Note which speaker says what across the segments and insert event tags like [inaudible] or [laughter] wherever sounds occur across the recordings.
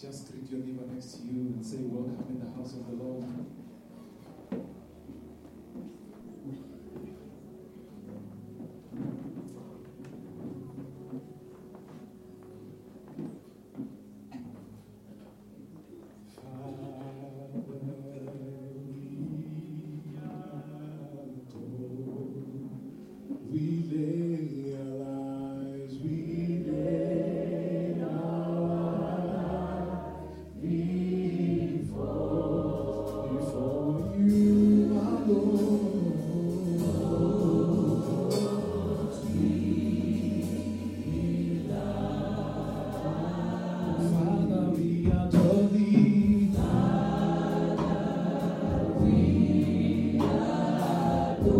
Speaker 1: Just greet your neighbor next to you and say, Welcome in the house of the Lord. Father, we lay our lives, we lay our lives before, before you, my Lord. Father, we adore thee. We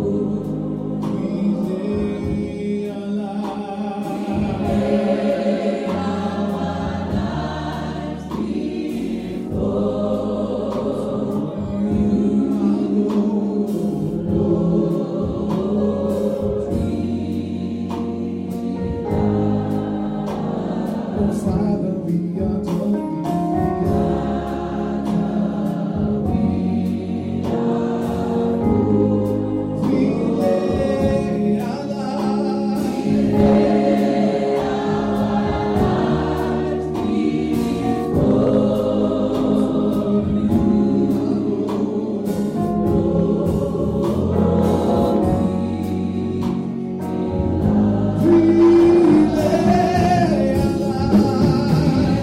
Speaker 1: lay our lives. Oh, Father, we adore thee. We lay our lives.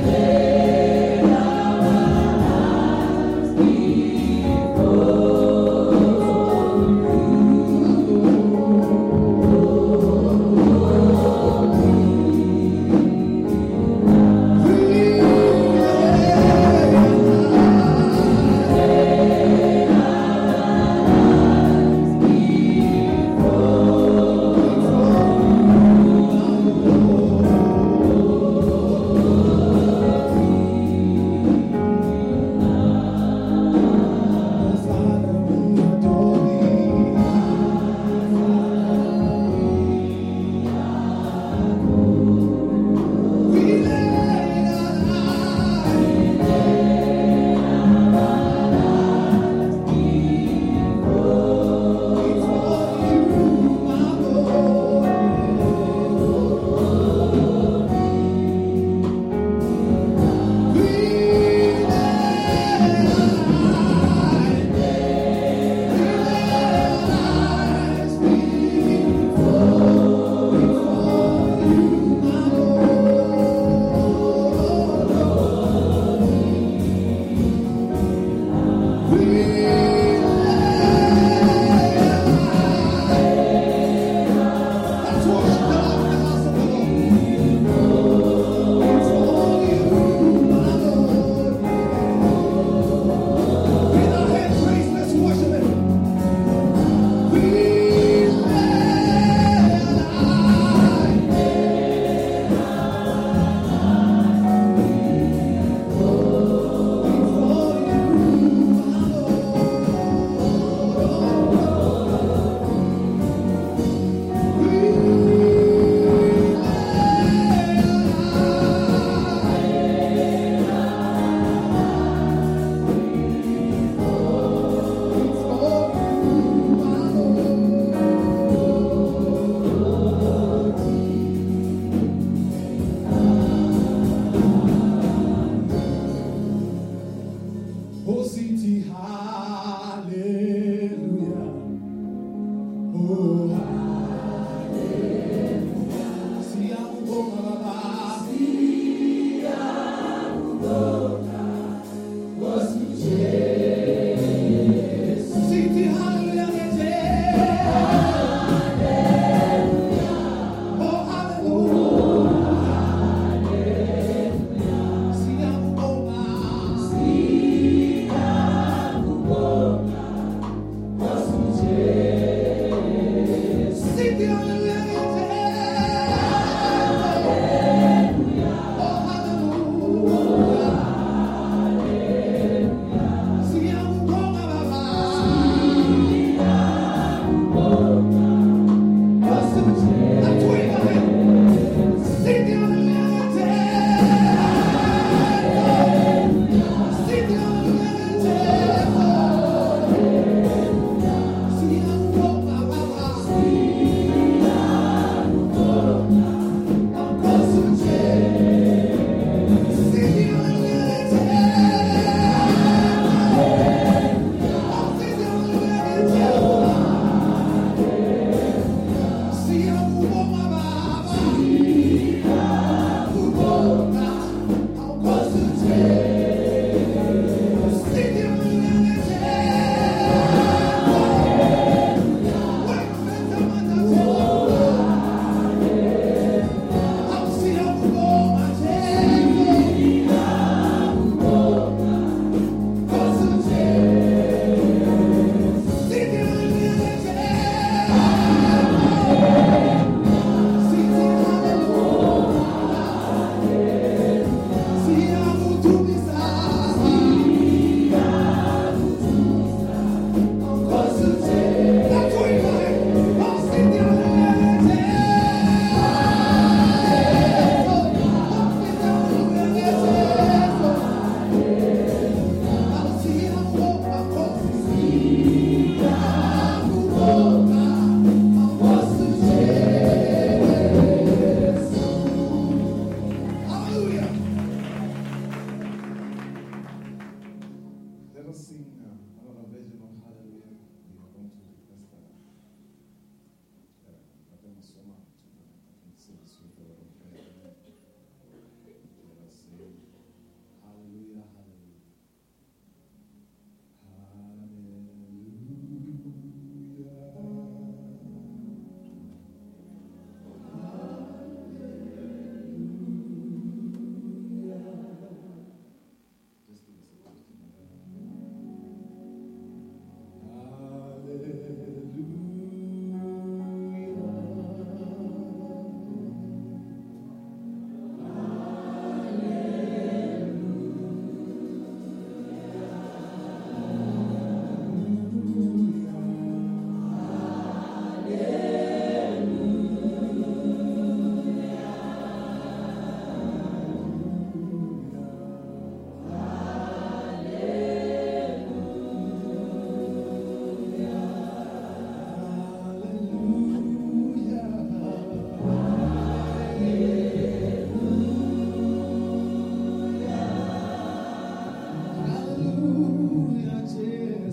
Speaker 1: We lay our lives. Oh, um um Oh, um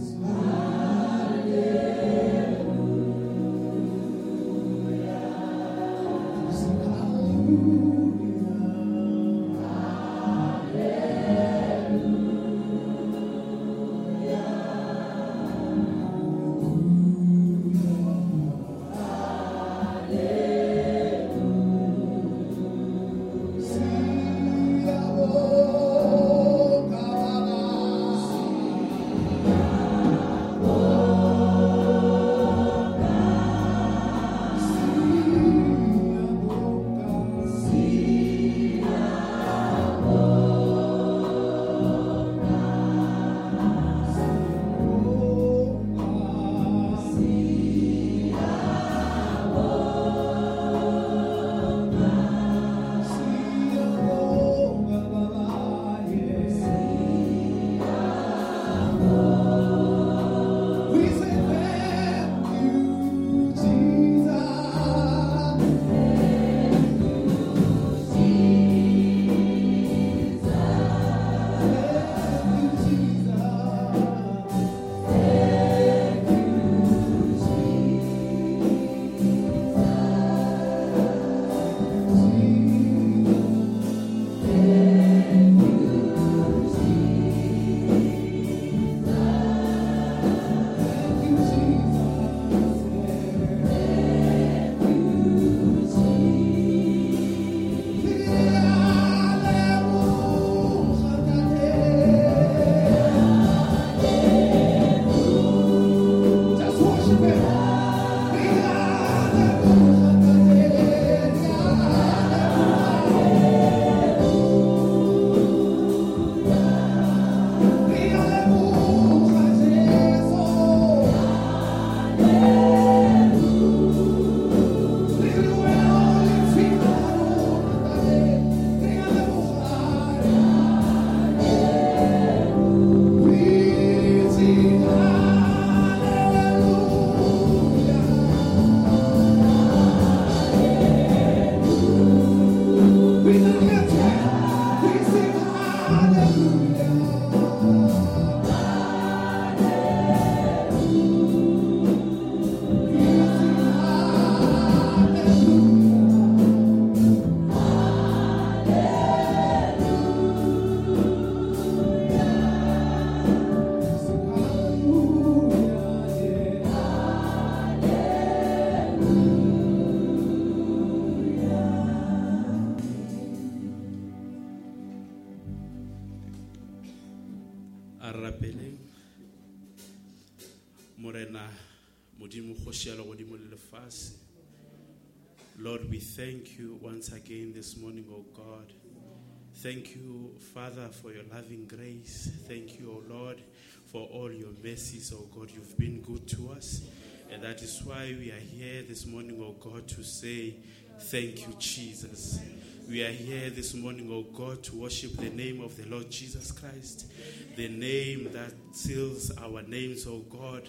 Speaker 2: uh, uh,
Speaker 1: We say thank you, Jesus. Thank you, Jesus. Just worship Him. We sing hallelujah. We sing hallelujah.
Speaker 3: a rapeleng morena modimo kgoši ya legodimo le lefase lord we thank you once again this morning o god thank you father for your loving grace thank you o lord for all your mercies o god you've been good to us and that is why we are here this morning o god to say thank you jesus we are here this morning, O God, to worship the name of the Lord Jesus Christ, the name that seals our names, O God,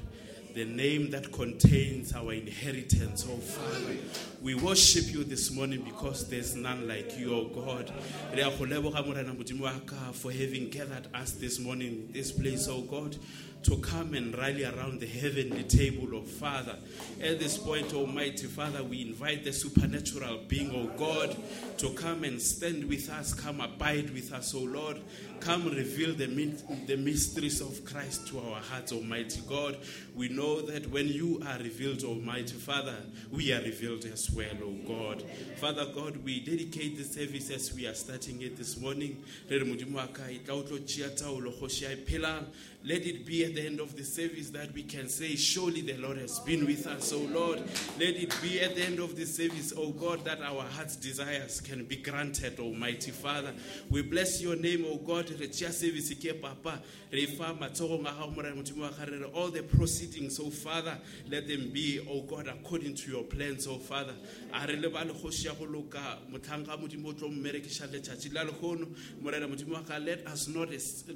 Speaker 3: the name that contains our inheritance, O Father. We worship you this morning because there's none like you, O God. Re a go leboga morena Modimo wa ka For having gathered us this morning, in this place, O God, to come and rally around the heavenly table, O Father. At this point, Almighty Father, we invite the supernatural being, O God, to come and stand with us, come abide with us, O Lord. Come reveal the, mys- the mysteries of Christ to our hearts, Almighty God. We know that when you are revealed, Almighty Father, we are revealed as well, O God. Father God, we dedicate the service as we are starting it this morning. Re re Modimo wa ka, e tla o tlo tšea taolo, kgoši ya e phelang. Let it be at the end of the service that we can say, Surely the Lord has been with us, O Lord. Let it be at the end of the service, O God, that our heart's desires can be granted, Almighty Father. We bless your name, O God. Re tšea service ke papa. Re fa matsogong a gago, morena Modimo wa ka, re re All the proceedings, O Father, let them be, O God, according to your plans, O Father. A re leba lekgoši ya go loka, motlhanka wa Modimo o tlo mmerekiša letšatši la lekgono. Morena Modimo wa ka, Let us not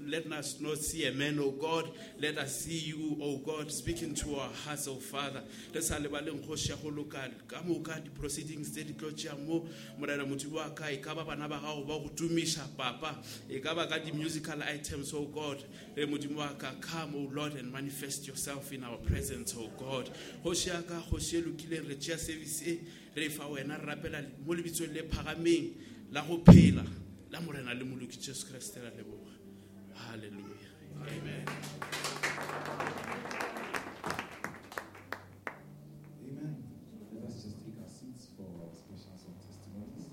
Speaker 3: let us not see a man, O God. Let us see you, O God, speaking to our hearts, oh O Father. Re sa lebale nkgoši ya go loka, ka moka di-proceedings tse di tlo tšeang mo, morena Modimo baithuti ba ka e ka ba bana ba gago ba go tumiša papa e ka ba ka di-musical items oh god re modimo wa ka come oh lord and manifest yourself in our presence oh god kgoši ya ka kgoši e lokileng re tšea service e re fa wena re rapela mo lebitsong le phagameng la go phela la morena le moloki jesu kreste la leboga halleluja amen
Speaker 2: Amen. Let us just take our seats for our special song testimonies.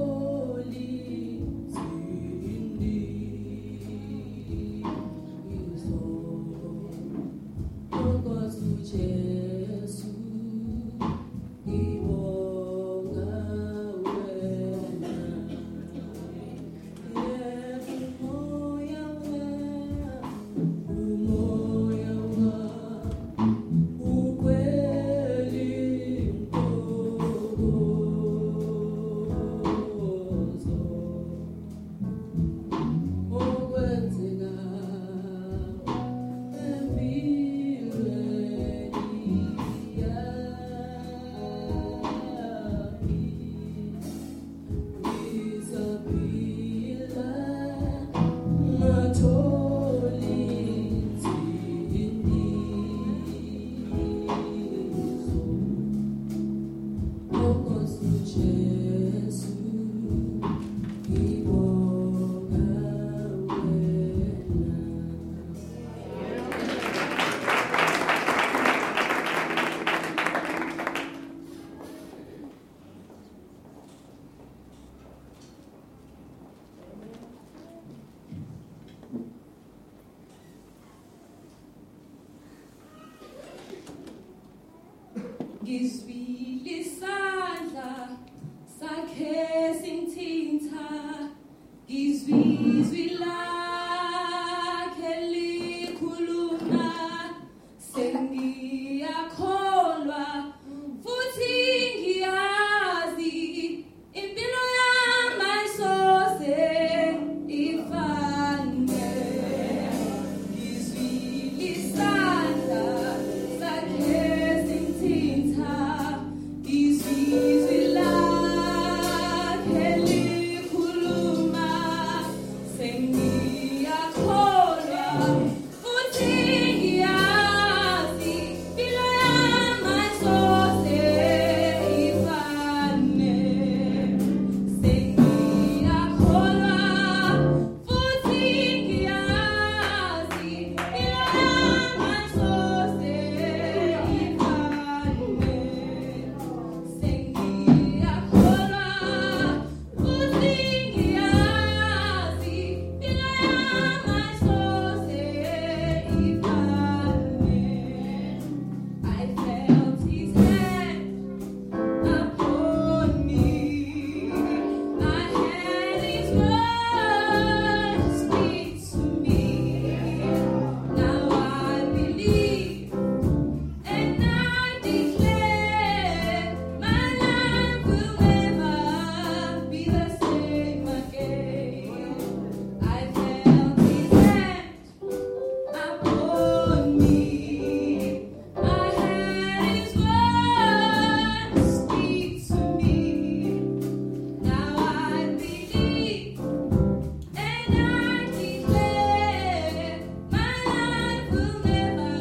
Speaker 4: singatholi sindi yiso ngokuzu Jesu ibonga wena umoya wena umoya wena Ngizwile isandla sakhe singithinta ngizwizwi lakhe likhuluma sengiyakholwa futhi ngiyazi impilo yami ayisoze ifane Yeah. I felt his hand upon me. I had his words speak to me. Now I believe and I declare my life will never be the same again. I felt his hand upon me. I had his words speak to me. Now I believe and I declare my life will never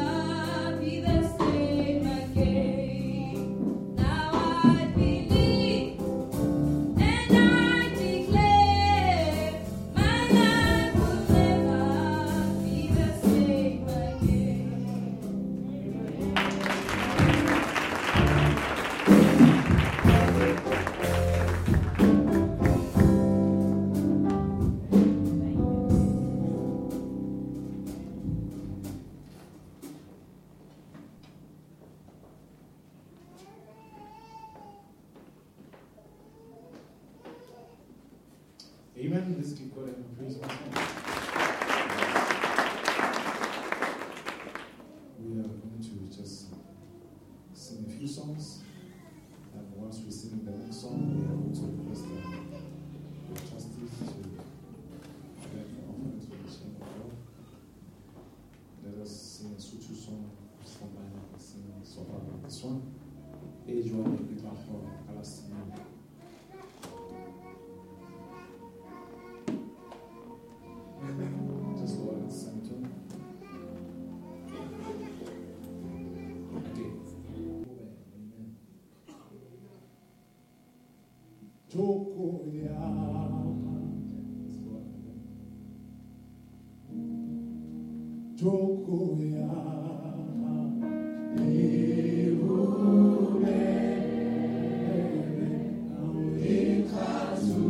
Speaker 4: be the same again. Now I believe and I declare my life will never be the same again.
Speaker 2: Amen. Let's give God and praise once more. We are going to just sing a few songs, and once we sing the next song, we are going to request the, the trustees to get the offerings for the chamber of God. Let us sing a Sutu song, somebody can sing a song like this one. Age one, we clap for Alassim. Just go ahead and send it to him. Okay. Amen. Joko ya. Joko ya. Erume. Awe kasi.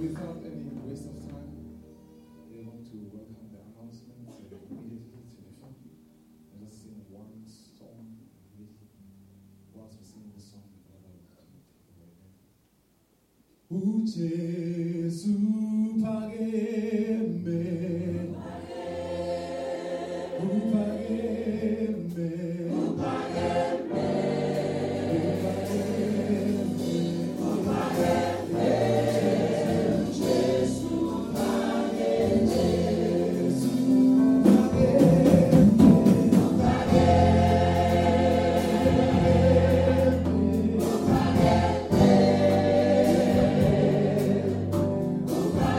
Speaker 2: Without any waste of time, we want to welcome the announcement immediately to the front. And let's sing one song. Once we sing this song, the other will come uJesu phakeme uphakeme
Speaker 1: Thank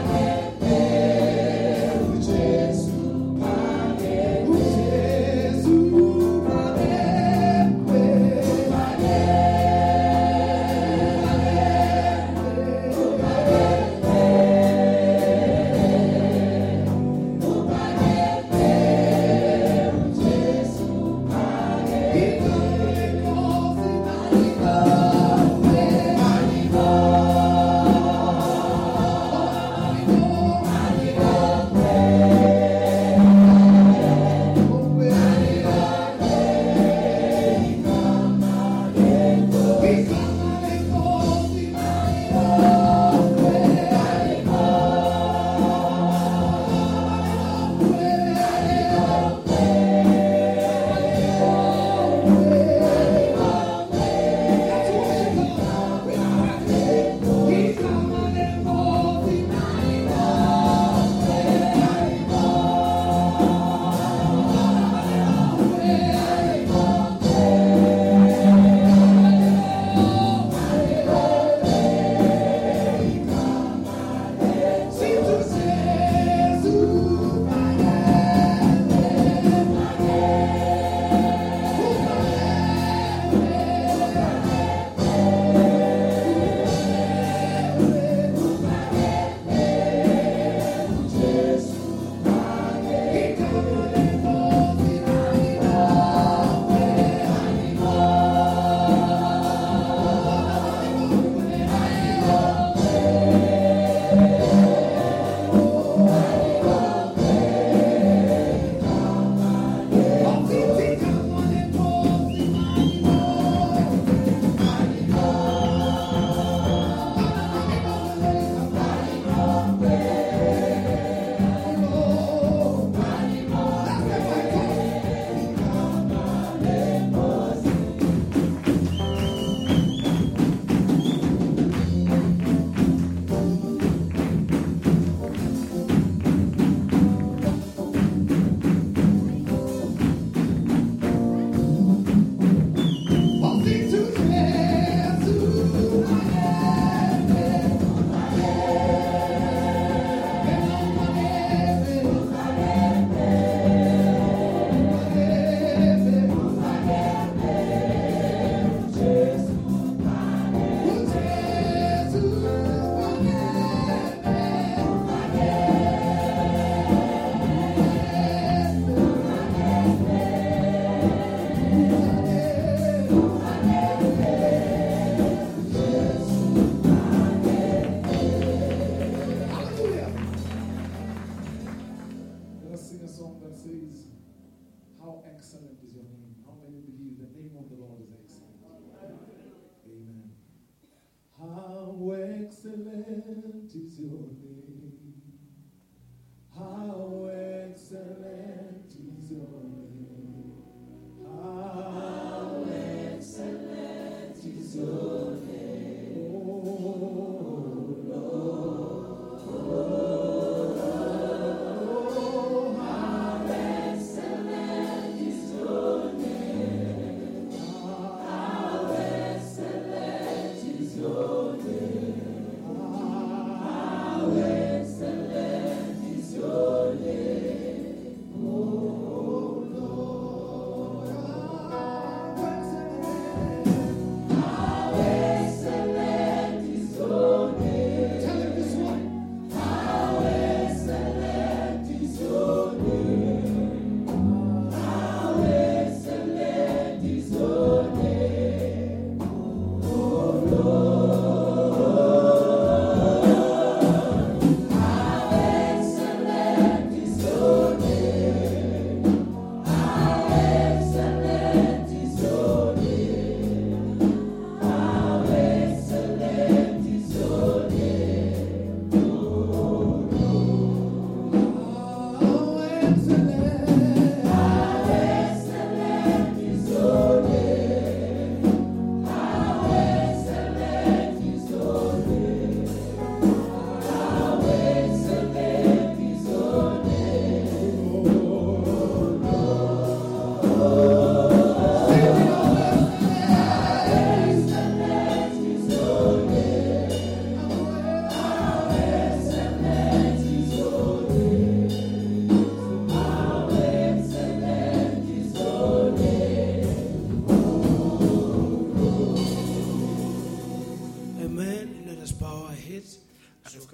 Speaker 2: Oh,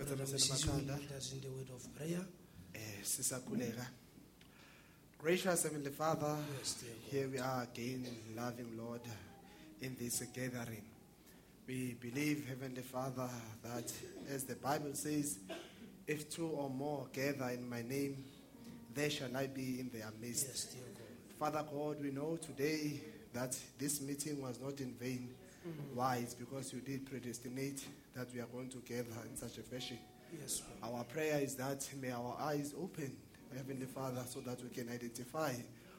Speaker 5: Bazalwane
Speaker 6: sisizwe
Speaker 5: sinabathanda.
Speaker 6: leaders in the word of prayer.
Speaker 5: Eh, sisakhuleka. Gracious Heavenly Father,
Speaker 6: Yes, dear God.
Speaker 5: here we are again, loving Lord, in this gathering. We believe, Heavenly Father, that as the Bible says, if two or more gather in my name, there shall I be in their midst.
Speaker 6: Yes, dear God.
Speaker 5: Father God, we know today that this meeting was not in vain. Why? It's because you did predestinate that we are going to gather in such a fashion.
Speaker 6: Yes, Lord.
Speaker 5: Our prayer is that may our eyes open, Heavenly Father, so that we can identify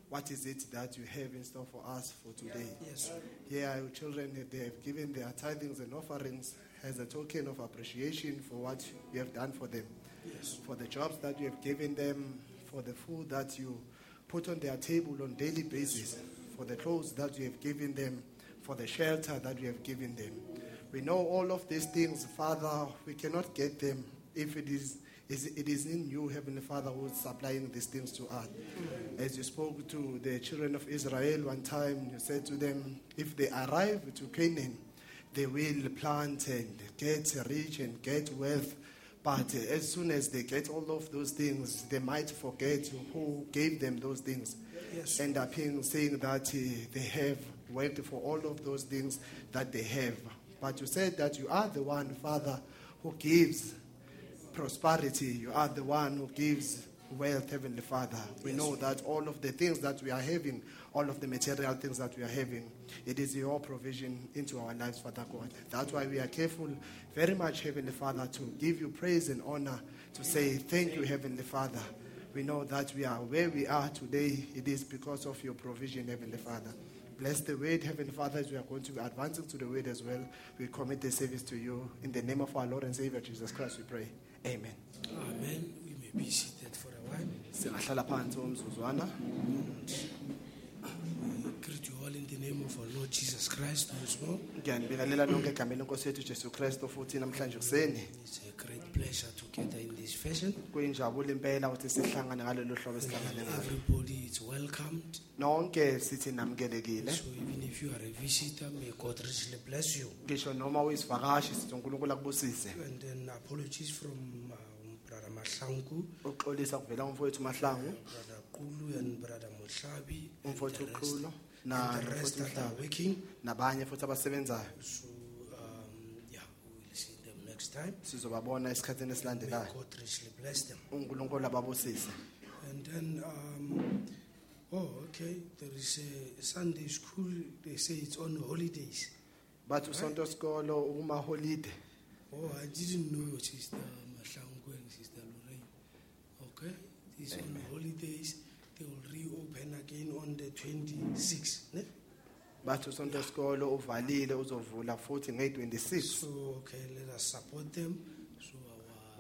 Speaker 5: what is it that you have in store for us for today.
Speaker 6: Yes, Lord.
Speaker 5: Here are your children, that they have given their tithings and offerings as a token of appreciation for what you have done for them,
Speaker 6: Yes,
Speaker 5: for the jobs that you have given them, for the food that you put on their table on daily basis, for the clothes that you have given them, for the shelter that you have given them. We know all of these things, Father, we cannot get them if it is, is it is in you, Heavenly Father, who is supplying these things to us. As you spoke to the children of Israel one time, you said to them, if they arrive to Canaan, they will plant and get rich and get wealth. But uh, as soon as they get all of those things, they might forget who gave them those things.
Speaker 6: Yes.
Speaker 5: End up in saying that uh, they have worked for all of those things that they have. But you said that you are the one, Father, who gives prosperity. You are the one who gives wealth, Heavenly Father. We know that all of the things that we are having, all of the material things that we are having, it is your provision into our lives, Father God. That's why we are careful, very much, Heavenly Father, to give you praise and honor, to say thank you, Heavenly Father. We know that we are where we are today. It is because of your provision, Heavenly Father. Bless the word, Heavenly Father, as we are going to be advancing to the word as well. We commit the service to you. In the name of our Lord and Savior Jesus Christ, we pray. Amen.
Speaker 6: Amen. We may be seated for a while.
Speaker 5: Singahlala phansi omzuzwana.
Speaker 6: We greet you all in the name of our Lord Jesus Christ once more.
Speaker 5: Ngiyanibingelela nonke egameni lenkosi yethu Jesu Kristu futhi namhlanje kuseni.
Speaker 6: It's a great pleasure to gather in this fashion.
Speaker 5: Kuyinjabulo impela ukuthi sihlangane ngalolu hlobo esihlangane ngalo.
Speaker 6: Everybody is welcomed.
Speaker 5: Nonke sithi namukelekile.
Speaker 6: So even if you are a visitor, may God richly bless you.
Speaker 5: Ngisho noma uyisivakashi sithi uNkulunkulu akubusise.
Speaker 6: And then apologies from uh, Brother Mahlangu,
Speaker 5: Uxolisa kuvela umfowethu Mahlangu,
Speaker 6: Brother Kulu, and Brother Moshabi. and the
Speaker 5: umfowethu
Speaker 6: rest-
Speaker 5: Uqhulo, na
Speaker 6: And the rest that are
Speaker 5: umfowethu
Speaker 6: working.
Speaker 5: nabanye futhi abasebenzayo.
Speaker 6: So, um, yeah, we will see them next time.
Speaker 5: sizobabona esikhathini
Speaker 6: May
Speaker 5: esilandelayo
Speaker 6: God richly bless them.
Speaker 5: unkulunkulu ababusise
Speaker 6: And then, um, oh, okay, there is a Sunday school, they say it's on holidays.
Speaker 5: bathi usonto sikolo ukumaholide
Speaker 6: Oh, I didn't know Sister Mahlangu and Sister Lorraine. Okay, it's on holidays. They will reopen again on the 26th. ne?
Speaker 5: bathi usonto sikolo uvalile uzovula futhi ngeyi-26
Speaker 6: So, okay, let us support them. So,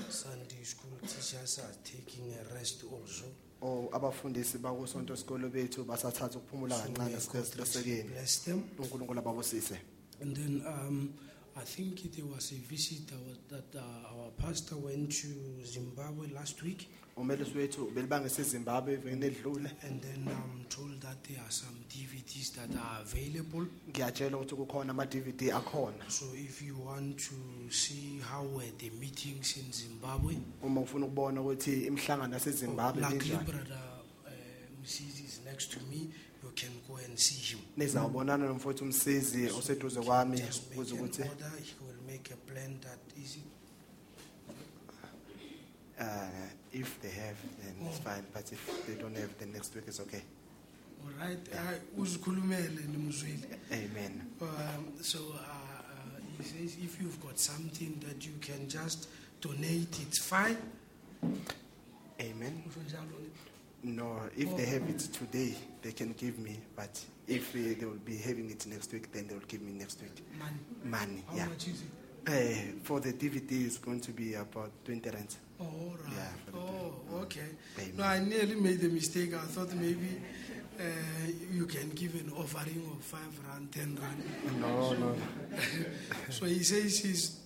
Speaker 6: our Sunday school teachers are taking a rest also.
Speaker 5: o Oh, abafundisi bakusonto sikolo bethu basathatha ukuphumula
Speaker 6: So may
Speaker 5: kancane
Speaker 6: God
Speaker 5: sikesesekeni
Speaker 6: Bless them.
Speaker 5: unkulunkulu ababusise
Speaker 6: And then um, I think there was a visit our, that uh, our pastor went to Zimbabwe last week,
Speaker 5: umelisi wethu belibangise ezimbabwe iveni edlule
Speaker 6: and then I'm told that there are some DVDs that are available.
Speaker 5: ngiyatshela ukuthi kukhona ama-dvd akhona
Speaker 6: So if you want to see how were the meetings in Zimbabwe,
Speaker 5: uma ufuna ukubona ukuthi imihlangano yasezimbabwe
Speaker 6: luckily
Speaker 5: linjani
Speaker 6: brother uh, Msisi is next to me. You can go and see him.
Speaker 5: nizawubonana nomfowethu umsizi oseduze kwami
Speaker 6: Just make
Speaker 5: ukuze
Speaker 6: an
Speaker 5: ukuthi
Speaker 6: order. He will make a plan that is it
Speaker 5: Uh, if they have, then it's fine. But if they don't have, then next week is okay.
Speaker 6: all right. I Ah, uzikhulumele nimzwile.
Speaker 5: Amen.
Speaker 6: Um, so uh, uh, he says if you've got something that you can just donate, it's fine.
Speaker 5: Amen.
Speaker 6: Kusho njalo.
Speaker 5: No, if they have it today, they can give me. But if uh, they will be having it next week, then they will give me next week
Speaker 6: Man,
Speaker 5: money.
Speaker 6: how
Speaker 5: yeah.
Speaker 6: much is it?
Speaker 5: Uh, for the DVD, it's going to be about 20 rand.
Speaker 6: Oh, all right.
Speaker 5: Yeah, for the
Speaker 6: oh, okay.
Speaker 5: Amen.
Speaker 6: No, I nearly made a mistake. I thought maybe uh, you can give an offering of five rand, ten
Speaker 5: [laughs]
Speaker 6: rand.
Speaker 5: No, no.
Speaker 6: so he says he's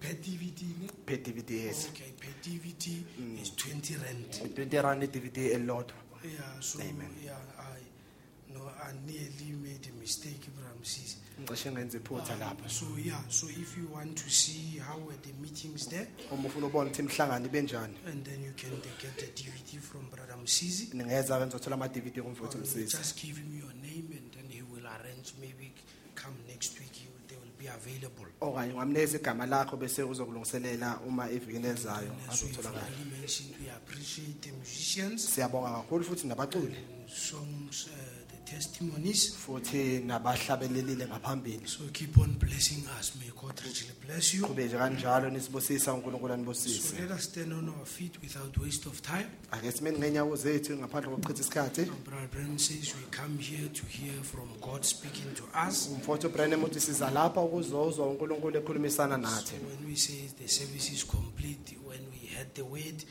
Speaker 6: per DVD. ne?
Speaker 5: Per DVD, yes. Mm.
Speaker 6: Okay, per DVD is twenty rand.
Speaker 5: 20 rand DVD, a lot.
Speaker 6: Yeah, so
Speaker 5: Amen.
Speaker 6: yeah, I no, I nearly made a mistake, Abraham says.
Speaker 5: ngixeshe engenza iphutha lapha
Speaker 6: So yeah, so if you want to see how were the meetings there,
Speaker 5: uma ufuna ubona ukuthi imihlangano ibe njani
Speaker 6: and then you can get the DVD from Brother Msisi.
Speaker 5: ningeza-ke ngizothola ama-dvd kumfowethu
Speaker 6: Or you
Speaker 5: msisi
Speaker 6: Just give him your name and then he will arrange maybe come next week he will- they will be available.
Speaker 5: okanye ungamnikeza igama lakho bese uzokulungiselela uma evikini ezayo
Speaker 6: And as we've
Speaker 5: azothola ngayo
Speaker 6: already mentioned, we appreciate the musicians,
Speaker 5: siyabonga kakhulu futhi nabaculi
Speaker 6: songs, uh, the testimonies.
Speaker 5: futhi nabahlabelelile ngaphambili
Speaker 6: So keep on blessing us. May God richly bless you.
Speaker 5: qhubeke kanjalo nisibusisa unkulunkulu
Speaker 6: So
Speaker 5: anibusise
Speaker 6: let us stand on our feet without waste of time.
Speaker 5: ake simeni ngeenyawo zethu ngaphandle kokuchitha isikhathi
Speaker 6: And Brother Brennan says we come here to hear from God speaking to us.
Speaker 5: umfowethu ubranem uthi siza lapha ukuzozwa unkulunkulu ekhulumisana nathi
Speaker 6: So when we say the service is complete, when we had the word,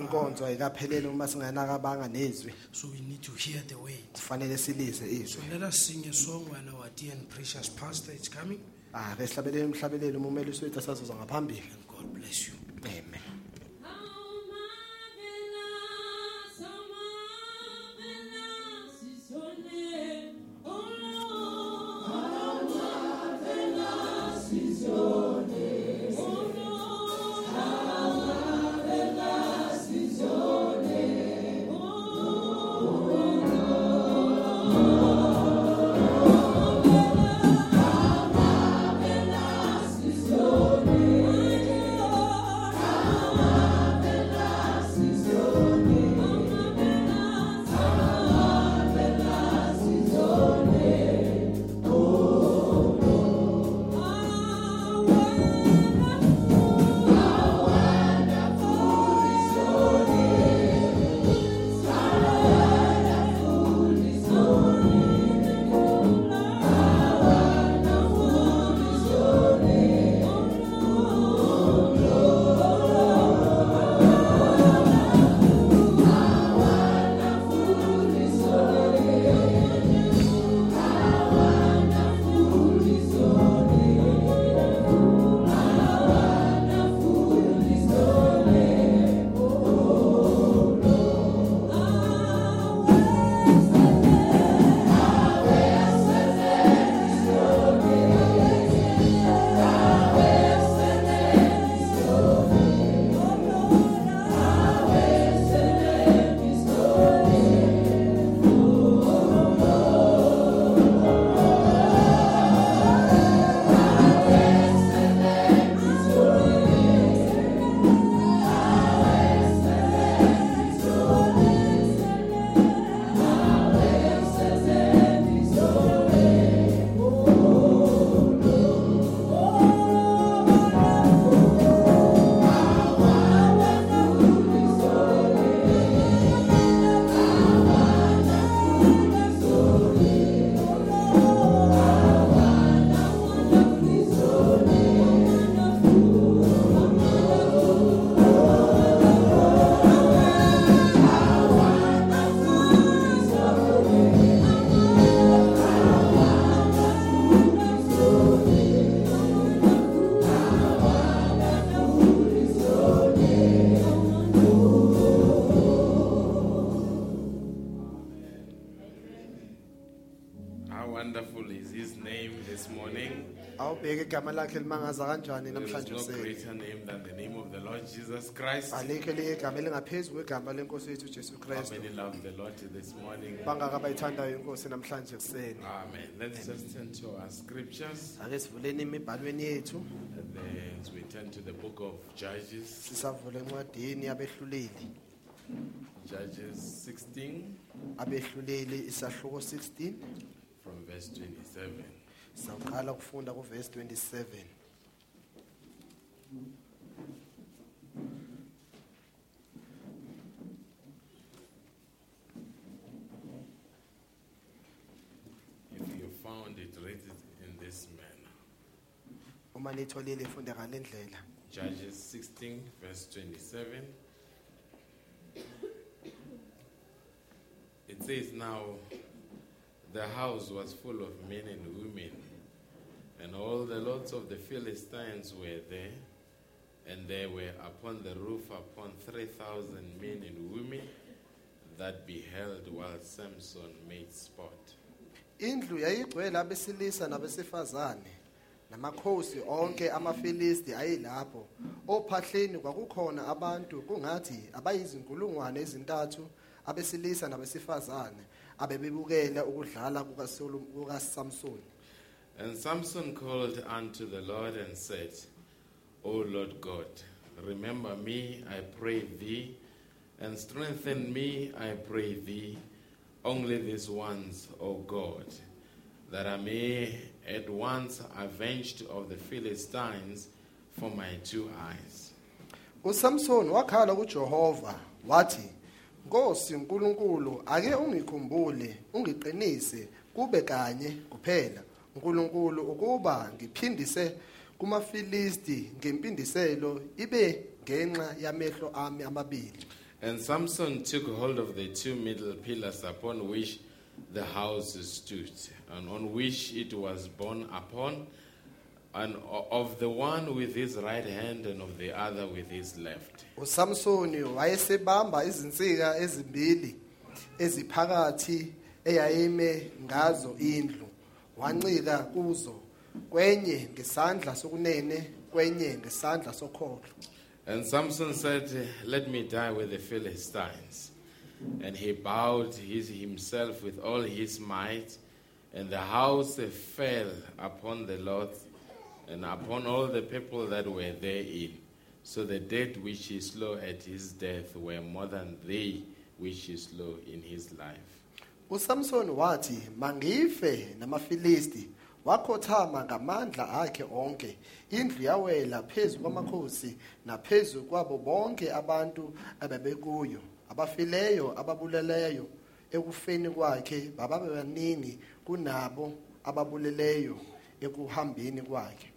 Speaker 5: inkonzo ayikapheleli uma singanakabanga nezwi
Speaker 6: so we need to hear the word.
Speaker 5: kufanele silize
Speaker 6: So
Speaker 5: izwi
Speaker 6: let us sing a song when our dear and precious pastor is coming.
Speaker 5: ake sihlabelele umhlabeleli umelisi wethu asazozwa ngaphambili
Speaker 6: And God bless you.
Speaker 5: amen
Speaker 4: Oh,
Speaker 7: How wonderful is his name this morning.
Speaker 5: awubheke igama lakhe limangaza kanjani
Speaker 7: There is
Speaker 5: namhlanje
Speaker 7: no
Speaker 5: useni
Speaker 7: greater name than the name of the Lord Jesus Christ. How
Speaker 5: alikho elinye igama elingaphezu kwegama lenkosi yethu ujesu kristu
Speaker 7: many love the Lord this morning?
Speaker 5: bangaka abayithandayo inkosi namhlanje kuseni
Speaker 7: Amen. Let's just turn to our scriptures
Speaker 5: ake sivuleni imibhalweni yethu
Speaker 7: and then as we turn to the book of Judges,
Speaker 5: sisavule encwadini yabehluleli
Speaker 7: Judges 16
Speaker 5: abehluleli isahluko 16
Speaker 7: from verse 27.
Speaker 5: sawuqala ukufunda kuvesi 27
Speaker 7: If you found it, read it in this manner.
Speaker 5: uma nitholile ifunde ngale ndlela
Speaker 7: Judges 16, verse 27. It says, Now the house was full of men and women, and all the lots of the Philistines were there, and there were upon the roof upon 3,000 men and women that beheld while Samson made sport.
Speaker 5: indlu yayigcwele abesilisa nabesifazane namakhosi onke amafilisti ayelapho ophahleni kwakukhona abantu kungathi abayizinkulungwane ezintathu abesilisa nabesifazane abebebukela ukudlala kukaSolu- kukaSamsoni
Speaker 7: And Samson called unto the Lord and said, O Lord God, remember me, I pray thee, and strengthen me, I pray thee, only these ones, O God, that I may at once avenged of the Philistines for my two eyes.
Speaker 5: uSamson wakhala kuJehova wathi Nkosi uNkulunkulu ake ungikhumbule ungiqinise kube kanye kuphela uNkulunkulu ukuba ngiphindise kumaFilisti ngempindiselo ibe ngenxa yamehlo ami amabili
Speaker 7: And Samson took hold of the two middle pillars upon which the house stood, and on which it was borne upon, and o- of the one with his right hand and of the other with his left.
Speaker 5: uSamsoni wayesebamba izinsika ezimbili eziphakathi eyayime ngazo indlu wancika kuzo kwenye ngesandla sokunene kwenye ngesandla sokhohlo
Speaker 7: And Samson said, Let me die with the Philistines. And he bowed his, himself with all his might, and the house fell upon the Lord and upon all the people that were therein. So the dead which he slew at his death were more than they which he slew in his life.
Speaker 5: uSamson wathi mangife namaFilisti wakhothama ngamandla akhe onke indlu yawela phezu kwamakhosi naphezu kwabo bonke abantu ababekuyo abafileyo ababuleleyo ekufeni kwakhe bababe baningi kunabo ababuleleyo ekuhambeni kwakhe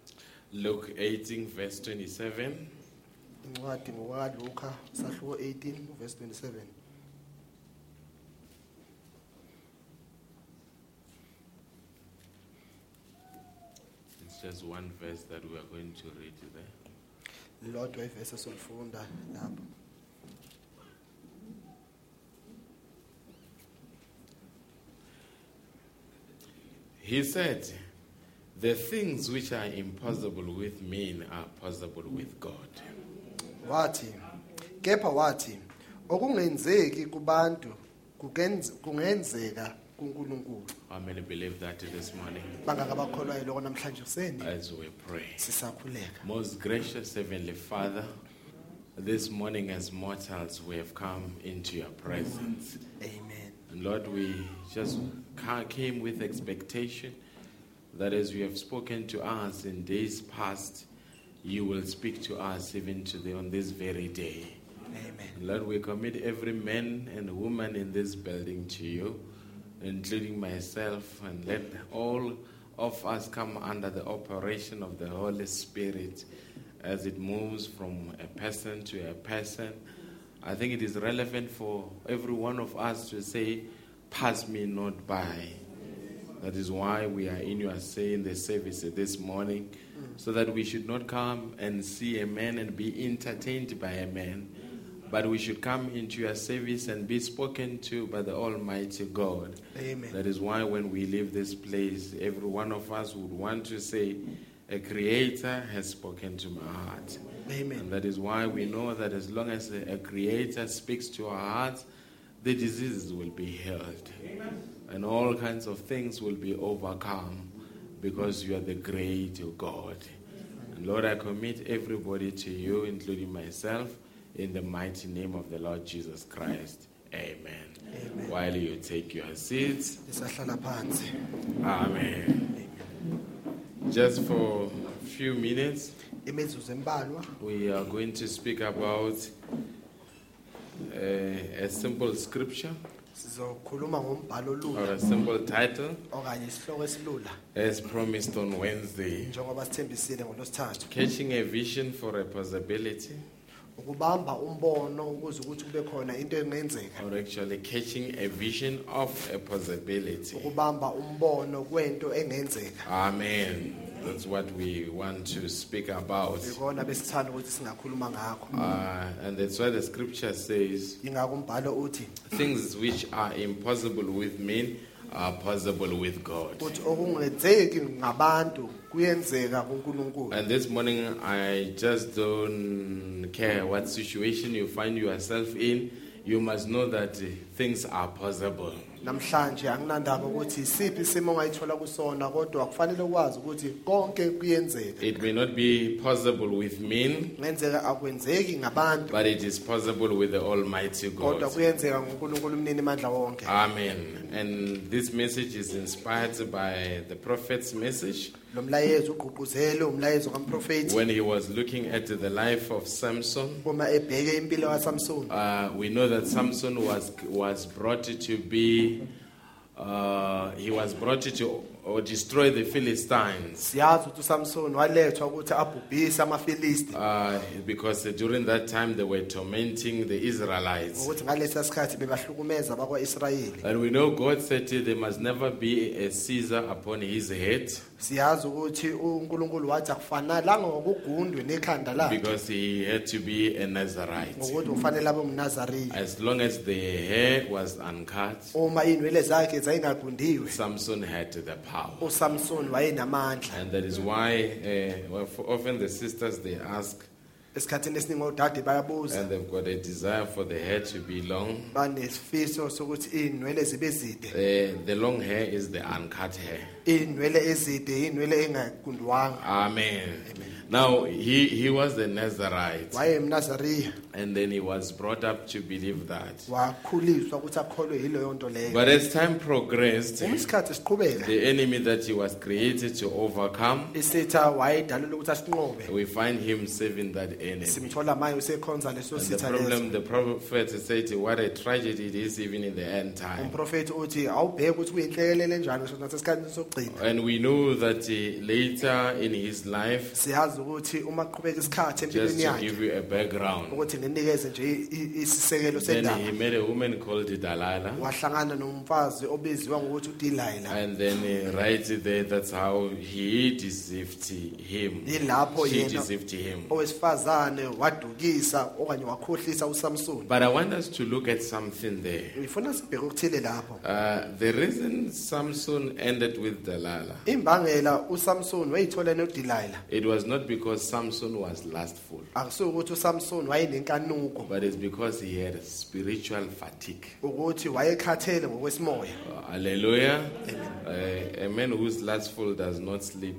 Speaker 7: Luke 18, verse 27.
Speaker 5: incwadi ngokwaluka sahluko 18 verse 27
Speaker 7: It's just one verse that we are going to read there.
Speaker 5: lodwa ivesi esolifunda lapho
Speaker 7: He said, The things which are impossible with men are possible with God.
Speaker 5: wathi kepha wathi okungenzeki kubantu kukenz- kungenzeka kuNkulunkulu
Speaker 7: How many believe that this morning
Speaker 5: bangaka bakholwayo lokho namhlanje kuseni
Speaker 7: as we pray?
Speaker 5: sisakhuleka
Speaker 7: Most gracious Heavenly Father, this morning as mortals we have come into your presence.
Speaker 5: amen
Speaker 7: And Lord, we just ca- came with expectation that as you have spoken to us in days past, you will speak to us even today on this very day.
Speaker 5: amen
Speaker 7: Lord, we commit every man and woman in this building to you, including myself, and let all of us come under the operation of the Holy Spirit as it moves from a person to a person. I think it is relevant for every one of us to say, Pass me not by. That is why we are in your saying the service this morning, so that we should not come and see a man and be entertained by a man, but we should come into your service and be spoken to by the Almighty God.
Speaker 5: amen
Speaker 7: That is why when we leave this place, every one of us would want to say, A creator has spoken to my heart. And
Speaker 5: amen
Speaker 7: that is why we know that as long as a a creator speaks to our hearts, the diseases will be healed. And all kinds of things will be overcome because you are the great O God. And Lord, I commit everybody to you, including myself, in the mighty name of the Lord Jesus Christ. Amen.
Speaker 5: Amen.
Speaker 7: While you take your seats,
Speaker 5: sisahlala phansi
Speaker 7: Amen. Just for a few minutes,
Speaker 5: imizuzu embalwa
Speaker 7: We are going to speak about uh, a simple scripture
Speaker 5: sizokhuluma ngombhalo
Speaker 7: or
Speaker 5: olula
Speaker 7: a simple title
Speaker 5: okanye isihloko esilula
Speaker 7: as promised on Wednesday.
Speaker 5: njengoba sithembisile ngolosithathu
Speaker 7: Catching a vision for a possibility,
Speaker 5: ukubamba umbono ukuze ukuthi kube khona into engenzeka
Speaker 7: or actually catching a vision of a possibility.
Speaker 5: ukubamba umbono kwento engenzeka
Speaker 7: Amen. That's what we want to speak about.
Speaker 5: ikona besithanda ukuthi singakhuluma ngakho
Speaker 7: Uh, and that's why the scripture says
Speaker 5: ingako umbhalo uthi
Speaker 7: things which are impossible with men are possible with God.
Speaker 5: ukuthi okungenzeki ngabantu kuyenzeka kuNkulunkulu
Speaker 7: And this morning, I just don't care what situation you find yourself in. You must know that eh, things are possible.
Speaker 5: namhlanje anginandaba ukuthi isiphi isimo ongayithola kusona kodwa kufanele ukwazi ukuthi konke kuyenzeka
Speaker 7: It may not be possible with men,
Speaker 5: ngenzeka akwenzeki ngabantu
Speaker 7: but it is possible with the Almighty
Speaker 5: kodwa
Speaker 7: God.
Speaker 5: kuyenzeka ngoNkulunkulu umnini amandla wonke
Speaker 7: Amen. And this message is inspired by the prophet's message
Speaker 5: lo mlayezo ugqugquzele umlayezo kamprofethi
Speaker 7: when he was looking at the life of Samson.
Speaker 5: uma ebheke impilo kaSamson
Speaker 7: Uh, we know that Samson was was brought to be uh, he was brought to or destroy the Philistines
Speaker 5: siyazi ukuthi uSamson walethwa ukuthi abhubhise amaFilisti
Speaker 7: uh, because during that time they were tormenting the Israelites.
Speaker 5: ukuthi ngalesa sikhathi bebahlukumeza abakwaIsrayeli
Speaker 7: And we know God said there must never be a Caesar upon his head
Speaker 5: siyazi ukuthi uNkulunkulu wathi akufanelanga ngokugundwe nekhanda lakhe
Speaker 7: because he had to be a Nazarite.
Speaker 5: ngokuthi ufanele abe umNazarene
Speaker 7: As long as the hair was uncut,
Speaker 5: uma inwele zakhe zayingagundiwe
Speaker 7: Samson had the power.
Speaker 5: uSamson wayenamandla
Speaker 7: And that is why uh, well, often the sisters they ask,
Speaker 5: esikhathini esiningi odade bayabuza
Speaker 7: And they've got a desire for the hair to be long.
Speaker 5: banesifiso sokuthi inwele zibe zide
Speaker 7: The, the long hair is the uncut hair.
Speaker 5: inwele ezide inwele engagundwanga
Speaker 7: Amen. Now, he, he was a Nazarite.
Speaker 5: wayemNazariya
Speaker 7: And then he was brought up to believe that.
Speaker 5: wakhuliswa ukuthi akholwe yileyo nto leyo
Speaker 7: But as time progressed,
Speaker 5: uma isikhathi siqhubeka
Speaker 7: the enemy that he was created to overcome,
Speaker 5: isitha wayedalelwe ukuthi asinqobe
Speaker 7: we find him serving that enemy.
Speaker 5: simthola manje usekhonza leso
Speaker 7: And the
Speaker 5: sitha leso
Speaker 7: problem, the prophet said, what a tragedy it is even in the end time.
Speaker 5: umprofethi uthi awubheke ukuthi kuyinhlekelele enjani ngisho nasesikhathini sokugcina
Speaker 7: And we know that uh, later in his life,
Speaker 5: siyazi ukuthi uma kuqhubeka isikhathi
Speaker 7: just
Speaker 5: empilweni
Speaker 7: to
Speaker 5: yakhe
Speaker 7: give you a background.
Speaker 5: ukuthi ninikeze nje i- i- isisekelo
Speaker 7: Then he
Speaker 5: sendaba
Speaker 7: met a woman called Dalila,
Speaker 5: wahlangana nomfazi obiziwa ngokuthi uDelilah
Speaker 7: and then uh, right there, that's how he deceived him.
Speaker 5: Yilapho
Speaker 7: She
Speaker 5: yena-
Speaker 7: deceived him.
Speaker 5: owesifazane wadukisa okanye wakhohlisa uSamson
Speaker 7: But I want us to look at something there.
Speaker 5: ngifuna sibheke ukuthile lapho
Speaker 7: Uh, the reason Samson ended with Dalila,
Speaker 5: imbangela uSamson wayithola noDelilah
Speaker 7: it was not because Samson was lustful,
Speaker 5: akusuke ukuthi uSamson wayenenkanuko
Speaker 7: but it's because he had spiritual fatigue.
Speaker 5: ukuthi wayekhathele ngokwesimmoya
Speaker 7: Uh, hallelujah. Uh, a man who's lustful does not sleep.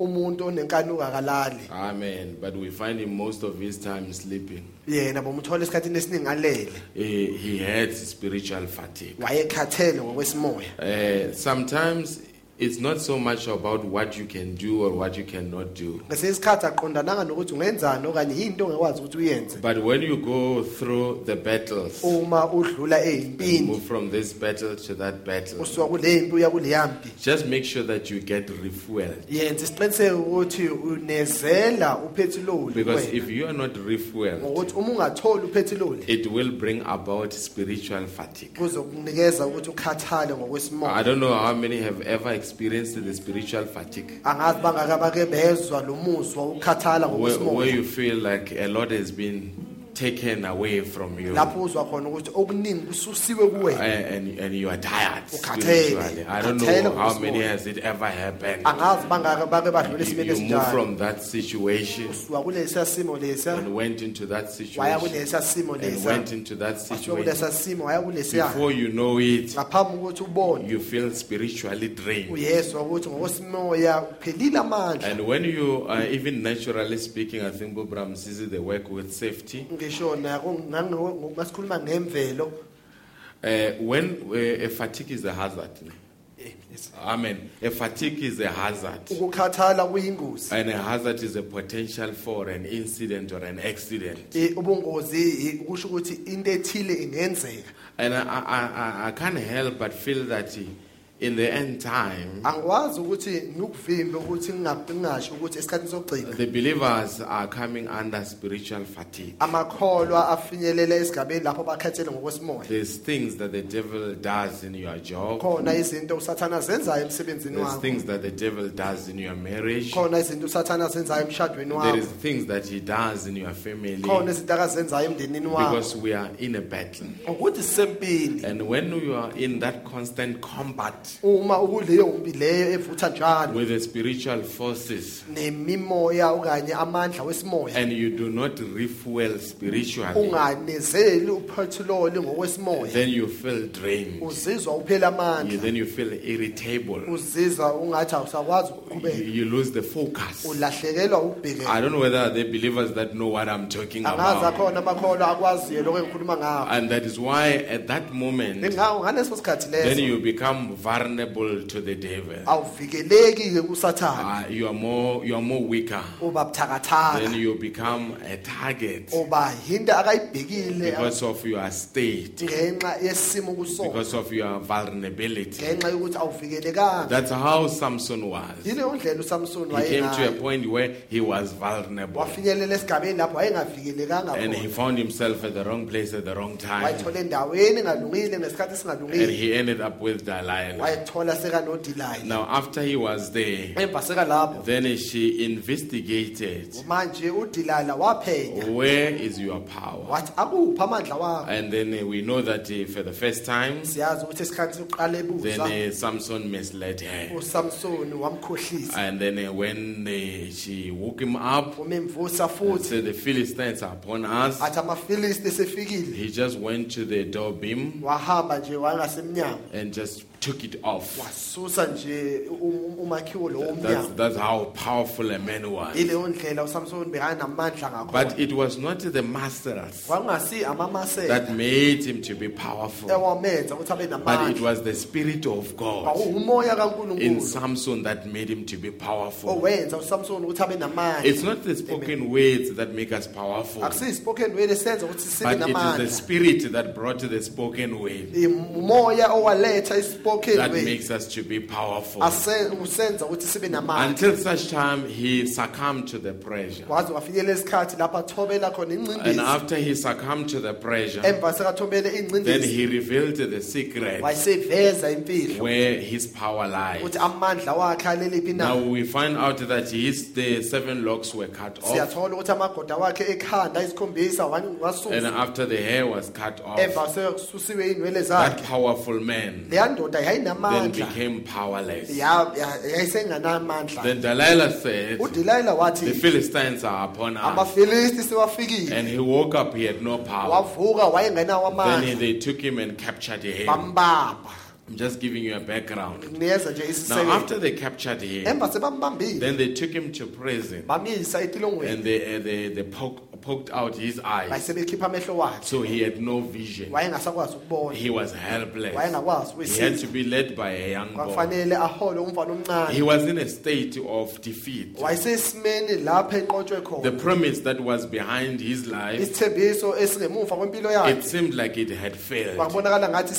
Speaker 5: umuntu onenkanuko akalali
Speaker 7: Amen. But we find him most of his time sleeping.
Speaker 5: yena bomthola esikhathini esiningi alele
Speaker 7: he, he had spiritual fatigue.
Speaker 5: wayekhathele ngokwesimmoya
Speaker 7: Uh, sometimes it's not so much about what you can do or what you cannot do.
Speaker 5: ngesinye isikhathi aqondananga nokuthi ungenzani okanye yinto ongekwazi ukuthi uyenze
Speaker 7: But when you go through the battles,
Speaker 5: uma udlula
Speaker 7: you
Speaker 5: eyimpini
Speaker 7: move from this battle to that battle,
Speaker 5: usuka kule yimpi uya kuleyampi
Speaker 7: just make sure that you get refueled.
Speaker 5: yenza isiqiniseko ukuthi unezela uphethiloli
Speaker 7: Because
Speaker 5: kuwena.
Speaker 7: if you are not refueled,
Speaker 5: ngokuthi uma ungatholi uphethiloli
Speaker 7: it will bring about spiritual fatigue.
Speaker 5: kuzokunikeza ukuthi ukhathale
Speaker 7: I
Speaker 5: ngokwesimona
Speaker 7: don't know how many have ever experienced the spiritual fatigue.
Speaker 5: angazi bangakabake bezwa lo muzwa ukukhathala
Speaker 7: Where, where
Speaker 5: ngokwesimona
Speaker 7: you feel like a lot has been taken away from you.
Speaker 5: lapho uzwa khona ukuthi okuningi kususiwe
Speaker 7: Uh,
Speaker 5: kuwena
Speaker 7: and, and you are tired
Speaker 5: Ukhathele.
Speaker 7: spiritually. I don't know
Speaker 5: Ukhathele Ah,
Speaker 7: how many
Speaker 5: ngokwesimoya.
Speaker 7: has it ever happened.
Speaker 5: angazi bangakabake badlula
Speaker 7: You,
Speaker 5: esimeni
Speaker 7: you move
Speaker 5: esinjalo
Speaker 7: from that situation
Speaker 5: usuka kulesa simo lesa
Speaker 7: and went into that
Speaker 5: waya
Speaker 7: situation
Speaker 5: kulesa simo
Speaker 7: and
Speaker 5: lesa
Speaker 7: went into that
Speaker 5: wasuka
Speaker 7: situation.
Speaker 5: kulesa simo waya kulesiya
Speaker 7: Before you know it,
Speaker 5: ngaphambi kokuthi ubone
Speaker 7: you feel spiritually
Speaker 5: Oh,
Speaker 7: drained.
Speaker 5: uyezwa ukuthi ngokwesimoya uphelile amandla
Speaker 7: And when you are even naturally speaking, I think Bob Ramsey, they work with safety.
Speaker 5: ngisho nangasikhuluma ngemvelo
Speaker 7: Uh, when uh, a fatigue is a hazard.
Speaker 5: Eh,
Speaker 7: Amen. A fatigue is a
Speaker 5: Oh,
Speaker 7: hazard.
Speaker 5: ukukhathala kuyingozi
Speaker 7: And a hazard is a potential for an incident or an accident.
Speaker 5: Eh, ubungozi eh, kusho ukuthi into ethile ingenzeka
Speaker 7: And I, I, I, I can't help but feel that eh, in the end time,
Speaker 5: angikwazi ukuthi ngikuvimbe ukuthi nginga- ngingasho ukuthi esikhathini sokugcina
Speaker 7: the believers are coming under spiritual fatigue.
Speaker 5: amakholwa afinyelele esigabeni lapho bakhethele ngokwesimoya
Speaker 7: There's things that the devil does in your job.
Speaker 5: khona izinto usathana azenzayo emsebenzini
Speaker 7: There's
Speaker 5: wakho
Speaker 7: things that the devil does in your marriage.
Speaker 5: khona izinto usathana azenzayo emshadweni
Speaker 7: There is
Speaker 5: wakho
Speaker 7: things that he does in your family.
Speaker 5: khona izinto akazenzayo emndenini wakho
Speaker 7: Because we are in a battle.
Speaker 5: ukuthi sisempili
Speaker 7: And when you are in that constant combat
Speaker 5: uma ukuleyo umbi leyo evutha njalo
Speaker 7: with the spiritual forces
Speaker 5: nemimoya okanye amandla wesimoya
Speaker 7: and you do not refuel spiritually,
Speaker 5: unganezeli uphethiloli ngokwesimmoya
Speaker 7: then you feel drained.
Speaker 5: uzizwa uphela
Speaker 7: You-
Speaker 5: amandla
Speaker 7: then you feel irritable.
Speaker 5: uzizwa ungathi awusakwazi
Speaker 7: You,
Speaker 5: ukuqhubeka
Speaker 7: you lose the focus.
Speaker 5: ulahlekelwa
Speaker 7: I
Speaker 5: ukubhekela
Speaker 7: don't know whether the believers that know what I'm talking
Speaker 5: angazi
Speaker 7: about.
Speaker 5: akhona amakholwa akwaziyo lokho engikhuluma ngakho
Speaker 7: And that is why at that moment,
Speaker 5: Ingawo nganeso sikhathi
Speaker 7: then
Speaker 5: leso
Speaker 7: you become vulnerable to the devil.
Speaker 5: awuvikeleki-ke kusathane
Speaker 7: Uh, you are more you are more weaker.
Speaker 5: uba
Speaker 7: Then
Speaker 5: buthakathaka
Speaker 7: you become a target
Speaker 5: uba yinto akayibhekile
Speaker 7: because of your state.
Speaker 5: ngenxa yesimo kusona
Speaker 7: because of your vulnerability.
Speaker 5: ngenxa yokuthi awuvikelekanga
Speaker 7: That's how Samson was. He
Speaker 5: yileyo ndlela usamsoni
Speaker 7: came to a
Speaker 5: wayengayo
Speaker 7: point where he was vulnerable
Speaker 5: wafinyelela esigabeni lapho wayengavikelekanga
Speaker 7: and he
Speaker 5: khona
Speaker 7: found himself at the wrong place at the wrong time.
Speaker 5: wayithola endaweni engalungile ngesikhathi
Speaker 7: And
Speaker 5: esingalungile
Speaker 7: he ended up with Delilah.
Speaker 5: wayithola sekanodilayi
Speaker 7: Now, after he was there,
Speaker 5: emva sekalapho
Speaker 7: then she investigated
Speaker 5: manje udilala waphenya
Speaker 7: where is your power?
Speaker 5: wathi akuphi amandla wakho
Speaker 7: And then we know that uh, for the first time,
Speaker 5: siyazi ukuthi esikhathi sokuqala
Speaker 7: then eh,
Speaker 5: ebuza
Speaker 7: uh, Samson misled her.
Speaker 5: usamsoni wamkhohlisa
Speaker 7: And then uh, when uh, she woke him up,
Speaker 5: umemvusa
Speaker 7: and
Speaker 5: futhi
Speaker 7: said, The Philistines are upon us.
Speaker 5: athi amafilisti sefikile
Speaker 7: He just went to the door beam
Speaker 5: wahamba nje wangasemnyango
Speaker 7: and just took it off.
Speaker 5: wasusa nje u- u- umakhiwo lowo
Speaker 7: That's,
Speaker 5: mnyango
Speaker 7: that's how powerful a man was.
Speaker 5: ileyo ndlela usamsoni bekanamandla ngakhona
Speaker 7: But it was not the masters
Speaker 5: kwakungasi
Speaker 7: that
Speaker 5: amamasela
Speaker 7: made him to be powerful,
Speaker 5: ewamenza ukuthi abe
Speaker 7: but it
Speaker 5: namandla
Speaker 7: was the Spirit of God
Speaker 5: kwakuwumoya
Speaker 7: in
Speaker 5: kankulunkulu
Speaker 7: Samson that made him to be powerful.
Speaker 5: owenza usamsoni ukuthi abe
Speaker 7: It's
Speaker 5: namandla
Speaker 7: not the spoken words that make us powerful, but
Speaker 5: akusiyispoken word esenza ukuthi sibe
Speaker 7: it is the
Speaker 5: namandla
Speaker 7: Spirit that brought the spoken word
Speaker 5: umoya owaletha ispoken
Speaker 7: that
Speaker 5: word
Speaker 7: makes us to be powerful.
Speaker 5: ase- usenza ukuthi sibe namandla
Speaker 7: Until such time, he succumbed to the pressure.
Speaker 5: kwaze wafinyelela isikhathi lapho athobela khona
Speaker 7: And
Speaker 5: incindezi
Speaker 7: after he succumbed to the pressure,
Speaker 5: emva sekathobele
Speaker 7: then
Speaker 5: incindezi
Speaker 7: he revealed the secret
Speaker 5: wayeseveza imfihlo
Speaker 7: where his power lies.
Speaker 5: ukuthi amandla wakhe aleliphi
Speaker 7: Now
Speaker 5: na
Speaker 7: we find out that his the seven locks were cut off,
Speaker 5: siyathola ukuthi amagoda wakhe ekhanda isikhombisa wan-
Speaker 7: and
Speaker 5: wasusa
Speaker 7: after the hair was cut
Speaker 5: emva
Speaker 7: off,
Speaker 5: sekususiwe iy'nwele
Speaker 7: that
Speaker 5: zakhe
Speaker 7: powerful man
Speaker 5: leya ndoda
Speaker 7: then
Speaker 5: yayinamandla
Speaker 7: became powerless.
Speaker 5: Ya- ya- yayisengenamandla
Speaker 7: Then Delilah said,
Speaker 5: udelayila
Speaker 7: "The
Speaker 5: wathi
Speaker 7: Philistines are upon us,"
Speaker 5: amafilisti sewafikile
Speaker 7: and he woke up. He had no power.
Speaker 5: wavuka wayengenawo
Speaker 7: Then he-
Speaker 5: amandla
Speaker 7: they took him and captured him.
Speaker 5: bambamba
Speaker 7: I'm just giving you a background.
Speaker 5: neza nje
Speaker 7: Now
Speaker 5: isisekelo
Speaker 7: after they captured him,
Speaker 5: emva sebambambile
Speaker 7: then they took him to prison.
Speaker 5: bamyisa
Speaker 7: and
Speaker 5: etilongweni
Speaker 7: they, uh, they, they poke, poked out his eyes.
Speaker 5: bayisebekhipha amehlo wakhe
Speaker 7: So he had no vision.
Speaker 5: wayengasakwazi ukubona
Speaker 7: He was helpless.
Speaker 5: wayengakwazi
Speaker 7: He had to
Speaker 5: ukuyisiza
Speaker 7: be led by a young boy.
Speaker 5: kwakufanele ahole umfana
Speaker 7: He
Speaker 5: omncane
Speaker 7: was in a state of defeat.
Speaker 5: wayesesimeni lapho enqotshwe
Speaker 7: The
Speaker 5: khona
Speaker 7: promise that was behind his life,
Speaker 5: isithembiso esingemuva kwempilo
Speaker 7: it
Speaker 5: yakhe
Speaker 7: seemed like it had failed.
Speaker 5: kwakubonakala ngathi
Speaker 7: He was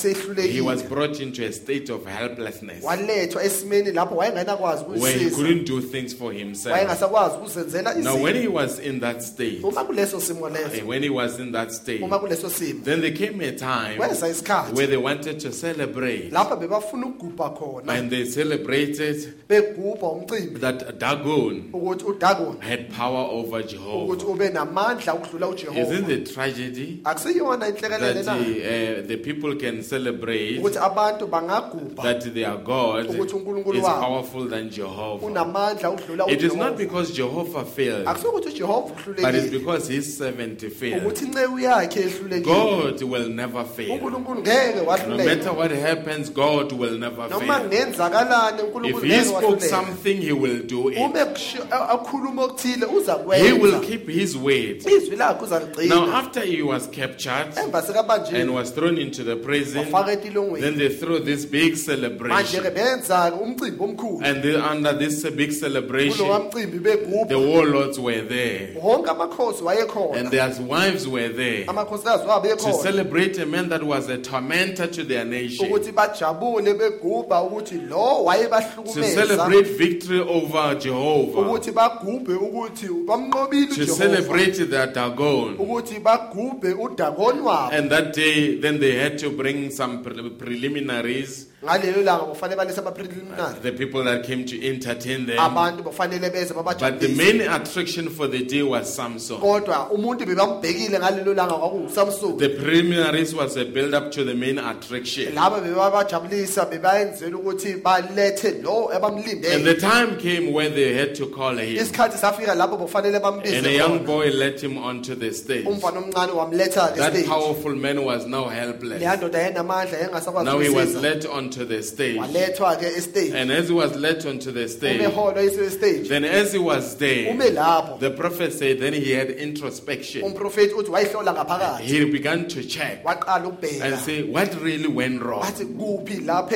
Speaker 5: seyihlulekile
Speaker 7: brought into a state of helplessness
Speaker 5: walethwa esimeni lapho wayengenakwazi
Speaker 7: where he
Speaker 5: ukuyisiza
Speaker 7: couldn't do things for himself.
Speaker 5: wayengasakwazi ukuzenzela
Speaker 7: Now, when
Speaker 5: izinto
Speaker 7: he was in that state,
Speaker 5: uma kuleso simo
Speaker 7: eh,
Speaker 5: leso
Speaker 7: when he was in that state,
Speaker 5: uma kuleso simo
Speaker 7: then there came a time
Speaker 5: kweza isikhathi
Speaker 7: where they wanted to celebrate.
Speaker 5: lapha bebafuna ukugubha khona
Speaker 7: And they celebrated
Speaker 5: begubha umcimbi
Speaker 7: that Dagon
Speaker 5: ukuthi udagon
Speaker 7: had power over
Speaker 5: ukuthi
Speaker 7: Jehovah.
Speaker 5: ube namandla ukudlula
Speaker 7: Isn't
Speaker 5: ujehova
Speaker 7: it tragedy
Speaker 5: akusiyona
Speaker 7: that
Speaker 5: inhlekelele
Speaker 7: uh,
Speaker 5: na
Speaker 7: uh, the people can celebrate
Speaker 5: ukuthi abantu bangagubha
Speaker 7: that their God
Speaker 5: ukuthi uNkulunkulu
Speaker 7: is
Speaker 5: wabo
Speaker 7: powerful than Jehovah?
Speaker 5: unamandla ukudlula
Speaker 7: It is not
Speaker 5: ujehova
Speaker 7: because Jehovah failed,
Speaker 5: akusukuthi ujehova
Speaker 7: but it's
Speaker 5: uhlulekile
Speaker 7: because his servant failed.
Speaker 5: ukuthi inceku yakhe ehlulekile
Speaker 7: God will never fail.
Speaker 5: unkulunkulu ngeke
Speaker 7: No matter
Speaker 5: wahluleka
Speaker 7: what happens, God will never
Speaker 5: noma
Speaker 7: fail.
Speaker 5: kungenzakalani
Speaker 7: If
Speaker 5: unkulunkulu
Speaker 7: he
Speaker 5: ngeke
Speaker 7: spoke
Speaker 5: wahluleka
Speaker 7: something, he will do
Speaker 5: uma
Speaker 7: it.
Speaker 5: kusho- akhuluma okuthile uza
Speaker 7: He will
Speaker 5: kwenza
Speaker 7: keep his word.
Speaker 5: izwi lakhe
Speaker 7: Now,
Speaker 5: uzaligcina
Speaker 7: after he was captured,
Speaker 5: emva
Speaker 7: and
Speaker 5: sekabanjeni
Speaker 7: was thrown into the prison.
Speaker 5: wafaka
Speaker 7: Then
Speaker 5: etilongweni
Speaker 7: they threw this big
Speaker 5: manje-ke
Speaker 7: celebration.
Speaker 5: benza-ke umcimbi omkhulu
Speaker 7: And they, under this big
Speaker 5: kulowa
Speaker 7: celebration,
Speaker 5: mcimbi
Speaker 7: the
Speaker 5: begubha
Speaker 7: warlords were there.
Speaker 5: wonke amakhosi wayekhona
Speaker 7: and their wives were there
Speaker 5: amakhosikazi wabo
Speaker 7: to
Speaker 5: ekhona
Speaker 7: celebrate a man that was a tormentor to their nation,
Speaker 5: ukuthi bajabule begubha ukuthi lo
Speaker 7: to
Speaker 5: wayebahlukumeza
Speaker 7: celebrate victory over Jehovah,
Speaker 5: ukuthi bagubhe ukuthi bamnqobile
Speaker 7: to
Speaker 5: uJehova
Speaker 7: celebrate their Dagon.
Speaker 5: ukuthi bagubhe udakoni wabo
Speaker 7: And that day, then they had to bring some pre- preliminaries.
Speaker 5: ngalelo langa kufanele balese ama-preliminary
Speaker 7: The people that came to entertain them.
Speaker 5: abantu kufanele beze
Speaker 7: But the
Speaker 5: babajabulise
Speaker 7: main attraction for the day was Samson.
Speaker 5: kodwa umuntu bebambhekile ngalelo langa kwakungusamsoni
Speaker 7: The preliminaries was a build up to the main attraction.
Speaker 5: laba bebabajabulisa bebayenzela ukuthi balethe lo
Speaker 7: And the
Speaker 5: abamlindele
Speaker 7: time came where they had to call him.
Speaker 5: isikhathi safika lapho bofanele
Speaker 7: And a
Speaker 5: bambize
Speaker 7: young
Speaker 5: khona.
Speaker 7: boy led him onto the stage.
Speaker 5: umfana omncane wamletha
Speaker 7: That
Speaker 5: estage
Speaker 7: powerful man was now helpless.
Speaker 5: leya ndoda yenamandla
Speaker 7: Now he was
Speaker 5: yengasakwazi
Speaker 7: led onto the stage.
Speaker 5: walethwa-ke estage
Speaker 7: And as he was led onto the stage,
Speaker 5: umeholwa estage
Speaker 7: then as he was there,
Speaker 5: ume lapho
Speaker 7: the prophet said, then he had introspection.
Speaker 5: umprofethi uthi wayihlola ngaphakathi
Speaker 7: He began to check
Speaker 5: waqala
Speaker 7: and
Speaker 5: ukubheka
Speaker 7: say, what really went wrong?
Speaker 5: wathi kuphi lapho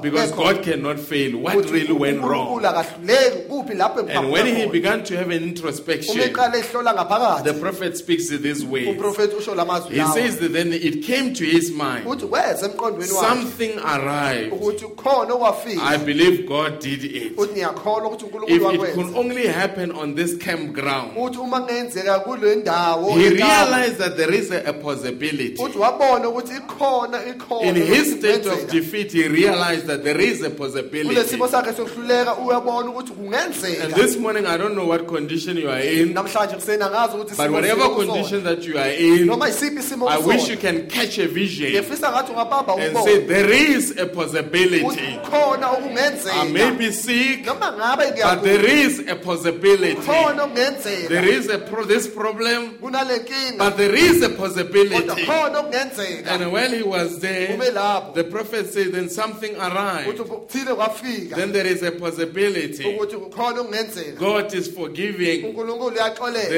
Speaker 7: Because
Speaker 5: engiphambukekhona
Speaker 7: God cannot fail. What really went wrong?
Speaker 5: kahluleki kuphi lapho
Speaker 7: And when he
Speaker 5: engiphambukekhona
Speaker 7: began to have an introspection,
Speaker 5: umeqala ehlola
Speaker 7: the
Speaker 5: ngaphakathi
Speaker 7: prophet speaks this way.
Speaker 5: umprofethi usho la mazwi
Speaker 7: He
Speaker 5: lawa.
Speaker 7: says that then it came to his mind.
Speaker 5: uthi kweze emqondweni wakhe
Speaker 7: Something arrived.
Speaker 5: ukuthi khona
Speaker 7: I
Speaker 5: okwafika
Speaker 7: believe God did it.
Speaker 5: uthi ngiyakholwa ukuthi unkulunkulu
Speaker 7: If it could
Speaker 5: wakwenza
Speaker 7: only happen on this campground,
Speaker 5: uthi uma kungenzeka kule ndawo
Speaker 7: he
Speaker 5: eKapa,
Speaker 7: realized that there is a, a possibility.
Speaker 5: uthi wabona ukuthi ikhona
Speaker 7: In
Speaker 5: ikhona
Speaker 7: his
Speaker 5: ukuthi
Speaker 7: state of
Speaker 5: kungenzeka.
Speaker 7: defeat, he realized that there is a
Speaker 5: kule
Speaker 7: possibility.
Speaker 5: simo sakhe sokuhluleka uyabona ukuthi
Speaker 7: And
Speaker 5: kungenzeka
Speaker 7: this morning, I don't know what condition you are in,
Speaker 5: namhlanje kusena ngazi ukuthi
Speaker 7: but
Speaker 5: isimo
Speaker 7: whatever
Speaker 5: okusona.
Speaker 7: condition that you are in,
Speaker 5: noma isiphi isimo
Speaker 7: I
Speaker 5: okusona.
Speaker 7: wish you can catch a vision
Speaker 5: ngiyafisa ngathi ungabamba
Speaker 7: and
Speaker 5: ubone
Speaker 7: say, There is a
Speaker 5: ukuthi
Speaker 7: possibility.
Speaker 5: khona
Speaker 7: I may
Speaker 5: okungenzeka
Speaker 7: be sick,
Speaker 5: noma ngabe
Speaker 7: but there
Speaker 5: ngiyagula
Speaker 7: is a possibility.
Speaker 5: khona okungenzeka
Speaker 7: There is a pro- this problem,
Speaker 5: kunale nkinga
Speaker 7: but there is a
Speaker 5: kodwa
Speaker 7: possibility.
Speaker 5: khona okungenzeka
Speaker 7: And while he was there,
Speaker 5: Ume lapho.
Speaker 7: the prophet said, Then something
Speaker 5: ukuthi
Speaker 7: arrived.
Speaker 5: kuthile kwafika
Speaker 7: Then there is a possibility.
Speaker 5: ukuthi khona okungenzeka
Speaker 7: God is forgiving.
Speaker 5: uNkulunkulu
Speaker 7: There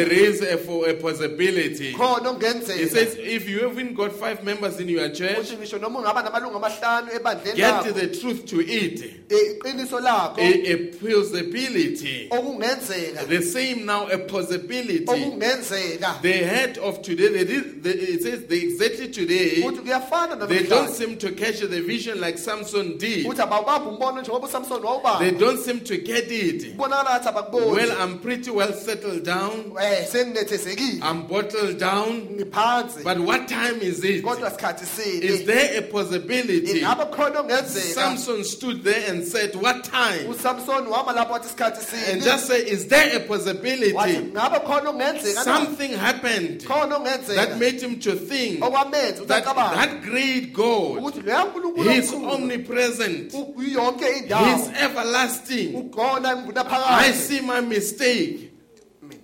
Speaker 5: uyaxolela
Speaker 7: is a, for a possibility.
Speaker 5: khona
Speaker 7: He
Speaker 5: okungenzeka
Speaker 7: says, If you haven't got five members in your church,
Speaker 5: uthi ngisho noma ungaba namalungu amahlanu ebandleni
Speaker 7: get
Speaker 5: lakho
Speaker 7: the truth to it.
Speaker 5: eh, iqiniso lakho
Speaker 7: A, a possibility.
Speaker 5: okungenzeka
Speaker 7: The same now, a possibility.
Speaker 5: okungenzeka
Speaker 7: The head of today, they did, they, it says, they, exactly today,
Speaker 5: uthi kuyafana
Speaker 7: they don't
Speaker 5: namhlanje
Speaker 7: seem to catch the vision like Samson did.
Speaker 5: uthi abawubamba umbono njengoba uSamson
Speaker 7: They
Speaker 5: wawubamba
Speaker 7: don't seem to get it.
Speaker 5: ubonakala ngathi abakuboni
Speaker 7: Well, uh, I'm pretty well settled down.
Speaker 5: eh senginethezekile
Speaker 7: I'm bottled down.
Speaker 5: ngiphansi
Speaker 7: But what time is it?
Speaker 5: kodwa sikhathi
Speaker 7: Is
Speaker 5: sini
Speaker 7: there a possibility?
Speaker 5: ingabe khona okungenzeka
Speaker 7: Samson stood there and said, What time?
Speaker 5: uSamson wama lapho wathi isikhathi
Speaker 7: And
Speaker 5: sini
Speaker 7: just say, Is there a
Speaker 5: wathi
Speaker 7: possibility?
Speaker 5: ngabe khona okungenzeka na?
Speaker 7: Something happened
Speaker 5: khona okungenzeka
Speaker 7: that made him to think that
Speaker 5: okwamenza ukuthi acabanga
Speaker 7: that great God,
Speaker 5: ukuthi loya nkulunkulu
Speaker 7: He's
Speaker 5: omkhulu,
Speaker 7: omnipresent,
Speaker 5: u- uyonke
Speaker 7: He's
Speaker 5: indawo
Speaker 7: everlasting.
Speaker 5: ugona
Speaker 7: I
Speaker 5: ngunaphakathi
Speaker 7: see my mistake.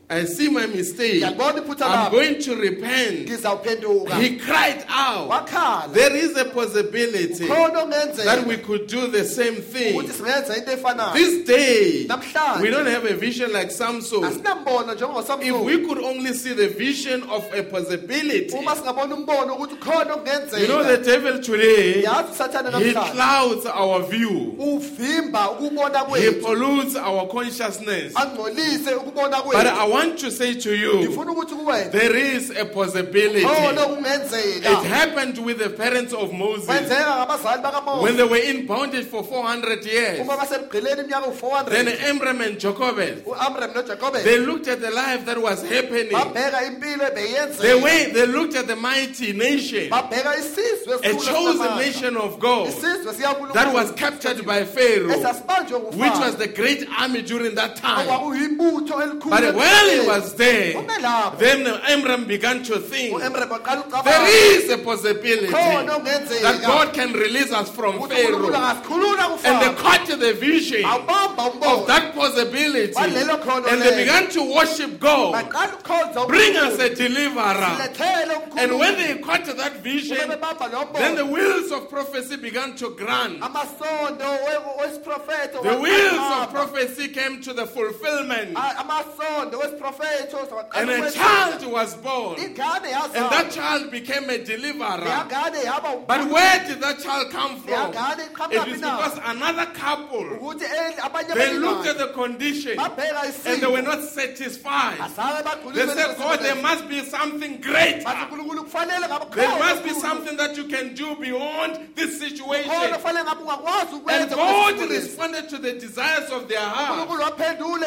Speaker 7: I see my mistake.
Speaker 5: ngiyalibona iphutha
Speaker 7: I'm
Speaker 5: labo
Speaker 7: going to repent.
Speaker 5: ngizawuphenduka
Speaker 7: He cried out.
Speaker 5: wakhala
Speaker 7: There is a possibility
Speaker 5: khona
Speaker 7: that
Speaker 5: okungenzeka
Speaker 7: we could do the same
Speaker 5: ukuthi
Speaker 7: thing.
Speaker 5: singenza into efanayo
Speaker 7: This day,
Speaker 5: Namhlanje.
Speaker 7: we don't have a vision like Samson.
Speaker 5: asinambono
Speaker 7: If
Speaker 5: njengosamsoni
Speaker 7: we could only see the vision of a possibility,
Speaker 5: uma singabona umbono ukuthi khona
Speaker 7: you know, the
Speaker 5: okungenzeka
Speaker 7: devil today,
Speaker 5: yazi usathane
Speaker 7: he
Speaker 5: namhlanje
Speaker 7: clouds our view,
Speaker 5: uvimba ukubona
Speaker 7: he
Speaker 5: kwethu
Speaker 7: pollutes our consciousness.
Speaker 5: angcolise ukubona
Speaker 7: But
Speaker 5: kwethu
Speaker 7: I want to say to you,
Speaker 5: ngifuna ukuthi kuwena
Speaker 7: there is a
Speaker 5: khona
Speaker 7: possibility. It
Speaker 5: okungenzeka
Speaker 7: happened with the parents of Moses
Speaker 5: kwenzeka ngabazali
Speaker 7: when
Speaker 5: bakamosi
Speaker 7: they were in bondage for 400 years.
Speaker 5: uma basemgqileni iminyaka
Speaker 7: Then
Speaker 5: u-400
Speaker 7: Amram and Jacobed,
Speaker 5: u-amram
Speaker 7: they
Speaker 5: nojacobes
Speaker 7: looked at the life that was happening.
Speaker 5: babheka impilo
Speaker 7: They
Speaker 5: ebeyenzeka
Speaker 7: way they looked at the mighty nation,
Speaker 5: babheka isizwe
Speaker 7: a
Speaker 5: esikhulu
Speaker 7: chosen
Speaker 5: esinamandla.
Speaker 7: nation of God
Speaker 5: isizwe siyankulunkulu
Speaker 7: that was captured by Pharaoh,
Speaker 5: esasibanjwe
Speaker 7: which
Speaker 5: nguFaro.
Speaker 7: was the great army during that time.
Speaker 5: okwakuyibutho elikhulu
Speaker 7: But while he was there,
Speaker 5: Ume lapho.
Speaker 7: then Amram began to think
Speaker 5: u-emre baqala
Speaker 7: there
Speaker 5: ucabanga
Speaker 7: is a possibility
Speaker 5: Khona okungenzeka.
Speaker 7: that God can release us from
Speaker 5: ukuthi unkulunkulu
Speaker 7: Pharaoh.
Speaker 5: angasikhulula
Speaker 7: And they
Speaker 5: kufaro
Speaker 7: caught the vision
Speaker 5: abamba
Speaker 7: of
Speaker 5: umbono
Speaker 7: that possibility
Speaker 5: Walelo khona
Speaker 7: and they
Speaker 5: lelo.
Speaker 7: began to worship God.
Speaker 5: baqala ukukhonza
Speaker 7: Bring us
Speaker 5: uNkulunkulu.
Speaker 7: a deliverer.
Speaker 5: silethele uNkulunkulu.
Speaker 7: And when they caught that vision,
Speaker 5: Uma bebamba lo mbono,
Speaker 7: then the wheels of prophecy began to grant.
Speaker 5: amasondo we- wesiprofetho
Speaker 7: The wheels
Speaker 5: waqhaqhaba. Ah,
Speaker 7: of prophecy came to the fulfillment.
Speaker 5: A- amasondo prefeitos
Speaker 8: And a
Speaker 5: waqhamuka
Speaker 8: child was born. And
Speaker 5: ingane
Speaker 8: that
Speaker 5: yazalwa
Speaker 8: child became a deliverer.
Speaker 5: yangane yaba
Speaker 8: But where did that child come
Speaker 5: Yeah,
Speaker 8: from?
Speaker 5: God, it come
Speaker 8: It
Speaker 5: up
Speaker 8: is
Speaker 5: now.
Speaker 8: because another couple
Speaker 5: ukuthi eh, abanye
Speaker 8: they looked
Speaker 5: abalingani
Speaker 8: at the condition
Speaker 5: babheka isimo.
Speaker 8: and they were not satisfied.
Speaker 5: Azange bagxile
Speaker 8: They
Speaker 5: kweleso
Speaker 8: said, God, there
Speaker 5: simo.
Speaker 8: must be something greater.
Speaker 5: Bathi uNkulunkulu kufanele ngabe
Speaker 8: There
Speaker 5: ukhona
Speaker 8: must be
Speaker 5: uNkulunkulu.
Speaker 8: something that you can do beyond this
Speaker 5: Khona
Speaker 8: situation.
Speaker 5: kufanele ngabe ungakwazi
Speaker 8: And
Speaker 5: ukwenza
Speaker 8: God
Speaker 5: kulesi simo lesi.
Speaker 8: responded to the desires of their heart.
Speaker 5: uNkulunkulu waphendule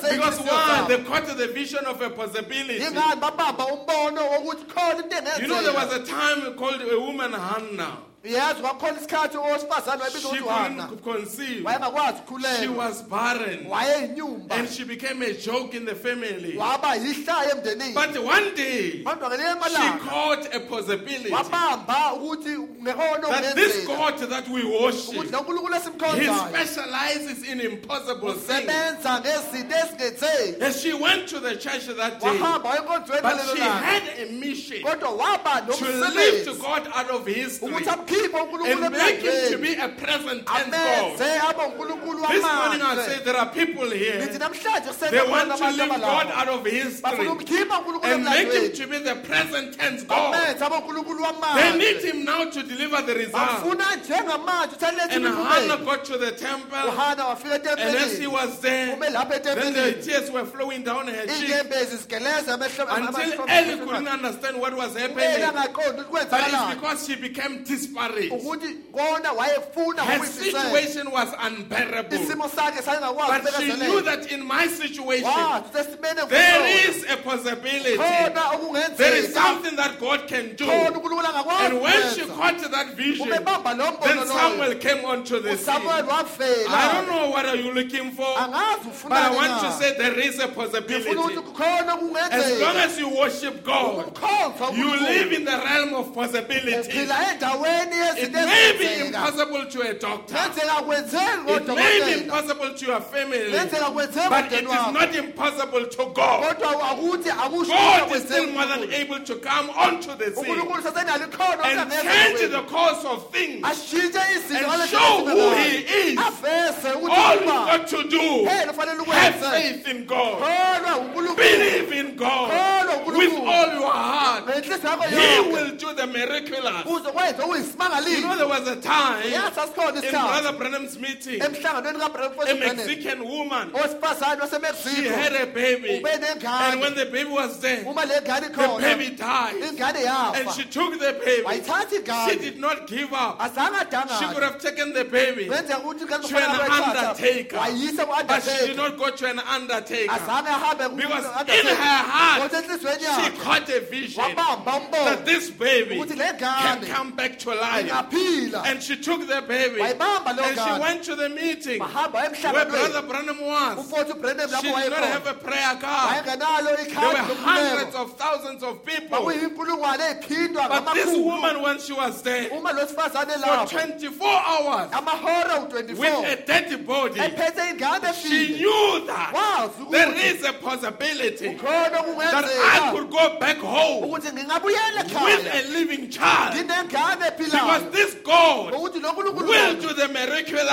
Speaker 8: Because
Speaker 5: zey'nhliziyo
Speaker 8: one,
Speaker 5: zabo.
Speaker 8: they caught the vision of a possibility.
Speaker 5: yingani babamba umbono wokuthi khona into
Speaker 8: You know, there was
Speaker 5: engenzeka
Speaker 8: a time called a woman Hannah.
Speaker 5: yazi kwakukhona isikhathi owesifazane
Speaker 8: She
Speaker 5: wayebizwa ukuthi uhana
Speaker 8: couldn't conceive.
Speaker 5: wayengakwazi
Speaker 8: She
Speaker 5: ukukhulelwa
Speaker 8: was barren.
Speaker 5: wayeyinyumba
Speaker 8: And she became a joke in the family.
Speaker 5: waba yihlaya emndenini
Speaker 8: But one day,
Speaker 5: kodwa ngelinye
Speaker 8: she
Speaker 5: amalanga
Speaker 8: caught a possibility
Speaker 5: wabamba ukuthi ngehona
Speaker 8: that this God that we
Speaker 5: ukuthi
Speaker 8: worship,
Speaker 5: lo nkulunkulu
Speaker 8: He
Speaker 5: esimkhonzayo
Speaker 8: specializes in impossible things.
Speaker 5: sebenza ngezinto ezingenzeki
Speaker 8: And she went to the church that day,
Speaker 5: wahamba wayenkonzweni
Speaker 8: but
Speaker 5: ngalelo
Speaker 8: she
Speaker 5: langa
Speaker 8: had a mission to
Speaker 5: kodwa waba
Speaker 8: live to
Speaker 5: nomsebenzi
Speaker 8: God out of history
Speaker 5: ukuthi amkhiphe unkulunkulu
Speaker 8: and make Him to
Speaker 5: emlandweni
Speaker 8: be a present tense
Speaker 5: amenze
Speaker 8: God.
Speaker 5: abe unkulunkulu
Speaker 8: This morning I say
Speaker 5: wamanje
Speaker 8: there are people
Speaker 5: ngithi
Speaker 8: here,
Speaker 5: namhlanje
Speaker 8: they want to
Speaker 5: abantu
Speaker 8: live God
Speaker 5: abalapha
Speaker 8: out of history
Speaker 5: bafuna umkhipha unkulunkulu
Speaker 8: and make Him
Speaker 5: emlandweni
Speaker 8: to be the present tense God.
Speaker 5: bamenze abe unkulunkulu
Speaker 8: They need
Speaker 5: wamanje
Speaker 8: Him now to deliver the result.
Speaker 5: bafuna njengamanje ukuthi alethe
Speaker 8: And
Speaker 5: imiphumela
Speaker 8: Hannah got to the temple,
Speaker 5: uhana wafika
Speaker 8: and as he
Speaker 5: etempelini
Speaker 8: was there,
Speaker 5: Ume lapha
Speaker 8: then the
Speaker 5: etempelini.
Speaker 8: tears were flowing down her cheek
Speaker 5: iinyembezi zigeleza
Speaker 8: until Eli couldn't understand what was happening.
Speaker 5: angaqondi ukuthi
Speaker 8: But it's
Speaker 5: kwenzakalani
Speaker 8: because she became disparate.
Speaker 5: ukuthi kona wayefuna
Speaker 8: Her
Speaker 5: ukuyifisela.
Speaker 8: situation was unbearable.
Speaker 5: isimo sakhe sasingakwazi
Speaker 8: But she knew
Speaker 5: ukubekezelela.
Speaker 8: that in my situation,
Speaker 5: Wathi usesimeni
Speaker 8: there
Speaker 5: ekuso.
Speaker 8: is a possibility.
Speaker 5: khona
Speaker 8: There is
Speaker 5: okungenzeka
Speaker 8: something that God can do.
Speaker 5: khona unkulunkulu angakwazi
Speaker 8: And when she
Speaker 5: ukwenza.
Speaker 8: caught that vision,
Speaker 5: Umebamba lo mbono
Speaker 8: then
Speaker 5: loyo.
Speaker 8: Samuel came onto the
Speaker 5: usamuel
Speaker 8: scene. I don't
Speaker 5: wafela
Speaker 8: know what are you looking for,
Speaker 5: angazi
Speaker 8: but I want to
Speaker 5: ufunani na.
Speaker 8: say there is a
Speaker 5: Ngifuna
Speaker 8: possibility.
Speaker 5: ukuthi khona
Speaker 8: As long
Speaker 5: okungenzeka
Speaker 8: as you worship God,
Speaker 5: Ukukhonza
Speaker 8: you
Speaker 5: uNkulunkulu.
Speaker 8: live in the realm of possibility.
Speaker 5: uphila endaweni
Speaker 8: It
Speaker 5: yezinto
Speaker 8: may be
Speaker 5: ezenzeka
Speaker 8: impossible to a doctor.
Speaker 5: kwenzeka kwenzeki
Speaker 8: It may be
Speaker 5: kodwa
Speaker 8: impossible to your family,
Speaker 5: kwenzeka kwenzeki
Speaker 8: but it
Speaker 5: kodwa
Speaker 8: is not impossible to God.
Speaker 5: kodwa akuthi akusho
Speaker 8: God
Speaker 5: ukuthi
Speaker 8: is still
Speaker 5: akwenzeki
Speaker 8: more than
Speaker 5: uNkulunkulu.
Speaker 8: able to come onto the
Speaker 5: uNkulunkulu
Speaker 8: scene
Speaker 5: sasenalo ikhono
Speaker 8: and
Speaker 5: ukuthi
Speaker 8: change
Speaker 5: angeze
Speaker 8: the
Speaker 5: akwenze.
Speaker 8: course of things.
Speaker 5: ashintshe izinto
Speaker 8: and
Speaker 5: ngale ndlela
Speaker 8: show
Speaker 5: asenza
Speaker 8: who
Speaker 5: ngayo.
Speaker 8: he is.
Speaker 5: aveze
Speaker 8: All you
Speaker 5: ukuthi
Speaker 8: got to do,
Speaker 5: kuphela ufanele
Speaker 8: have
Speaker 5: ukwenze
Speaker 8: faith in God,
Speaker 5: kholwa uNkulunkulu
Speaker 8: believe in God
Speaker 5: Kholwa
Speaker 8: with
Speaker 5: uNkulunkulu.
Speaker 8: all your heart.
Speaker 5: ngenhliziyo yakho
Speaker 8: He
Speaker 5: yonke
Speaker 8: will do the miraculous.
Speaker 5: uzokwenza
Speaker 8: You know,
Speaker 5: uyisimangaliso
Speaker 8: there was a time
Speaker 5: yazi asikhona
Speaker 8: in
Speaker 5: isikhathi
Speaker 8: Brother Branham's meeting, a
Speaker 5: emhlanganweni kabrefosbenen
Speaker 8: Mexican woman,
Speaker 5: owesifazane
Speaker 8: she had
Speaker 5: wasemexico
Speaker 8: a baby.
Speaker 5: ube
Speaker 8: And when
Speaker 5: nengane
Speaker 8: the baby was there,
Speaker 5: uma le ngane
Speaker 8: the
Speaker 5: ikhona
Speaker 8: baby died.
Speaker 5: ingane
Speaker 8: And
Speaker 5: yafa
Speaker 8: she took the baby.
Speaker 5: wayithatha
Speaker 8: She
Speaker 5: ingane
Speaker 8: did not give up.
Speaker 5: azange
Speaker 8: She could
Speaker 5: adangane
Speaker 8: have taken the baby,
Speaker 5: kwenzeka ukuthi ingane
Speaker 8: To an
Speaker 5: kufanele ayoyithatha,
Speaker 8: undertaker.
Speaker 5: wayise
Speaker 8: but she did
Speaker 5: ku-undertaker
Speaker 8: not go to an undertaker.
Speaker 5: azange ahambe ku-
Speaker 8: Because in
Speaker 5: undertaker.
Speaker 8: her heart,
Speaker 5: Kodwa enhliziyweni
Speaker 8: She
Speaker 5: yakhe
Speaker 8: caught a vision
Speaker 5: wabamba
Speaker 8: that
Speaker 5: umbono
Speaker 8: this baby
Speaker 5: ukuthi le
Speaker 8: can
Speaker 5: ngane
Speaker 8: come back to life.
Speaker 5: ingaphila
Speaker 8: And she took the baby
Speaker 5: Wayibamba leyo
Speaker 8: and she
Speaker 5: ngane.
Speaker 8: went to the meeting
Speaker 5: bahamba
Speaker 8: where Brother
Speaker 5: emhlanganweni
Speaker 8: Branham was.
Speaker 5: ufothi ubrandam
Speaker 8: She
Speaker 5: lapho
Speaker 8: did not have
Speaker 5: wayekhona
Speaker 8: a prayer card.
Speaker 5: wayengenalo
Speaker 8: There were
Speaker 5: ikhadi
Speaker 8: hundreds of thousands of people.
Speaker 5: kwakuyinkulungwane eyiphindwa
Speaker 8: But this
Speaker 5: ngamakhulu
Speaker 8: woman, when she was there
Speaker 5: uma losifazane
Speaker 8: for
Speaker 5: lapho
Speaker 8: 24 hours
Speaker 5: amahora
Speaker 8: with
Speaker 5: u-24
Speaker 8: a dead body,
Speaker 5: ephethe ingane
Speaker 8: she
Speaker 5: efile
Speaker 8: knew that
Speaker 5: wazi
Speaker 8: there
Speaker 5: ukuthi
Speaker 8: is a possibility
Speaker 5: khona
Speaker 8: that I
Speaker 5: okungenzeka
Speaker 8: could go back home
Speaker 5: ukuthi ngingabuyela
Speaker 8: with
Speaker 5: ekhaya
Speaker 8: a living child
Speaker 5: nginengane
Speaker 8: because
Speaker 5: ephilayo
Speaker 8: this God
Speaker 5: ukuthi
Speaker 8: will
Speaker 5: lonkulunkulu
Speaker 8: do the miraculous.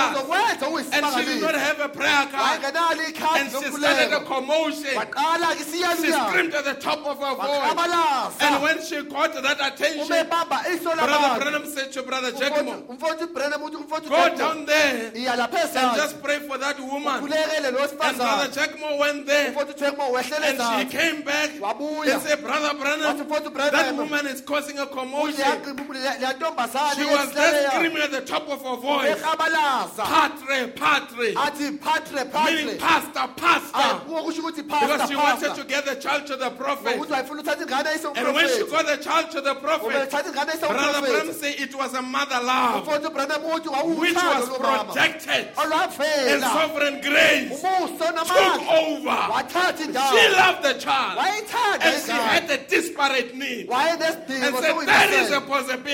Speaker 8: And
Speaker 5: uzokwenza
Speaker 8: she did not
Speaker 5: uyisimangaliso
Speaker 8: have a prayer card.
Speaker 5: wayengenalo
Speaker 8: And
Speaker 5: ikhadi
Speaker 8: she started a
Speaker 5: lokuleko
Speaker 8: commotion.
Speaker 5: waqala
Speaker 8: She
Speaker 5: isiyaluya
Speaker 8: screamed at the top of her voice. And
Speaker 5: waqhabalasa
Speaker 8: when she got that attention,
Speaker 5: umebamba iso
Speaker 8: Brother
Speaker 5: labantu
Speaker 8: Branham said to Brother
Speaker 5: Umfowethu-
Speaker 8: Jacob,
Speaker 5: umfowethu Branham uthi umfowethu
Speaker 8: Go
Speaker 5: Jacob,
Speaker 8: down there
Speaker 5: iya lapha
Speaker 8: and
Speaker 5: esandla
Speaker 8: just pray for that woman.
Speaker 5: kulekele lo
Speaker 8: And Brother
Speaker 5: sifazane
Speaker 8: Jacob went there
Speaker 5: umfowethu Jacob wehlele
Speaker 8: and she
Speaker 5: ezantsi
Speaker 8: came back and
Speaker 5: wabuya
Speaker 8: said, Brother
Speaker 5: wathi
Speaker 8: Branham,
Speaker 5: umfowethu
Speaker 8: that
Speaker 5: Branham
Speaker 8: woman is causing a commotion.
Speaker 5: uyaqimba umle- laa ntombazane
Speaker 8: She was there screaming at the top of her voice,
Speaker 5: ekrabalasa
Speaker 8: Patre, Ah, Patre,
Speaker 5: athi patre
Speaker 8: meaning
Speaker 5: patre
Speaker 8: pastor, pastor.
Speaker 5: akuwo kusho ukuthi
Speaker 8: Because she wanted
Speaker 5: pastapasta
Speaker 8: to get the child to the prophet.
Speaker 5: ngokuthi wayefuna uthatha ingane
Speaker 8: And when she
Speaker 5: ayiseuprofeti
Speaker 8: got the child to the prophet,
Speaker 5: ubethatha ingane
Speaker 8: Brother Bram
Speaker 5: ayiseuprofeti
Speaker 8: said it was a mother love
Speaker 5: umfowethu Branham uthi
Speaker 8: which
Speaker 5: wawuwuthando
Speaker 8: was
Speaker 5: lomama
Speaker 8: projected and
Speaker 5: olwavela
Speaker 8: sovereign grace
Speaker 5: ubuso
Speaker 8: took
Speaker 5: namandla
Speaker 8: over.
Speaker 5: wathatha
Speaker 8: She
Speaker 5: indawo
Speaker 8: loved the child
Speaker 5: wayithatha
Speaker 8: and she
Speaker 5: ingane
Speaker 8: had a disparate need and
Speaker 5: wayenesidingo
Speaker 8: said there is a
Speaker 5: sokuyibisela." wathi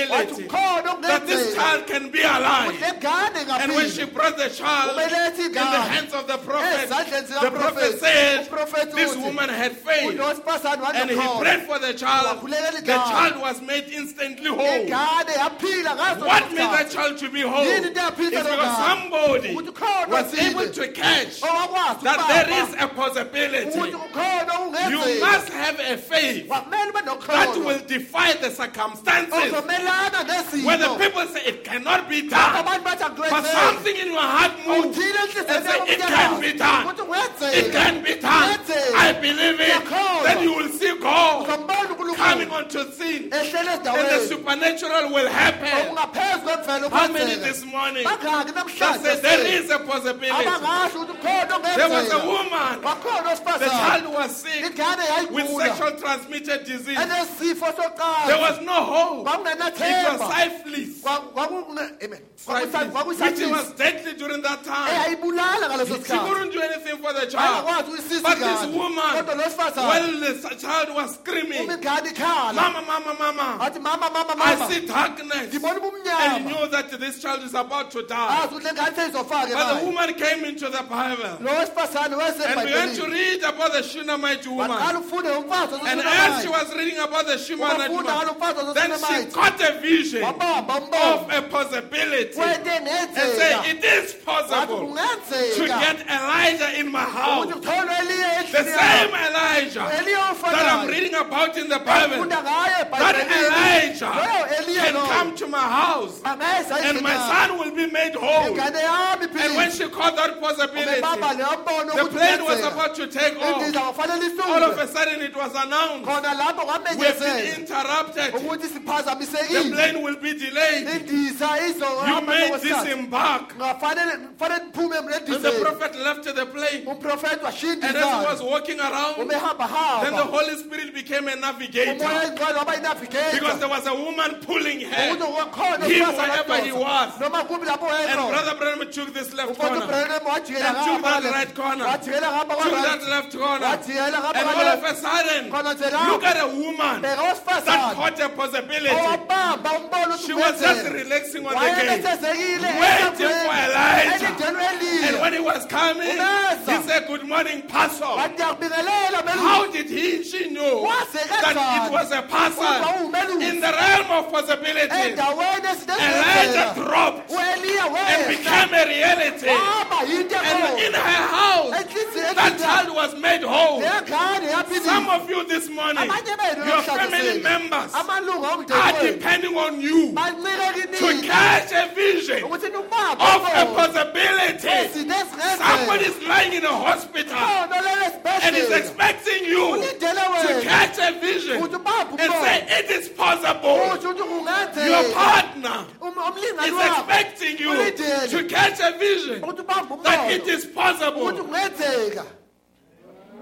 Speaker 8: possibility
Speaker 5: ukhona
Speaker 8: that this
Speaker 5: okungenzeka
Speaker 8: child can be alive.
Speaker 5: le ngane
Speaker 8: And when she
Speaker 5: ngaphili
Speaker 8: brought the child
Speaker 5: Ubelethe
Speaker 8: in the
Speaker 5: ingane.
Speaker 8: hands of the prophet,
Speaker 5: Ezandleni
Speaker 8: the prophet
Speaker 5: zikaprofethi.
Speaker 8: said
Speaker 5: Uprofethi
Speaker 8: this
Speaker 5: uthi,
Speaker 8: woman had faith.
Speaker 5: unosifazane
Speaker 8: And he
Speaker 5: wanokhona
Speaker 8: prayed for the child.
Speaker 5: Wakhulekela
Speaker 8: The
Speaker 5: ingane.
Speaker 8: child was made instantly whole.
Speaker 5: ingane yaphila ngazo
Speaker 8: What
Speaker 5: lezo
Speaker 8: made that
Speaker 5: zizathu.
Speaker 8: child to be whole?
Speaker 5: Yini
Speaker 8: It's
Speaker 5: into yaphila
Speaker 8: because
Speaker 5: lengane.
Speaker 8: somebody
Speaker 5: Ukuthi ukhona
Speaker 8: was
Speaker 5: othile
Speaker 8: able to catch
Speaker 5: owakwazi
Speaker 8: that there
Speaker 7: ubaba
Speaker 8: is a possibility.
Speaker 7: ukuthi kukhona
Speaker 8: You
Speaker 7: okungenzeka
Speaker 8: must have a faith
Speaker 7: kwamele ube
Speaker 8: that
Speaker 7: nokholo
Speaker 8: will defy the
Speaker 5: Oh,
Speaker 8: circumstances.
Speaker 7: ozomelana
Speaker 8: Where the
Speaker 7: nezinto
Speaker 8: people say it cannot be done,
Speaker 7: abantu bathi
Speaker 8: but
Speaker 7: angenzeki
Speaker 8: something in your heart moves
Speaker 7: uthile
Speaker 8: and say it can be done.
Speaker 7: ukuthi
Speaker 8: It
Speaker 7: kuyenzeka
Speaker 8: can be done. I believe it. Then you will see God
Speaker 7: uzambona
Speaker 8: coming
Speaker 7: unkulunkulu
Speaker 8: onto scene,
Speaker 7: ehlele
Speaker 8: and the
Speaker 7: ezindaweni
Speaker 8: supernatural will happen.
Speaker 7: okungaphezu kwemvelo
Speaker 8: How many
Speaker 7: kwenzeka.
Speaker 8: this morning
Speaker 7: bangaki
Speaker 8: that
Speaker 7: namhlanje
Speaker 8: said there is a possibility?
Speaker 7: abangasho ukuthi kukhona
Speaker 8: There was
Speaker 7: okungenzeka
Speaker 8: a woman.
Speaker 7: wakhona
Speaker 8: The
Speaker 7: osifazane
Speaker 8: child was sick
Speaker 7: ingane
Speaker 8: with
Speaker 7: yayigula
Speaker 8: sexual transmitted disease.
Speaker 7: enesifo
Speaker 8: There
Speaker 7: soqala
Speaker 8: was no hope. It was
Speaker 7: kwakungenathemba
Speaker 8: syphilis. Syphilis, Which
Speaker 7: kwakuyisathisi
Speaker 8: was deadly during that time.
Speaker 7: eyayibulala ngaleso
Speaker 8: She couldn't do anything for the child.
Speaker 7: sikhathi ukuyisiza
Speaker 8: But this
Speaker 7: ingane. kodwa
Speaker 8: woman,
Speaker 7: lo sifazane
Speaker 8: while the child was
Speaker 7: uma
Speaker 8: screaming,
Speaker 7: ingane ikhala
Speaker 8: Mama, Mama, Mama,
Speaker 7: athi mama mama
Speaker 8: I
Speaker 7: mama
Speaker 8: see darkness.
Speaker 7: ngibona
Speaker 8: And
Speaker 7: ubumnyama
Speaker 8: knew that this child is about to die.
Speaker 7: azi ukuthi Ah, le ngane seyizofake
Speaker 8: But the
Speaker 7: naye.
Speaker 8: woman came into the Bible
Speaker 7: lo sifazane
Speaker 8: and began to
Speaker 7: wezebhayibhelini
Speaker 8: read about the Shunammite
Speaker 7: waqala
Speaker 8: woman.
Speaker 7: ufunde umfazi
Speaker 8: And
Speaker 7: ozosunamayini.
Speaker 8: as she was reading about the Shunammite
Speaker 7: Ubafunda ngalo
Speaker 8: woman,
Speaker 7: umfazi
Speaker 8: then she
Speaker 7: ozosunamayini.
Speaker 8: caught a vision
Speaker 7: wabamba
Speaker 8: of
Speaker 7: umbono
Speaker 8: a possibility and
Speaker 7: kwento engenzeka
Speaker 8: say, It is
Speaker 7: wathi
Speaker 8: possible to
Speaker 7: kungenzeka
Speaker 8: get Elijah in my house.
Speaker 7: ukuthi kuthole eliya
Speaker 8: The
Speaker 7: endlini
Speaker 8: same
Speaker 7: yakho.
Speaker 8: Elijah
Speaker 7: Eliya
Speaker 8: that I'm
Speaker 7: ofanayo
Speaker 8: reading about in the Bible,
Speaker 7: Ufunda
Speaker 8: that
Speaker 7: ngaye ebhayibhelini. Loyo
Speaker 8: Elijah
Speaker 7: eliya
Speaker 8: can
Speaker 7: lowo.
Speaker 8: come to my house
Speaker 7: Angeza
Speaker 8: and my
Speaker 7: endlini
Speaker 8: son will be made whole.
Speaker 7: ingane yami
Speaker 8: And when she caught that
Speaker 7: ubebamba
Speaker 8: possibility,
Speaker 7: leyo mbono
Speaker 8: the
Speaker 7: ukuthi
Speaker 8: plane was
Speaker 7: kungenzeka.
Speaker 8: about to take
Speaker 7: indiza
Speaker 8: off.
Speaker 7: kwafanele
Speaker 8: Oh. All of
Speaker 7: isuke
Speaker 8: a sudden, it was announced
Speaker 7: khona lapho
Speaker 8: we've been
Speaker 7: kwamenyezelwa
Speaker 8: interrupted.
Speaker 7: ukuthi
Speaker 8: The
Speaker 7: siphazamisekile
Speaker 8: plane will be delayed.
Speaker 7: indiza
Speaker 8: You may
Speaker 7: izohamba
Speaker 8: disembark.
Speaker 7: ngafanele kufanele niphume
Speaker 8: And the
Speaker 7: emlendizeni
Speaker 8: prophet left the plane.
Speaker 7: umprofeti washiya
Speaker 8: And as he was
Speaker 7: indiza
Speaker 8: walking around,
Speaker 7: umehamba
Speaker 8: then the
Speaker 7: hamba
Speaker 8: Holy Spirit became a
Speaker 7: umoya
Speaker 8: navigator
Speaker 7: engcwele waba
Speaker 8: because
Speaker 7: yinavigeta
Speaker 8: there was a woman pulling
Speaker 7: ukuthi
Speaker 8: her.
Speaker 7: kukhona
Speaker 8: Him
Speaker 7: umfazi
Speaker 8: wherever
Speaker 7: amadoda.
Speaker 8: he was.
Speaker 7: noma kubi lapho
Speaker 8: And
Speaker 7: wayekhona
Speaker 8: Brother Branham took this left
Speaker 7: umfoti
Speaker 8: corner,
Speaker 7: ubrelem wajikela
Speaker 8: And took that
Speaker 7: ngapha ngale-
Speaker 8: right corner.
Speaker 7: wajikela ngapha
Speaker 8: took that
Speaker 7: kwa-right.
Speaker 8: left corner,
Speaker 7: wajikela ngapha
Speaker 8: and all
Speaker 7: kwa-left.
Speaker 8: of a sudden,
Speaker 7: Khona nje
Speaker 8: look
Speaker 7: lapho.
Speaker 8: at a woman that
Speaker 7: Bheka owesifazane
Speaker 8: caught a
Speaker 5: Oh,
Speaker 8: possibility.
Speaker 7: owabamba umbono
Speaker 8: She was just relaxing on the gate.
Speaker 7: wayebethezekile
Speaker 8: Waiting for Elijah.
Speaker 7: elidelo
Speaker 8: And
Speaker 7: eliya
Speaker 8: when he was coming, he said, Good morning, Pastor.
Speaker 7: wathi yakubingelela
Speaker 8: How did he, she know that it was a person in the realm of possibility?
Speaker 7: endaweni
Speaker 8: Elijah
Speaker 7: esinezenzela
Speaker 8: dropped
Speaker 7: ueliya
Speaker 8: and
Speaker 7: wehla
Speaker 8: became a reality.
Speaker 7: waba yinto
Speaker 8: And in
Speaker 7: ekhona.
Speaker 8: her house,
Speaker 7: Enhliziyo
Speaker 8: that
Speaker 7: ekhona.
Speaker 8: child was made whole.
Speaker 7: lengane
Speaker 8: Some
Speaker 7: yaphilile
Speaker 8: of you this morning,
Speaker 7: abanye benu
Speaker 8: your
Speaker 7: namhlanje
Speaker 8: family
Speaker 7: senu,
Speaker 8: members
Speaker 7: amalunga
Speaker 8: are
Speaker 7: omndeni
Speaker 8: depending on you to
Speaker 7: bancike
Speaker 8: catch a vision of
Speaker 7: ukuthi nubaba
Speaker 8: a possibility.
Speaker 7: ezinto
Speaker 8: Somebody
Speaker 7: ezingenzeka
Speaker 8: is lying in a
Speaker 5: Oh,
Speaker 8: hospital
Speaker 7: khona lelo
Speaker 8: and is
Speaker 7: sibhedlela
Speaker 8: expecting you
Speaker 7: ulindele
Speaker 8: to
Speaker 7: wena
Speaker 8: catch a vision
Speaker 7: ukuthi ubaba
Speaker 8: and say,
Speaker 7: ubone
Speaker 8: It is possible.
Speaker 7: uthi ukuthi
Speaker 8: Your
Speaker 7: kungenzeka
Speaker 8: partner
Speaker 7: Um-
Speaker 8: is
Speaker 7: umlingani wakho
Speaker 8: expecting you
Speaker 7: Ulindele.
Speaker 8: to catch a vision
Speaker 7: ukuthi ubambe
Speaker 8: that it
Speaker 7: umbono
Speaker 8: is possible.
Speaker 7: ukuthi kungenzeka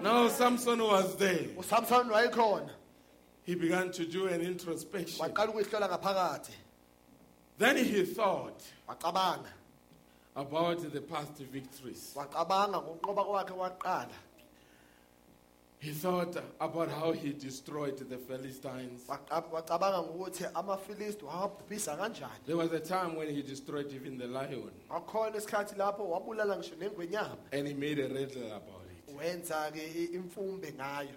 Speaker 8: Now Samson was there.
Speaker 7: usamson wayekhona
Speaker 8: He began to do an introspection.
Speaker 5: waqala ukuyihlola ngaphakathi
Speaker 8: Then he thought
Speaker 5: wacabanga
Speaker 8: about the past victories.
Speaker 5: wacabanga ngokunqoba kwakhe waqala
Speaker 8: He thought about how he destroyed the Philistines.
Speaker 5: Waca- wacabanga ngokuthi amafilisti wawabhubhisa kanjani
Speaker 8: There was a time when he destroyed even the lion
Speaker 5: akhona isikhathi lapho wabulala ngisho nengwenyama
Speaker 8: and he made a riddle about it.
Speaker 5: wenza-ke i- imfumbe ngayo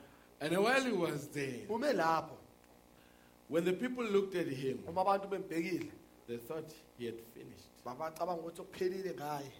Speaker 8: And while he was there,
Speaker 5: ume lapho
Speaker 8: when the people looked at him,
Speaker 5: uma abantu bembhekile
Speaker 8: they thought he had finished.
Speaker 5: babacabanga ukuthi okuphelile ngaye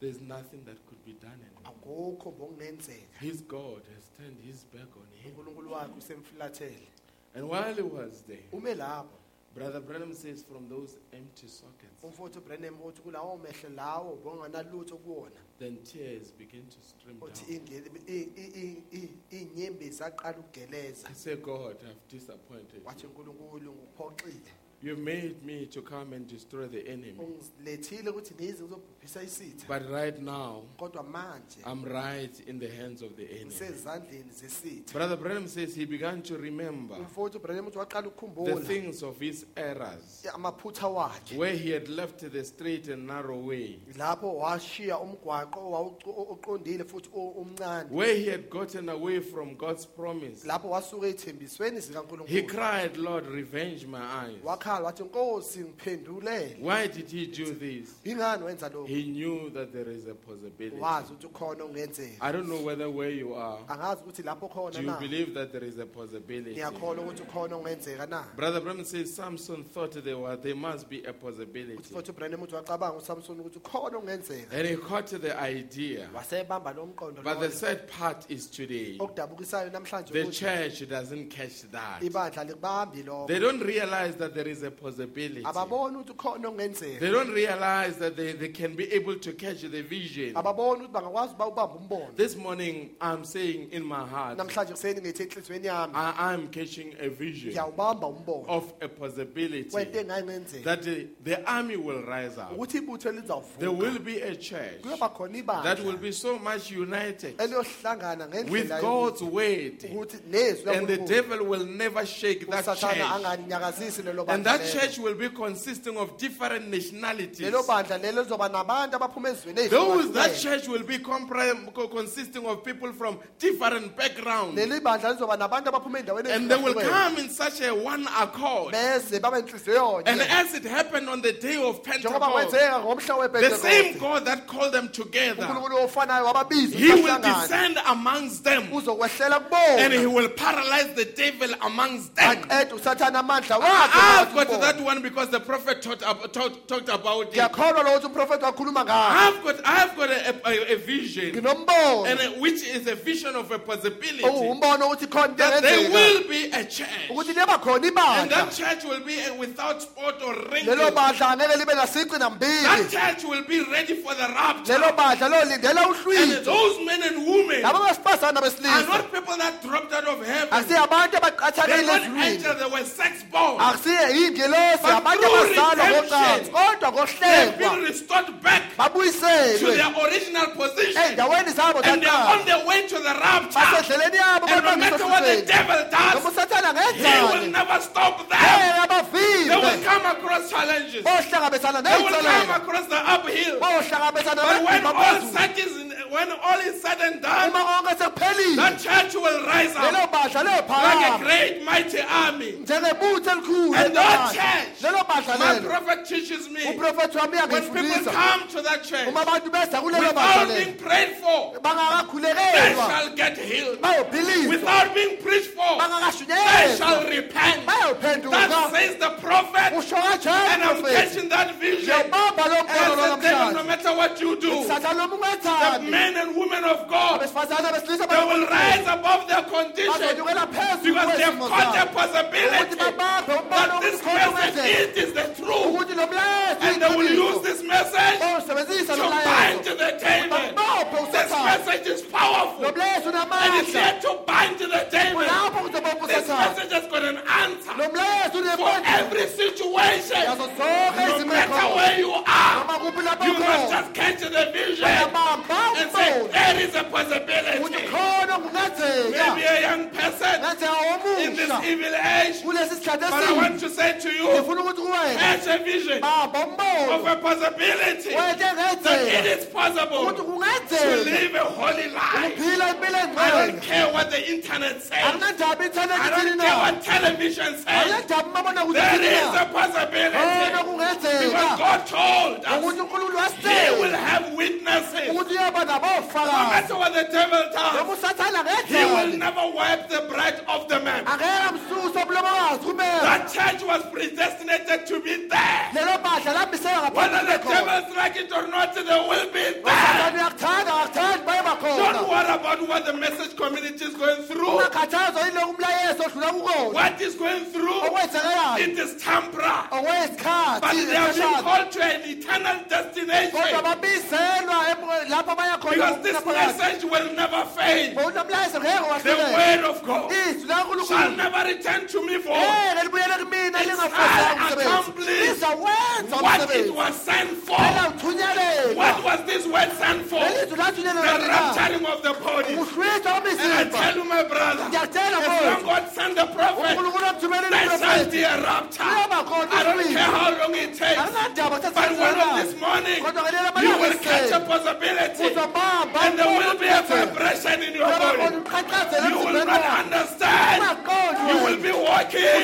Speaker 8: There's nothing that could be done anymore.
Speaker 5: akukho bokungenzeka
Speaker 8: His God has turned his back on him.
Speaker 5: unkulunkulu wakhe usemfulathele
Speaker 8: And while he was there,
Speaker 5: ume lapho
Speaker 8: Brother Branham says from those empty sockets,
Speaker 5: umfowethu ubrenam uthi kulawo mehle lawo bonganalutho kuwona
Speaker 8: then tears begin to stream
Speaker 5: uthi
Speaker 8: down.
Speaker 5: inge- i- i- i- i- inyembezi aqala ukugeleza
Speaker 8: I say, God, I've disappointed
Speaker 5: wathi
Speaker 8: you.
Speaker 5: unkulunkulu nguphoxile
Speaker 8: You made me to come and destroy the enemy.
Speaker 5: ungilethile ukuthi nize ngizobhubhisa isitha
Speaker 8: But right now,
Speaker 5: kodwa manje
Speaker 8: I'm right in the hands of the enemy.
Speaker 5: usezandleni zesitha
Speaker 8: Brother Branham says he began to remember
Speaker 5: umfowethu ubrenam uthi waqala
Speaker 8: the
Speaker 5: ukukhumbula
Speaker 8: things of his errors,
Speaker 5: amaphutha wakhe
Speaker 8: where he had left the straight and narrow way,
Speaker 5: lapho washiya umgwaqo owawucu- o- oqondile futhi o- omncane
Speaker 8: where he had gotten away from God's promise.
Speaker 5: lapho wasuka ey'thembisweni
Speaker 8: He
Speaker 5: zikankulunkulu
Speaker 8: cried, Lord, revenge my eyes.
Speaker 5: wakhala wathi nkosi ngiphendulele
Speaker 8: Why did he do this?
Speaker 5: yingani wenza lokhu
Speaker 8: He knew that there is a possibility.
Speaker 5: wazi ukuthi ukhona ongenzeka
Speaker 8: I don't know whether where you are,
Speaker 5: angazi ukuthi lapho khona
Speaker 8: do you
Speaker 5: na
Speaker 8: believe that there is a possibility?
Speaker 5: ngiyakholwa ukuthi ukhona ongenzeka na
Speaker 8: Brother Bram says Samson thought there was there must be a
Speaker 5: uthi
Speaker 8: possibility.
Speaker 5: futhi ubrenham uthi wacabanga usamson ukuthi ukhona ongenzeka
Speaker 8: And he caught the idea.
Speaker 5: wasebamba lo mqondo
Speaker 8: But the
Speaker 5: loyo.
Speaker 8: sad part is today
Speaker 5: okudabukisayo namhlanje
Speaker 8: the
Speaker 5: ukuthi
Speaker 8: church doesn't catch that.
Speaker 5: ibandla likubambi lokho
Speaker 8: They don't realize that there is a possibility.
Speaker 5: ababoni ukuthi ukhona ongenzeka
Speaker 8: They don't realize that they, they can be able to catch the vision.
Speaker 5: ababoni ukuthi bangakwazi uba ubambe umbono
Speaker 8: This morning, I'm saying in my heart,
Speaker 5: namhlanje kuseni ngithi enhliziyweni yami
Speaker 8: I am catching a vision
Speaker 5: ngiyawubamba umbono
Speaker 8: of a possibility
Speaker 5: kwento
Speaker 8: that
Speaker 5: engayingenzeka
Speaker 8: the, the army will rise up.
Speaker 5: ukuthi ibutho
Speaker 8: There will
Speaker 5: lizawuvuka
Speaker 8: be a church
Speaker 5: kuyoba khona
Speaker 8: that will
Speaker 5: ibandla
Speaker 8: be so much united
Speaker 5: eliyohlangana
Speaker 8: with
Speaker 5: ngendlela
Speaker 8: God's word,
Speaker 5: yokuthi nezwi
Speaker 8: and the
Speaker 5: laNkulunkulu,
Speaker 8: devil will never shake that
Speaker 5: usathana
Speaker 8: church.
Speaker 5: angalinyakazisi lelo
Speaker 8: And
Speaker 5: bandla
Speaker 8: that
Speaker 5: lelo.
Speaker 8: church will be consisting of different nationalities.
Speaker 5: lelo bandla lelo lizoba nabantu abaphuma ezweni
Speaker 8: Those that
Speaker 5: ey'hlukahlukene.
Speaker 8: church will be compri- co- consisting of people from different backgrounds,
Speaker 5: leli bandla lizoba nabantu abaphuma endaweni
Speaker 8: and they will come in such a one accord.
Speaker 5: beze baba inhliziyo
Speaker 8: And
Speaker 5: yonye
Speaker 8: as it happened on the day of
Speaker 5: njengoba
Speaker 8: Pentecost,
Speaker 5: kwenzeka ngomhla
Speaker 8: the same
Speaker 5: wepentekoste
Speaker 8: God that called them together,
Speaker 5: unkulunkulu ofanayo wababiza
Speaker 8: He
Speaker 5: ukuthi
Speaker 8: will
Speaker 5: bahlangane.
Speaker 8: descend amongst them,
Speaker 5: uzokwehlela
Speaker 8: and He
Speaker 5: kubona
Speaker 8: will paralyze the devil amongst them.
Speaker 5: aqeda usathana amandla
Speaker 8: Ah, I've got
Speaker 5: wakhe
Speaker 8: that one because the prophet taught, ab- taught, talked about it.
Speaker 5: ngiyakholwa lo ukuthi umprofethi wakhuluma ngayo
Speaker 8: I've got, I've got a, a, a vision, and
Speaker 5: nginombono
Speaker 8: uh, which is a vision of a possibility
Speaker 5: owumbono ukuthi khona into
Speaker 8: that there
Speaker 5: engenzeka,
Speaker 8: will be a church,
Speaker 5: ukuthi liba khona
Speaker 8: and that
Speaker 5: ibandla
Speaker 8: church will be uh, without spot or
Speaker 5: lelo
Speaker 8: wrinkle.
Speaker 5: bandla angeke libe nasici
Speaker 8: That
Speaker 5: nambili
Speaker 8: church will be ready for the rapture.
Speaker 5: lelo bandla lolindela
Speaker 8: And
Speaker 5: uhlwitho
Speaker 8: those men and women
Speaker 5: laba
Speaker 8: are
Speaker 5: besifazane besilisa
Speaker 8: not people that dropped out of heaven.
Speaker 5: asiyabantu
Speaker 8: They
Speaker 5: abaqathanele
Speaker 8: weren't
Speaker 5: ezulwini
Speaker 8: angels, they were sex born.
Speaker 5: akusiye iy'ngilosi
Speaker 8: But
Speaker 5: abantu
Speaker 8: through
Speaker 5: abazalwa
Speaker 8: redemption,
Speaker 5: ngocansi kodwa
Speaker 8: They've
Speaker 5: ngohlekwa
Speaker 8: been restored back to
Speaker 5: babuyiselwe
Speaker 8: their original position.
Speaker 5: ey'ndaweni zabo
Speaker 8: And they are
Speaker 5: zaqala
Speaker 8: on their way to the rapture.
Speaker 5: basendleleni yabo
Speaker 8: And no matter what the
Speaker 5: babangisosizweni
Speaker 8: devil
Speaker 5: noma
Speaker 8: does,
Speaker 5: usathana
Speaker 8: he will
Speaker 5: ngenzani
Speaker 8: never stop them.
Speaker 5: ngeke
Speaker 8: They will
Speaker 5: abavimbe
Speaker 8: come across challenges. They
Speaker 5: bohlangabezana
Speaker 8: will come
Speaker 5: ney'nselelo
Speaker 8: across the uphill.
Speaker 5: bohlangabezana
Speaker 8: But when
Speaker 5: nabadima
Speaker 8: all
Speaker 5: bezulu.
Speaker 8: such is when all is said and
Speaker 5: uma
Speaker 8: done,
Speaker 5: konke sekuphelile
Speaker 8: that church will rise
Speaker 5: lelo
Speaker 8: up
Speaker 5: badla
Speaker 8: like a
Speaker 5: liyophakama
Speaker 8: great mighty army.
Speaker 5: njengebutho elikhulu
Speaker 8: And that
Speaker 5: elibandla.
Speaker 8: church,
Speaker 5: lelo badla
Speaker 8: my
Speaker 5: lelo
Speaker 8: prophet teaches me, when
Speaker 5: uprofethi wami
Speaker 8: people
Speaker 5: uyangifundisa
Speaker 8: come to that church,
Speaker 5: uma abantu beza kulelo badla
Speaker 8: without
Speaker 5: lelo
Speaker 8: being prayed for, they
Speaker 5: bangakakhulekelwa
Speaker 8: shall get healed.
Speaker 5: bayobhilizwa
Speaker 8: Without being preached for, they
Speaker 5: bangakashunyelezwa
Speaker 8: shall repent. That
Speaker 5: bayophenduka
Speaker 8: says the prophet,
Speaker 5: usho
Speaker 8: and I'm
Speaker 5: kanjani
Speaker 8: catching that vision.
Speaker 5: ngiyabamba lo mqondo lo
Speaker 8: And the devil, no
Speaker 5: namhlanje
Speaker 8: matter what you do, the
Speaker 5: sathana noma ungethandi
Speaker 8: men and women of God,
Speaker 5: abesifazane besilisa
Speaker 8: they will rise
Speaker 5: bayokhuleka.
Speaker 8: above their condition
Speaker 5: bazonyukela phezulu
Speaker 8: because they've
Speaker 5: kwesimo
Speaker 8: caught a
Speaker 5: sabo
Speaker 8: possibility
Speaker 5: ukuthi babambe
Speaker 8: that
Speaker 5: umbalo
Speaker 8: this
Speaker 5: omkhulu wendlela
Speaker 8: message is the truth,
Speaker 5: ukuthi lo mlayezo
Speaker 8: and they will
Speaker 5: iqiniso.
Speaker 8: use this message
Speaker 5: Bawusebenzisa
Speaker 8: to
Speaker 5: lo
Speaker 8: bind
Speaker 5: mlayezo
Speaker 8: the demon.
Speaker 5: bambophe
Speaker 8: This
Speaker 5: usathane
Speaker 8: message is
Speaker 5: lo
Speaker 8: powerful.
Speaker 5: mlayezo
Speaker 8: And it's
Speaker 5: unamandla
Speaker 8: here to bind the demon.
Speaker 5: kulapho kuzobopha
Speaker 8: This
Speaker 5: usathane
Speaker 8: message has got an
Speaker 5: lo
Speaker 8: answer
Speaker 5: mlayezo
Speaker 8: for
Speaker 5: unemandla
Speaker 8: every situation.
Speaker 5: yazo zonke
Speaker 8: No
Speaker 5: izimo ekhona.
Speaker 8: matter where you are,
Speaker 5: noma kuphi lapho
Speaker 8: you must
Speaker 5: khona
Speaker 8: just catch the vision
Speaker 5: uyabamba
Speaker 8: and say,
Speaker 5: umbono
Speaker 8: there is a
Speaker 5: ukuthi
Speaker 8: possibility.
Speaker 5: khona kungenzeka
Speaker 8: Maybe a young person
Speaker 5: ngenzeka
Speaker 8: in this
Speaker 5: omusha
Speaker 8: evil age,
Speaker 5: kulesi sikhathi
Speaker 8: but I want
Speaker 5: esibi
Speaker 8: to say to you,
Speaker 5: ngifuna ukuthi kuwena
Speaker 8: catch a vision
Speaker 5: bamba
Speaker 8: of
Speaker 5: umbono
Speaker 8: a possibility
Speaker 5: wethe
Speaker 8: that it
Speaker 5: ngenzeka
Speaker 8: is possible
Speaker 5: ukuthi
Speaker 8: to
Speaker 5: kungenzeka
Speaker 8: live a holy life.
Speaker 5: phila impilo
Speaker 8: I don't
Speaker 5: engcwele
Speaker 8: care what the internet says.
Speaker 5: akunandaba
Speaker 8: I
Speaker 5: inthanethi
Speaker 8: don't care
Speaker 5: thini na
Speaker 8: what television says.
Speaker 5: akunandaba umabona
Speaker 8: There
Speaker 5: kuthini
Speaker 8: is
Speaker 5: na
Speaker 8: a
Speaker 5: khona
Speaker 8: possibility because
Speaker 5: kungenzeka
Speaker 8: God told us
Speaker 5: ukuthi unkulunkulu
Speaker 8: He will
Speaker 5: wasitela
Speaker 8: have witnesses. No
Speaker 5: ukuthi uyoba nabofakazi
Speaker 8: matter what the devil
Speaker 5: noma
Speaker 8: does,
Speaker 5: usathana
Speaker 8: He will
Speaker 5: ngenzeka
Speaker 8: never wipe the bread off the man.
Speaker 5: akela msusa umlomokazi kumele
Speaker 8: That church was predestinated to be there.
Speaker 5: lelo badla lambiseka
Speaker 8: Whether the
Speaker 5: ngaphambi khona
Speaker 8: devil like it or not, they will be
Speaker 5: usathane
Speaker 8: there.
Speaker 5: uyakuthanda akakuthandi baye bakhona
Speaker 8: Don't worry about what the message community is going through.
Speaker 5: ungakhathazwa yiloko umlayezo odlula kukona
Speaker 8: What is going through,
Speaker 5: okwenzekelayo
Speaker 8: it is
Speaker 5: Oh,
Speaker 8: temporal. But
Speaker 5: okwesikhathi
Speaker 8: they are being
Speaker 5: esikhashana
Speaker 8: called to an eternal
Speaker 5: kodwa
Speaker 8: destination
Speaker 5: babizelwa em- lapho abaya
Speaker 8: because this
Speaker 5: khona
Speaker 8: message will never fail.
Speaker 5: ngokuthi umlayezo ngeke
Speaker 8: The
Speaker 5: wahluleka
Speaker 8: word of God
Speaker 5: izwi
Speaker 8: shall
Speaker 5: lankulunkulu
Speaker 8: never return to me void.
Speaker 5: ngeke libuyele kumina
Speaker 8: It's
Speaker 5: lingafezanga
Speaker 8: unaccomplished.
Speaker 5: umsebenzi lizawenza
Speaker 8: What it
Speaker 5: umsebenzi
Speaker 8: was sent for. What
Speaker 5: elawuthunyelelwa
Speaker 8: was this word sent for?
Speaker 5: lelizwi
Speaker 8: The
Speaker 5: lathunyelelwa lina
Speaker 8: rapturing of the body.
Speaker 5: ukuhlwitha
Speaker 8: And I
Speaker 5: womizimba
Speaker 8: tell you, my brother,
Speaker 5: ngiyakutshela
Speaker 8: as long
Speaker 5: kodwa
Speaker 8: God sent the prophet,
Speaker 5: unkulunkulu omthumeleli
Speaker 8: there shall
Speaker 5: umprofethi
Speaker 8: be a rapture.
Speaker 5: Laba khona
Speaker 8: I don't
Speaker 5: uhlwitha.
Speaker 8: care how long it takes.
Speaker 5: akunandaba
Speaker 8: But one of
Speaker 5: sesisenzelani
Speaker 8: this morning,
Speaker 5: kodwa ngelela
Speaker 8: you will catch a
Speaker 5: amalanga
Speaker 8: possibility.
Speaker 5: uzobamba
Speaker 8: And there will be a vibration in your
Speaker 5: uyabakhona
Speaker 8: body.
Speaker 5: umqhaqhazela
Speaker 8: You will
Speaker 5: emzimbeni
Speaker 8: not
Speaker 5: wakho
Speaker 8: understand.
Speaker 5: ungaqondi
Speaker 8: You will be walking,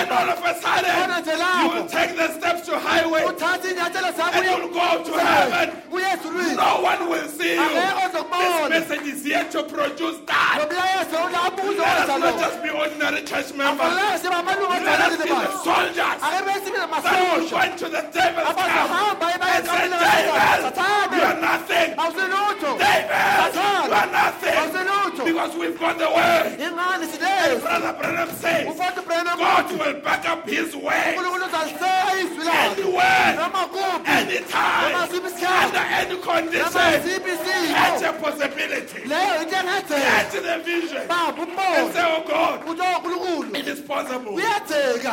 Speaker 8: and all of a sudden, you will take the steps to highway,
Speaker 5: uthathe inyathelo zakho
Speaker 8: and
Speaker 5: uye-
Speaker 8: you'll go up to heaven.
Speaker 5: uyesu lwini
Speaker 8: No one will see you.
Speaker 5: Angeke uzokubona.
Speaker 8: This message is here to produce that.
Speaker 5: nomlayezo unabuzo
Speaker 8: Let
Speaker 5: wenza
Speaker 8: us not
Speaker 5: lo
Speaker 8: just be ordinary church members.
Speaker 5: abaleke sebamalungu
Speaker 8: Let us be the
Speaker 5: ezalezibasi
Speaker 8: soldiers
Speaker 5: ake
Speaker 8: that
Speaker 5: besibe
Speaker 8: will
Speaker 5: namasosha
Speaker 8: go into the devil's camp
Speaker 5: abazahamba
Speaker 8: and say,
Speaker 5: ebayeqabelela
Speaker 8: David, you are nothing.
Speaker 5: awusilutho
Speaker 8: David, you are nothing.
Speaker 5: awusilutho
Speaker 8: Because we've got the word.
Speaker 5: ingani silezi
Speaker 8: Brother Branham says,
Speaker 5: ufanti brenam
Speaker 8: God will back up his word
Speaker 5: unkulunkulu uzaliseka izwi lakhe
Speaker 8: anywhere,
Speaker 5: namakuphi
Speaker 8: anytime,
Speaker 5: namaziphi
Speaker 8: under
Speaker 5: isikhathi
Speaker 8: any condition.
Speaker 5: namaziphi isimo
Speaker 8: Catch a possibility.
Speaker 5: leyo into engenzeka
Speaker 8: Catch the vision.
Speaker 5: baba
Speaker 8: And
Speaker 5: umbono
Speaker 8: say, oh God,
Speaker 5: kuthi onkulunkulu
Speaker 8: it is possible.
Speaker 5: kuyenzeka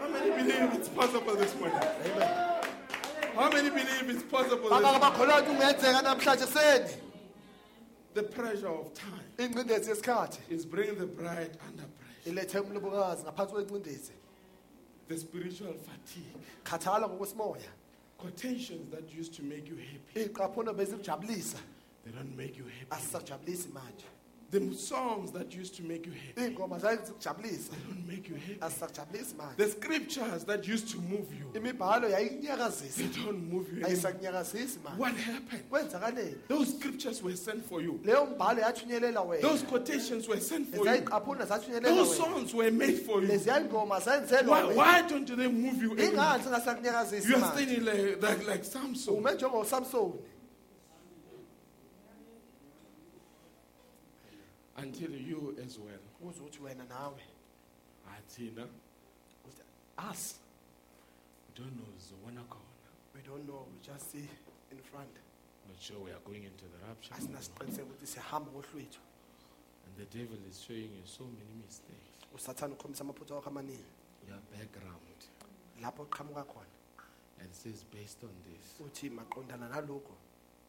Speaker 8: How many believe it's possible this morning? How many believe it's possible this
Speaker 5: bangake bakholwa ukuthi kungenzeka namhlanje seni
Speaker 8: The pressure of time
Speaker 5: ingcindezi yesikhathi
Speaker 8: is bringing the bride under pressure.
Speaker 5: ilethe umlobokazi ngaphansi kwengcindezi
Speaker 8: The spiritual fatigue,
Speaker 5: khathala ngokwesimoya
Speaker 8: contentions that used to make you happy,
Speaker 5: iy'qaphuno bezikujabulisa
Speaker 8: they don't make you happy.
Speaker 5: asisakujabulisi manje
Speaker 8: The songs that used to make you happy,
Speaker 5: iy'ngoma zaye zikujabulisa
Speaker 8: they don't make you happy.
Speaker 5: asisakujabulisi manje
Speaker 8: The scriptures that used to move you,
Speaker 5: imibhalo
Speaker 8: they
Speaker 5: yayikunyakazisa
Speaker 8: don't move you anymore.
Speaker 5: ayisakunyakazisi manje
Speaker 8: What happened?
Speaker 5: kwenzakaleni
Speaker 8: Those scriptures were sent for you.
Speaker 5: leyo mbhalo yathunyelelwa wena
Speaker 8: Those quotations were sent for you.
Speaker 5: lezayiqaphuna zathunyelelwa
Speaker 8: Those
Speaker 5: wena
Speaker 8: songs were made for you.
Speaker 5: leziya ngoma
Speaker 8: Why,
Speaker 5: zenzelwa wena
Speaker 8: why don't they move you anymore?
Speaker 5: ingani singasakunyakazisi
Speaker 8: You are
Speaker 5: manje
Speaker 8: standing like, like, like Samson.
Speaker 5: ume njengosamsoni
Speaker 8: Until you as well.
Speaker 5: kuze uthi wena nawe
Speaker 8: Athena,
Speaker 5: uthi us
Speaker 8: don't know Zowana Kona.
Speaker 5: we don't know we just see in front
Speaker 8: Not sure we are going into the rapture. And
Speaker 5: asinasiqiniseko ukuthi sihamba kohlwethu
Speaker 8: the devil is showing you so many mistakes.
Speaker 5: usathane ukhombisa amaphutha wakho amaningi
Speaker 8: Your background.
Speaker 5: lapho oqhamuka khona
Speaker 8: And says based on this,
Speaker 5: uthi maqondana nalokho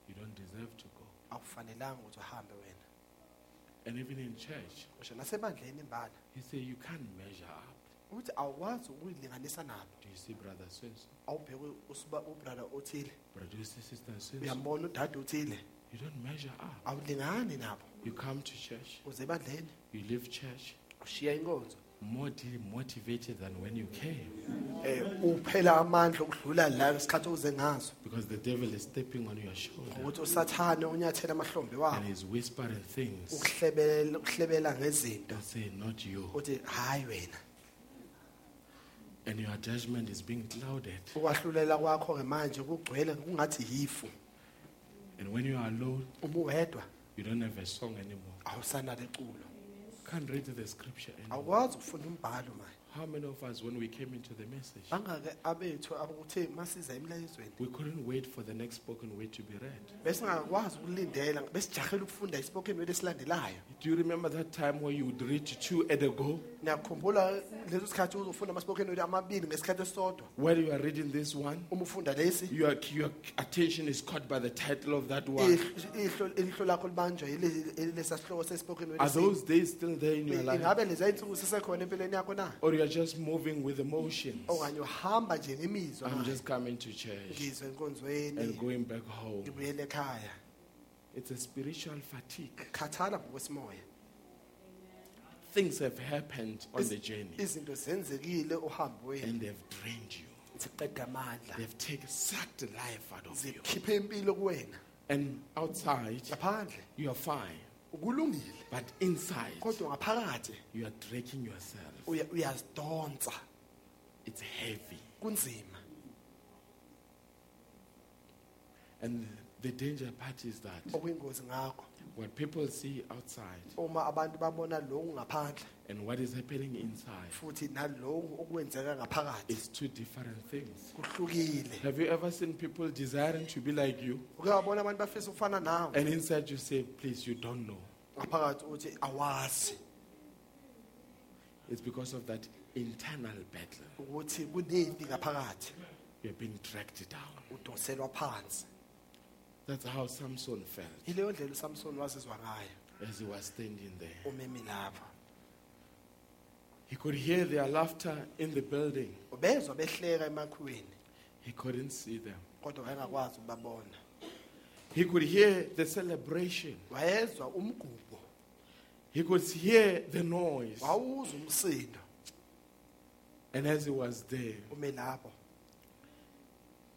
Speaker 8: you don't deserve to go.
Speaker 5: awufanelanga ukuthi uhambe wena
Speaker 8: And even in church,
Speaker 5: usho nasemandleni imbala
Speaker 8: he say you can't measure up.
Speaker 5: uthi awukwazi ukuyilinganisa nabo
Speaker 8: Do you see brother Senso?
Speaker 5: awubheke usuba ubrada othile
Speaker 8: Brother sister Senso?
Speaker 5: uyambona udade othile
Speaker 8: You don't measure up.
Speaker 5: awulingani nabo
Speaker 8: You come to church,
Speaker 5: uze ebandleni
Speaker 8: you leave church
Speaker 5: ushiya inkonzo
Speaker 8: more de- motivated than when you came.
Speaker 5: um uphela amandla okudlula la ngesikhathi owuze ngazo
Speaker 8: Because the devil is stepping on your shoulder
Speaker 5: ukuthi usathane unyathele amahlombe
Speaker 8: and
Speaker 5: wabo
Speaker 8: he's whispering things
Speaker 5: ukuhlebela ukuhlebela ngezinto
Speaker 8: that say, not you.
Speaker 5: uthi hayi wena
Speaker 8: And your judgment is being clouded.
Speaker 5: ukwahlulela kwakho-ke manje kugcwele kungathi yifu
Speaker 8: And when you are alone,
Speaker 5: uma uwedwa
Speaker 8: you don't have a song anymore.
Speaker 5: awusanale culo
Speaker 8: Can't read the scripture anymore.
Speaker 5: awukwazi ukufunda umbhalo manje
Speaker 8: How many of us, when we came into the message,
Speaker 5: bangake abethu abakuthe masiza emlayezweni
Speaker 8: we couldn't wait for the next spoken word to be read?
Speaker 5: besingakwazi ukulindela besijahele ukufunda ispoken word esilandelayo
Speaker 8: Do you remember that time where you would read two at a go?
Speaker 5: niyakhumbula leso sikhathi uzofunda ama-spoken word amabili ngesikhathi esisodwa
Speaker 8: Where you are reading this one,
Speaker 5: uma ufunda lesi
Speaker 8: your, your attention is caught by the title of that one.
Speaker 5: ihlo- ihlo- ilihlo lakho libanjwa lesasihloko sespoken word
Speaker 8: Are
Speaker 5: esi-
Speaker 8: those days still there in your life?
Speaker 5: ingabe leziya insuku sisekhona empilweni yakho na
Speaker 8: Or you're just moving with emotions?
Speaker 5: okanye uhamba nje ngemizwa
Speaker 8: I'm
Speaker 5: manje.
Speaker 8: just coming to church
Speaker 5: ngizwe enkonzweni
Speaker 8: and going back home.
Speaker 5: ngibuyele ekhaya
Speaker 8: It's a spiritual fatigue.
Speaker 5: khathala ngokwesimoya
Speaker 8: Things have happened on
Speaker 5: Is-
Speaker 8: the journey
Speaker 5: izinto zenzekile uhambweni
Speaker 8: and they've drained you.
Speaker 5: ziqeda amandla
Speaker 8: They've taken sucked life out of you.
Speaker 5: zikhiphe impilo kuwena
Speaker 8: And outside,
Speaker 5: ngaphandle
Speaker 8: you are fine.
Speaker 5: kulungile
Speaker 8: But inside,
Speaker 5: kodwa ngaphakathi
Speaker 8: you are dragging yourself.
Speaker 5: uya- uyazidonsa
Speaker 8: It's heavy.
Speaker 5: kunzima
Speaker 8: And the danger part is that
Speaker 5: okuyingozi ngakho
Speaker 8: what people see outside
Speaker 5: uma abantu babona lokhu ngaphandle
Speaker 8: and what is happening inside
Speaker 5: futhi nalokhu okwenzeka ngaphakathi
Speaker 8: is two different things.
Speaker 5: kuhlukile
Speaker 8: Have you ever seen people desiring to be like you?
Speaker 5: uke wabona abantu bafisa ukufana nawe
Speaker 8: And inside you say, please, you don't know.
Speaker 5: ngaphakathi uthi awazi
Speaker 8: It's because of that internal battle.
Speaker 5: ukuthi kunempi ngaphakathi
Speaker 8: You're being dragged down.
Speaker 5: udonselwa phansi
Speaker 8: That's how Samson felt
Speaker 5: yileyo ndlela usamsoni wazizwa ngayo
Speaker 8: as he was standing there.
Speaker 5: umemi lapho
Speaker 8: He could hear their laughter in the building.
Speaker 5: ubezwa behleka emakhuweni
Speaker 8: He couldn't see them.
Speaker 5: kodwa wayengakwazi ukubabona
Speaker 8: He could hear the celebration.
Speaker 5: wayezwa umgubo
Speaker 8: He could hear the noise.
Speaker 5: wawuza umsindo
Speaker 8: And as he was there,
Speaker 5: ume lapho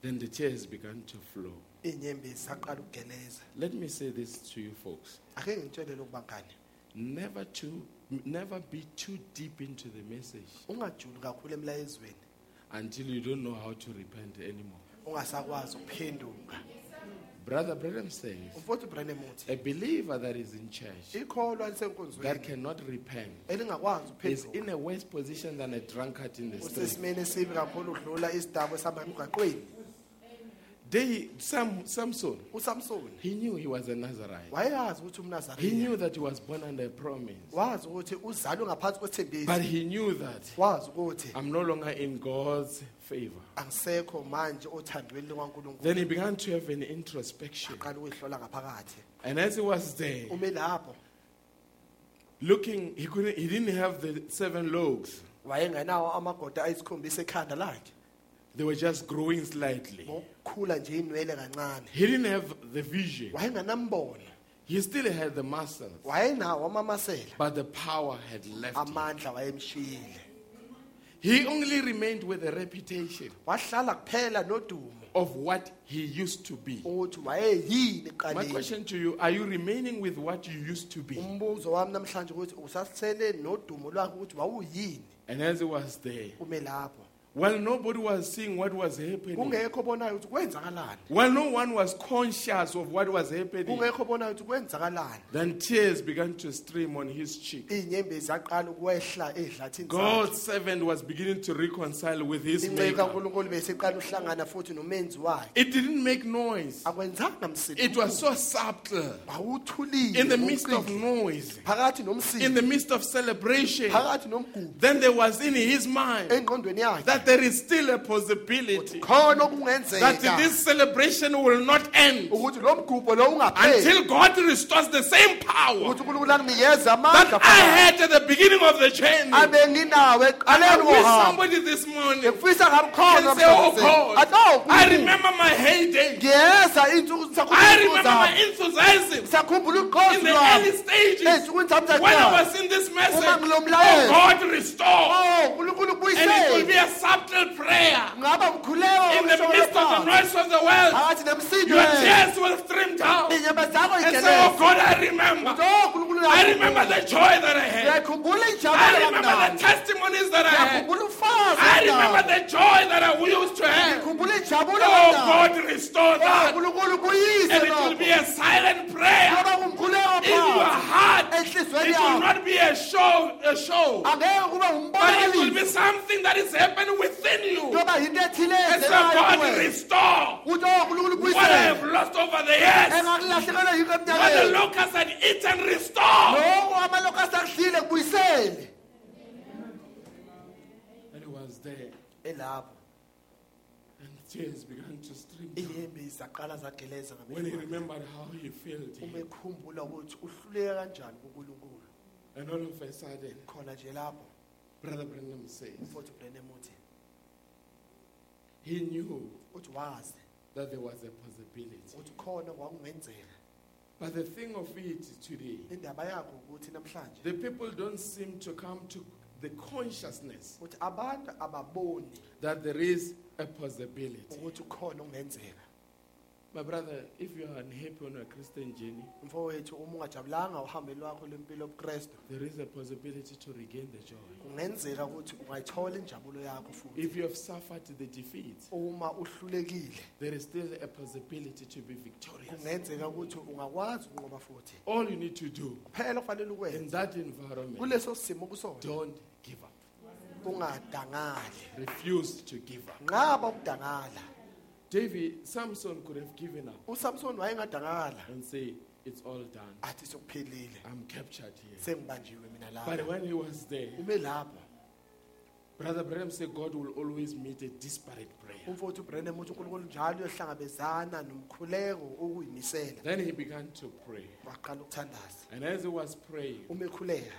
Speaker 8: then the tears began to flow.
Speaker 5: iy'nyembezi zaqala ukugeleza
Speaker 8: Let me say this to you folks.
Speaker 5: ake ngitshele loku bangane
Speaker 8: Never to never be too deep into the message
Speaker 5: ungajuli kakhulu emlayezweni
Speaker 8: until you don't know how to repent anymore.
Speaker 5: ungasakwazi ukuphenduka
Speaker 8: Brother Branham says
Speaker 5: umfowethu ubrandem uthi
Speaker 8: a believer that is in church
Speaker 5: ikholwa
Speaker 8: that
Speaker 5: lisenkonzweni
Speaker 8: cannot repent
Speaker 5: elingakwazi
Speaker 8: is in
Speaker 5: ukuphenduka
Speaker 8: a worse position than a drunkard in the street.
Speaker 5: usesimeni esibi kakhulu udlula isidabo esihamba emgaqweni
Speaker 8: They, Sam, Samson,
Speaker 5: usamsoni
Speaker 8: he knew he was a Nazarite.
Speaker 5: wayeyazi ukuthi
Speaker 8: He knew
Speaker 5: umnazariya
Speaker 8: that he was born under a promise.
Speaker 5: wazi ukuthi uzalwe ngaphansi
Speaker 8: But
Speaker 5: kwethembisi
Speaker 8: he knew that
Speaker 5: wazi ukuthi
Speaker 8: I'm no longer in God's favor.
Speaker 5: angisekho manje othandweni likankulunkulu
Speaker 8: Then he began to have an introspection.
Speaker 5: aqala ukuyihlola ngaphakathi
Speaker 8: And as he was there,
Speaker 5: ume lapho
Speaker 8: looking, he, couldn't, he didn't have the seven loaves.
Speaker 5: wayengenawo amagoda ayisikhombisa ekhanda lakhe
Speaker 8: They were just growing slightly.
Speaker 5: ngokukhula nje inwele kancane
Speaker 8: He didn't have the vision.
Speaker 5: wayenganambono
Speaker 8: He still had the muscles,
Speaker 5: wayenawo amamasela
Speaker 8: but the power had left him.
Speaker 5: amandla wayemshiyile
Speaker 8: He only remained with the reputation
Speaker 5: wahlala kuphela nodumo
Speaker 8: of what he used to be.
Speaker 5: ukuthi wayeyini
Speaker 8: My
Speaker 5: kuqaleni
Speaker 8: question to you are you remaining with what you used to be?
Speaker 5: umbuzo wami namhlanje ukuthi usasele nodumo lwakhe ukuthi wawuyini
Speaker 8: And as he was there,
Speaker 5: ume lapho
Speaker 8: while nobody was seeing what was happening,
Speaker 5: kungekho obonayo ukuthi kwenzakalani
Speaker 8: while no one was conscious of what was happening,
Speaker 5: kungekho obonayo ukuthi kwenzakalani
Speaker 8: then tears began to stream on his cheek.
Speaker 5: iy'nyembezi zaqala ukwehla ey'dlathini
Speaker 8: God's servant was beginning to reconcile with his
Speaker 5: inceka
Speaker 8: maker.
Speaker 5: unkulunkulu beseqala uhlangana futhi nomenzi wakhe
Speaker 8: It didn't make noise.
Speaker 5: akwenzanga
Speaker 8: It
Speaker 5: msini
Speaker 8: was so subtle.
Speaker 5: bawuthulile
Speaker 8: In the midst of
Speaker 5: ucingile.
Speaker 8: noise,
Speaker 5: phakathi
Speaker 8: in the
Speaker 5: nomsini
Speaker 8: midst of celebration,
Speaker 5: phakathi nomgubu
Speaker 8: then there was in his mind
Speaker 5: engqondweni yakhe
Speaker 8: that there is still a possibility
Speaker 5: khona
Speaker 8: that
Speaker 5: okungenzeka
Speaker 8: this celebration will not end
Speaker 5: ukuthi lo mgubho lo ungapheli
Speaker 8: until God restores the same power
Speaker 5: ukuthi unkulunkulu anginikeze amandla
Speaker 8: that I had at the beginning of the journey.
Speaker 5: abenginawo
Speaker 8: I
Speaker 5: eqaleni
Speaker 8: wish
Speaker 5: wohambo
Speaker 8: somebody this morning
Speaker 5: ngifisa
Speaker 8: can say, Oh
Speaker 5: ngamkhona
Speaker 8: God, I remember my heyday.
Speaker 5: ngiyeza iy'nsuku
Speaker 8: I remember
Speaker 5: zisakhumbula
Speaker 8: my enthusiasm
Speaker 5: sakhumbula
Speaker 8: in
Speaker 5: uqozi
Speaker 8: the
Speaker 5: lwami
Speaker 8: early stages
Speaker 5: ey'nsukwini
Speaker 8: when I was in this message. Oh God, restore.
Speaker 5: Oh. unkulunkulu
Speaker 8: And it will be
Speaker 5: ubuyisele
Speaker 8: a subtle prayer
Speaker 5: ngaba mkhuleko
Speaker 8: in the midst of the noise of the world.
Speaker 5: phakathi nemsindo
Speaker 8: Your tears will stream down and
Speaker 5: iy'nyama zakho
Speaker 8: say,
Speaker 5: yigeleza
Speaker 8: Oh God, I remember.
Speaker 5: Oh, uNkulunkulu
Speaker 8: I remember the joy that I had.
Speaker 5: ngiyakhumbula
Speaker 8: I
Speaker 5: injabulo
Speaker 8: remember the
Speaker 5: kamnandi
Speaker 8: testimonies that I had.
Speaker 5: ngiyakhumbula ufazi
Speaker 8: I remember the joy that I used to have.
Speaker 5: ngikhumbula injabulo
Speaker 8: Oh
Speaker 5: kamnandi
Speaker 8: God, restore that.
Speaker 5: uNkulunkulu kuyise
Speaker 8: And it will be
Speaker 5: lokho
Speaker 8: a silent prayer
Speaker 5: ngoba kumkhuleko
Speaker 8: in your
Speaker 5: phansi
Speaker 8: heart. It
Speaker 5: enhliziyweni
Speaker 8: will
Speaker 5: yakho
Speaker 8: not be a show, Oh, a show,
Speaker 5: angeke kuba
Speaker 8: but it will be
Speaker 5: umbonakaliso
Speaker 8: something that is happening within you.
Speaker 5: ngoba yinto ethile
Speaker 8: And so
Speaker 5: ezelayo
Speaker 8: God,
Speaker 5: kuwe.
Speaker 8: restore
Speaker 5: ukuthi oNkulunkulu
Speaker 8: what I
Speaker 5: kuyisele
Speaker 8: have lost over the years.
Speaker 5: engakulahlekelwe yikho
Speaker 8: What the
Speaker 5: emnyakeni
Speaker 8: locusts had eaten, restore.
Speaker 5: loko amaloko asakudlile kubuyisele
Speaker 8: And he was there,
Speaker 5: elapho
Speaker 8: and tears began to stream down
Speaker 5: iyembi zaqala zageleza
Speaker 8: when he
Speaker 5: ngabe
Speaker 8: remembered how he felt.
Speaker 5: umekhumbula ukuthi uhluleke kanjani kuNkulunkulu
Speaker 8: And all of a sudden,
Speaker 5: khona nje lapho
Speaker 8: Brother Branham says,
Speaker 5: mfowethu Branham uthi
Speaker 8: he knew
Speaker 5: uthi wazi
Speaker 8: that there was a possibility.
Speaker 5: ukuthi khona kwakungenzeka
Speaker 8: But the thing of it today,
Speaker 5: indaba yakho ukuthi namhlanje
Speaker 8: the people don't seem to come to the consciousness
Speaker 5: ukuthi abantu ababoni
Speaker 8: that there is a possibility.
Speaker 5: ukuthi khona okungenzeka
Speaker 8: My brother, if you are unhappy on your Christian journey,
Speaker 5: mfowethu uma ungajabulanga uhambe lwakho lempilo yobuKristu
Speaker 8: there is a possibility to regain the joy.
Speaker 5: kungenzeka ukuthi ungayithola injabulo yakho futhi
Speaker 8: If you have suffered the defeat,
Speaker 5: uma uhlulekile
Speaker 8: there is still a possibility to be victorious.
Speaker 5: kungenzeka ukuthi ungakwazi ukunqoba futhi
Speaker 8: All you need to do
Speaker 5: phela kufanele
Speaker 8: in
Speaker 5: ukwenza
Speaker 8: that environment,
Speaker 5: kuleso simo kusona
Speaker 8: don't give up.
Speaker 5: ungadangali
Speaker 8: Refuse to give up.
Speaker 5: nqaba ukudangala
Speaker 8: David, Samson could have given up
Speaker 5: usamson wayengadangala
Speaker 8: and say, It's all done.
Speaker 5: athi sokuphelile
Speaker 8: I'm captured here.
Speaker 5: sengibanjiwe mina
Speaker 8: But
Speaker 5: lapha
Speaker 8: when he was there,
Speaker 5: ume lapho
Speaker 8: Brother Bram said, God will always meet a disparate prayer.
Speaker 5: umfowethu ubrandam uthi unkulunkulu njalo uyohlangabezana nomkhuleko okuyimisela
Speaker 8: Then he began to pray.
Speaker 5: waqala ukuthandaza Um.
Speaker 8: And as he was praying,
Speaker 5: uma ekhuleka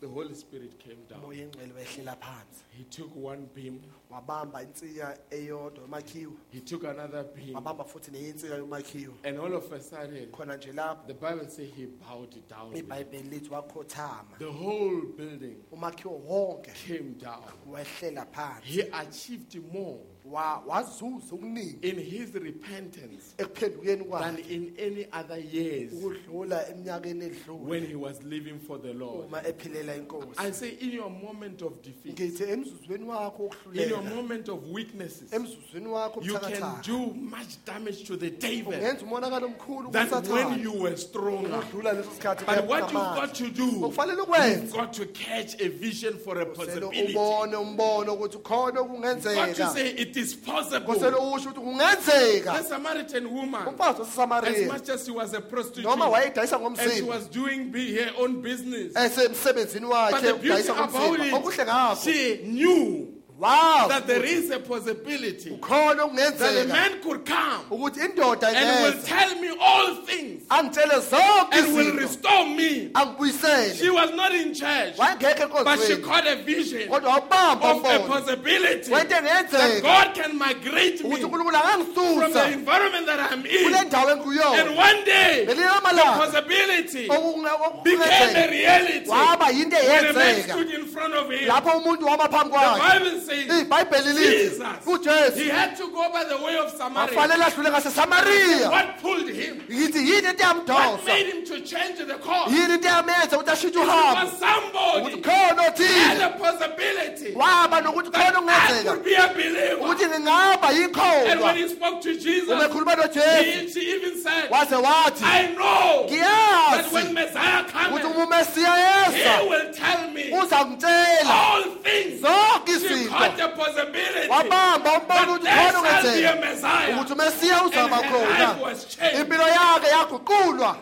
Speaker 8: the Holy Spirit came down.
Speaker 5: umoya engcwele wehlela phansi
Speaker 8: He took one beam,
Speaker 5: wabamba insiya eyodwa yomakhiwo
Speaker 8: he took another beam,
Speaker 5: wabamba futhi neyinsiya yomakhiwo
Speaker 8: and all of a sudden,
Speaker 5: khona nje lapho
Speaker 8: the Bible says he bowed down. with it.
Speaker 5: ibhayibheli lithi wakhothama
Speaker 8: The whole building
Speaker 5: umakhiwo wonke
Speaker 8: came down.
Speaker 5: wehlela phansi
Speaker 8: He achieved more
Speaker 5: Wa- wazuza okuningi
Speaker 8: in his repentance
Speaker 5: ekuphendukeni
Speaker 8: than
Speaker 5: kwakhe
Speaker 8: in any other years
Speaker 5: ukudlula eminyakeni edlule
Speaker 8: when he was living for the Lord.
Speaker 5: uma ephilela
Speaker 8: I
Speaker 5: inkosi
Speaker 8: say, in your moment of defeat,
Speaker 5: ngithi emzuzweni wakho
Speaker 8: in your
Speaker 5: wokuhlulela
Speaker 8: moment of weaknesses,
Speaker 5: emzuzweni wakho
Speaker 8: you can
Speaker 5: obuthakathaka
Speaker 8: do much damage to the devil
Speaker 5: ungenza umonakalo omkhulu
Speaker 8: than when
Speaker 5: kusathana
Speaker 8: you were stronger.
Speaker 5: udlula leso sikhathi
Speaker 8: But what you've
Speaker 5: kuyaphuma
Speaker 8: got to do,
Speaker 5: Okufanele ukwenze.
Speaker 8: you've got to catch a vision for a
Speaker 5: Kosele
Speaker 8: possibility. You've
Speaker 5: ubone umbono ukuthi
Speaker 8: got
Speaker 5: khona
Speaker 8: to
Speaker 5: okungenzeka
Speaker 8: say it is
Speaker 5: kosele
Speaker 8: possible.
Speaker 5: usho ukuthi kungenzeka
Speaker 8: The Samaritan woman,
Speaker 5: umfazi
Speaker 8: as
Speaker 5: wasesamariya
Speaker 8: much as she was a prostitute,
Speaker 5: noma wayedayisa
Speaker 8: and she
Speaker 5: ngomzimba
Speaker 8: was doing be- her own business,
Speaker 5: esemsebenzini
Speaker 8: but
Speaker 5: wakhe
Speaker 8: the beauty
Speaker 5: ukudayisa
Speaker 8: about
Speaker 5: ngomzimba okuhle
Speaker 8: it,
Speaker 5: ngakho
Speaker 8: she knew that there
Speaker 5: wakhona
Speaker 8: is a possibility that a
Speaker 5: okungenzeka
Speaker 8: man could come
Speaker 5: ukuthi indoda
Speaker 8: and will
Speaker 5: ingeza
Speaker 8: tell me all things
Speaker 5: angitshele zonke
Speaker 8: and will
Speaker 5: izinto
Speaker 8: restore me. She
Speaker 5: angibuyisele
Speaker 8: was not in church,
Speaker 5: wayengekho
Speaker 8: but she
Speaker 5: enkonzweni
Speaker 8: caught a vision
Speaker 5: kodwa wawubamba
Speaker 8: of a
Speaker 5: umbono
Speaker 8: possibility
Speaker 5: wento
Speaker 8: that
Speaker 5: engenzeka
Speaker 8: God can migrate me
Speaker 5: ukuthi
Speaker 8: from
Speaker 5: unkulunkulu
Speaker 8: the
Speaker 5: angangisusa
Speaker 8: environment that I'm
Speaker 5: kule
Speaker 8: in.
Speaker 5: ndawo
Speaker 8: And
Speaker 5: enkuyona
Speaker 8: one day,
Speaker 5: ngelinye
Speaker 8: the
Speaker 5: lamalanga
Speaker 8: possibility became a
Speaker 5: okungenzeka
Speaker 8: reality
Speaker 5: waba yinto
Speaker 8: when a man
Speaker 5: eyenzeka
Speaker 8: stood in front of him.
Speaker 5: lapho umuntu waba phambi
Speaker 8: The
Speaker 5: kwakhe
Speaker 8: Bible says
Speaker 5: ibhayibheli lithi
Speaker 8: Jesus. he
Speaker 5: ujesu
Speaker 8: had to go by the way of Samaria.
Speaker 5: afanele adlule ngasesamariya
Speaker 8: What pulled him?
Speaker 5: ngithi yini into
Speaker 8: What
Speaker 5: eyamdosa
Speaker 8: made him to change the course?
Speaker 5: yini into eyamenza ukuthi ashintshe
Speaker 8: Was
Speaker 5: uhambo
Speaker 8: somebody
Speaker 5: ukuthi khona othile
Speaker 8: had a possibility
Speaker 5: waba nokuthi khona
Speaker 8: I
Speaker 5: okungenzeka
Speaker 8: could be a believer.
Speaker 5: ukuthi ngingaba
Speaker 8: And when
Speaker 5: yikhona
Speaker 8: he spoke to Jesus,
Speaker 5: ubekhuluma nojesu
Speaker 8: he, she even said,
Speaker 5: waze wathi
Speaker 8: I know that when
Speaker 5: ngiyazi
Speaker 8: Messiah
Speaker 5: ukuthi
Speaker 8: comes,
Speaker 5: uma umesiya yeza
Speaker 8: he will tell me
Speaker 5: uza ngitshela
Speaker 8: all things.
Speaker 5: zonke
Speaker 8: She
Speaker 5: izinto
Speaker 8: caught the possibility
Speaker 5: wabamba umbono
Speaker 8: that
Speaker 5: ukuthi
Speaker 8: there
Speaker 5: khona
Speaker 8: shall be
Speaker 5: okungenzeka
Speaker 8: a Messiah.
Speaker 5: ukuthi umesiya
Speaker 8: And
Speaker 5: uzaba
Speaker 8: her life
Speaker 5: khona
Speaker 8: was changed.
Speaker 5: impilo yakhe yaguqulwa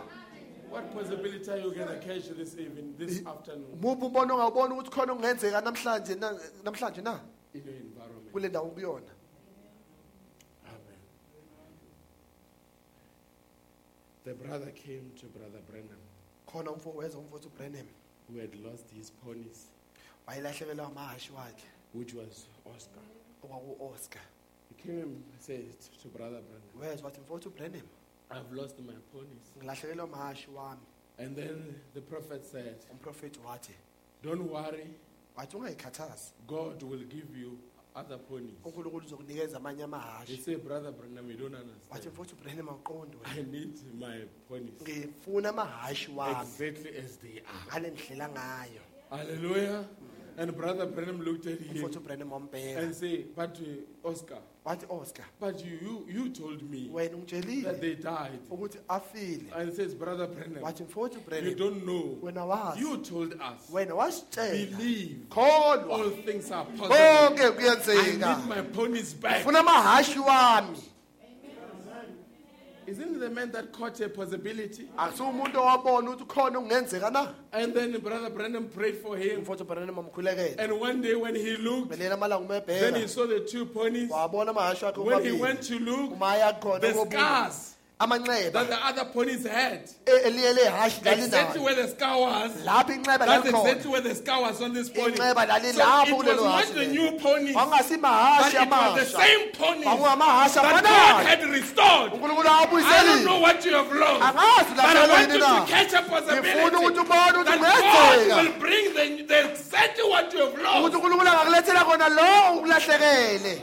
Speaker 8: What possibility are you going to catch this evening, this afternoon,
Speaker 5: muphi umbono ongawubona ukuthi khona okungenzeka namhlanje na- namhlanje na
Speaker 8: in your environment?
Speaker 5: kule ndawo okuyona
Speaker 8: Amen. The brother came to Brother Brenham,
Speaker 5: khona umfo weza umfowethu ubrenham
Speaker 8: who had lost his ponies,
Speaker 5: wayelahlekelwa amahashi wakhe
Speaker 8: which was Oscar.
Speaker 5: okwaku-oscar
Speaker 8: He came and said to Brother Brenham,
Speaker 5: weza wathi mfowethu ubrenham
Speaker 8: I've lost my ponies.
Speaker 5: ngilahlekelwa amahashi wami
Speaker 8: And then the prophet said,
Speaker 5: umprofethi wathi
Speaker 8: Don't worry,
Speaker 5: wathi ungayikhathazi
Speaker 8: God will give you other ponies.
Speaker 5: unkulunkulu uzokunikeza amanye
Speaker 8: He
Speaker 5: amahashi
Speaker 8: said, Brother Brenham, you don't
Speaker 5: wathi
Speaker 8: understand.
Speaker 5: mfowethu ubrenham awuqondi wena.
Speaker 8: I need my ponies
Speaker 5: ngifuna amahashi wami
Speaker 8: exactly as they are.
Speaker 5: ngale ndlela ngayo
Speaker 8: Hallelujah. And Brother Brenham looked at
Speaker 5: umfowethu
Speaker 8: him
Speaker 5: ubrenham
Speaker 8: and
Speaker 5: wambheka
Speaker 8: said, But uh, Oscar,
Speaker 5: wathi oscar
Speaker 8: but you, you, you told me
Speaker 5: wena
Speaker 8: that
Speaker 5: ungitshelile
Speaker 8: they died.
Speaker 5: ukuthi afile
Speaker 8: And says, Brother Brenham,
Speaker 5: wathi mfowethu
Speaker 8: you
Speaker 5: ubrenham
Speaker 8: don't know.
Speaker 5: wena wazi
Speaker 8: You told us,
Speaker 5: wena wasitshela
Speaker 8: believe all
Speaker 5: kholwa
Speaker 8: things are possible.
Speaker 5: konke
Speaker 8: I
Speaker 5: kuyenzeka
Speaker 8: need my ponies back.
Speaker 5: funa amahashi wami
Speaker 8: Isn't the man that caught a possibility?
Speaker 5: akusumuntu owabona ukuthi khona okungenzeka na
Speaker 8: And then Brother Brenham prayed for him.
Speaker 5: umfowethu ubrenham amkhulekele
Speaker 8: And one day when he looked,
Speaker 5: belela amalanga uma
Speaker 8: then he
Speaker 5: ebheka
Speaker 8: saw the two ponies.
Speaker 5: wabona amahashi wakhe
Speaker 8: When he
Speaker 5: omabili.
Speaker 8: went to look,
Speaker 5: uma aya khona
Speaker 8: the
Speaker 5: kobu-
Speaker 8: scars
Speaker 5: amanxeba
Speaker 8: that the other ponies had,
Speaker 5: e- eliye lehashi
Speaker 8: exactly
Speaker 5: lalinayo
Speaker 8: where the scar was,
Speaker 5: lapho inxeba
Speaker 8: that's
Speaker 5: lalikhona
Speaker 8: exactly where the scar was on this pony. So
Speaker 5: Inxeba
Speaker 8: it was
Speaker 5: lalilapho kulelo
Speaker 8: not
Speaker 5: hashi
Speaker 8: the
Speaker 5: lelo.
Speaker 8: new pony, but
Speaker 5: kwakungasimahashi
Speaker 8: it was the
Speaker 5: amasha
Speaker 8: same pony that
Speaker 5: kwakungamahashi
Speaker 8: God
Speaker 5: afanayo
Speaker 8: had restored.
Speaker 5: unkulunkulu
Speaker 8: I don't know
Speaker 5: awabuyiselile
Speaker 8: what you have lost,
Speaker 5: angazi
Speaker 8: but I want
Speaker 5: lahleleni
Speaker 8: you
Speaker 5: na
Speaker 8: to catch a
Speaker 5: ngifuna ukuthi
Speaker 8: possibility
Speaker 5: ubone ukuthi
Speaker 8: that
Speaker 5: kungenzeka
Speaker 8: God will bring the, the exactly what you have
Speaker 5: ukuthi
Speaker 8: lost,
Speaker 5: unkulunkulu angakulethela kona lo ukulahlekele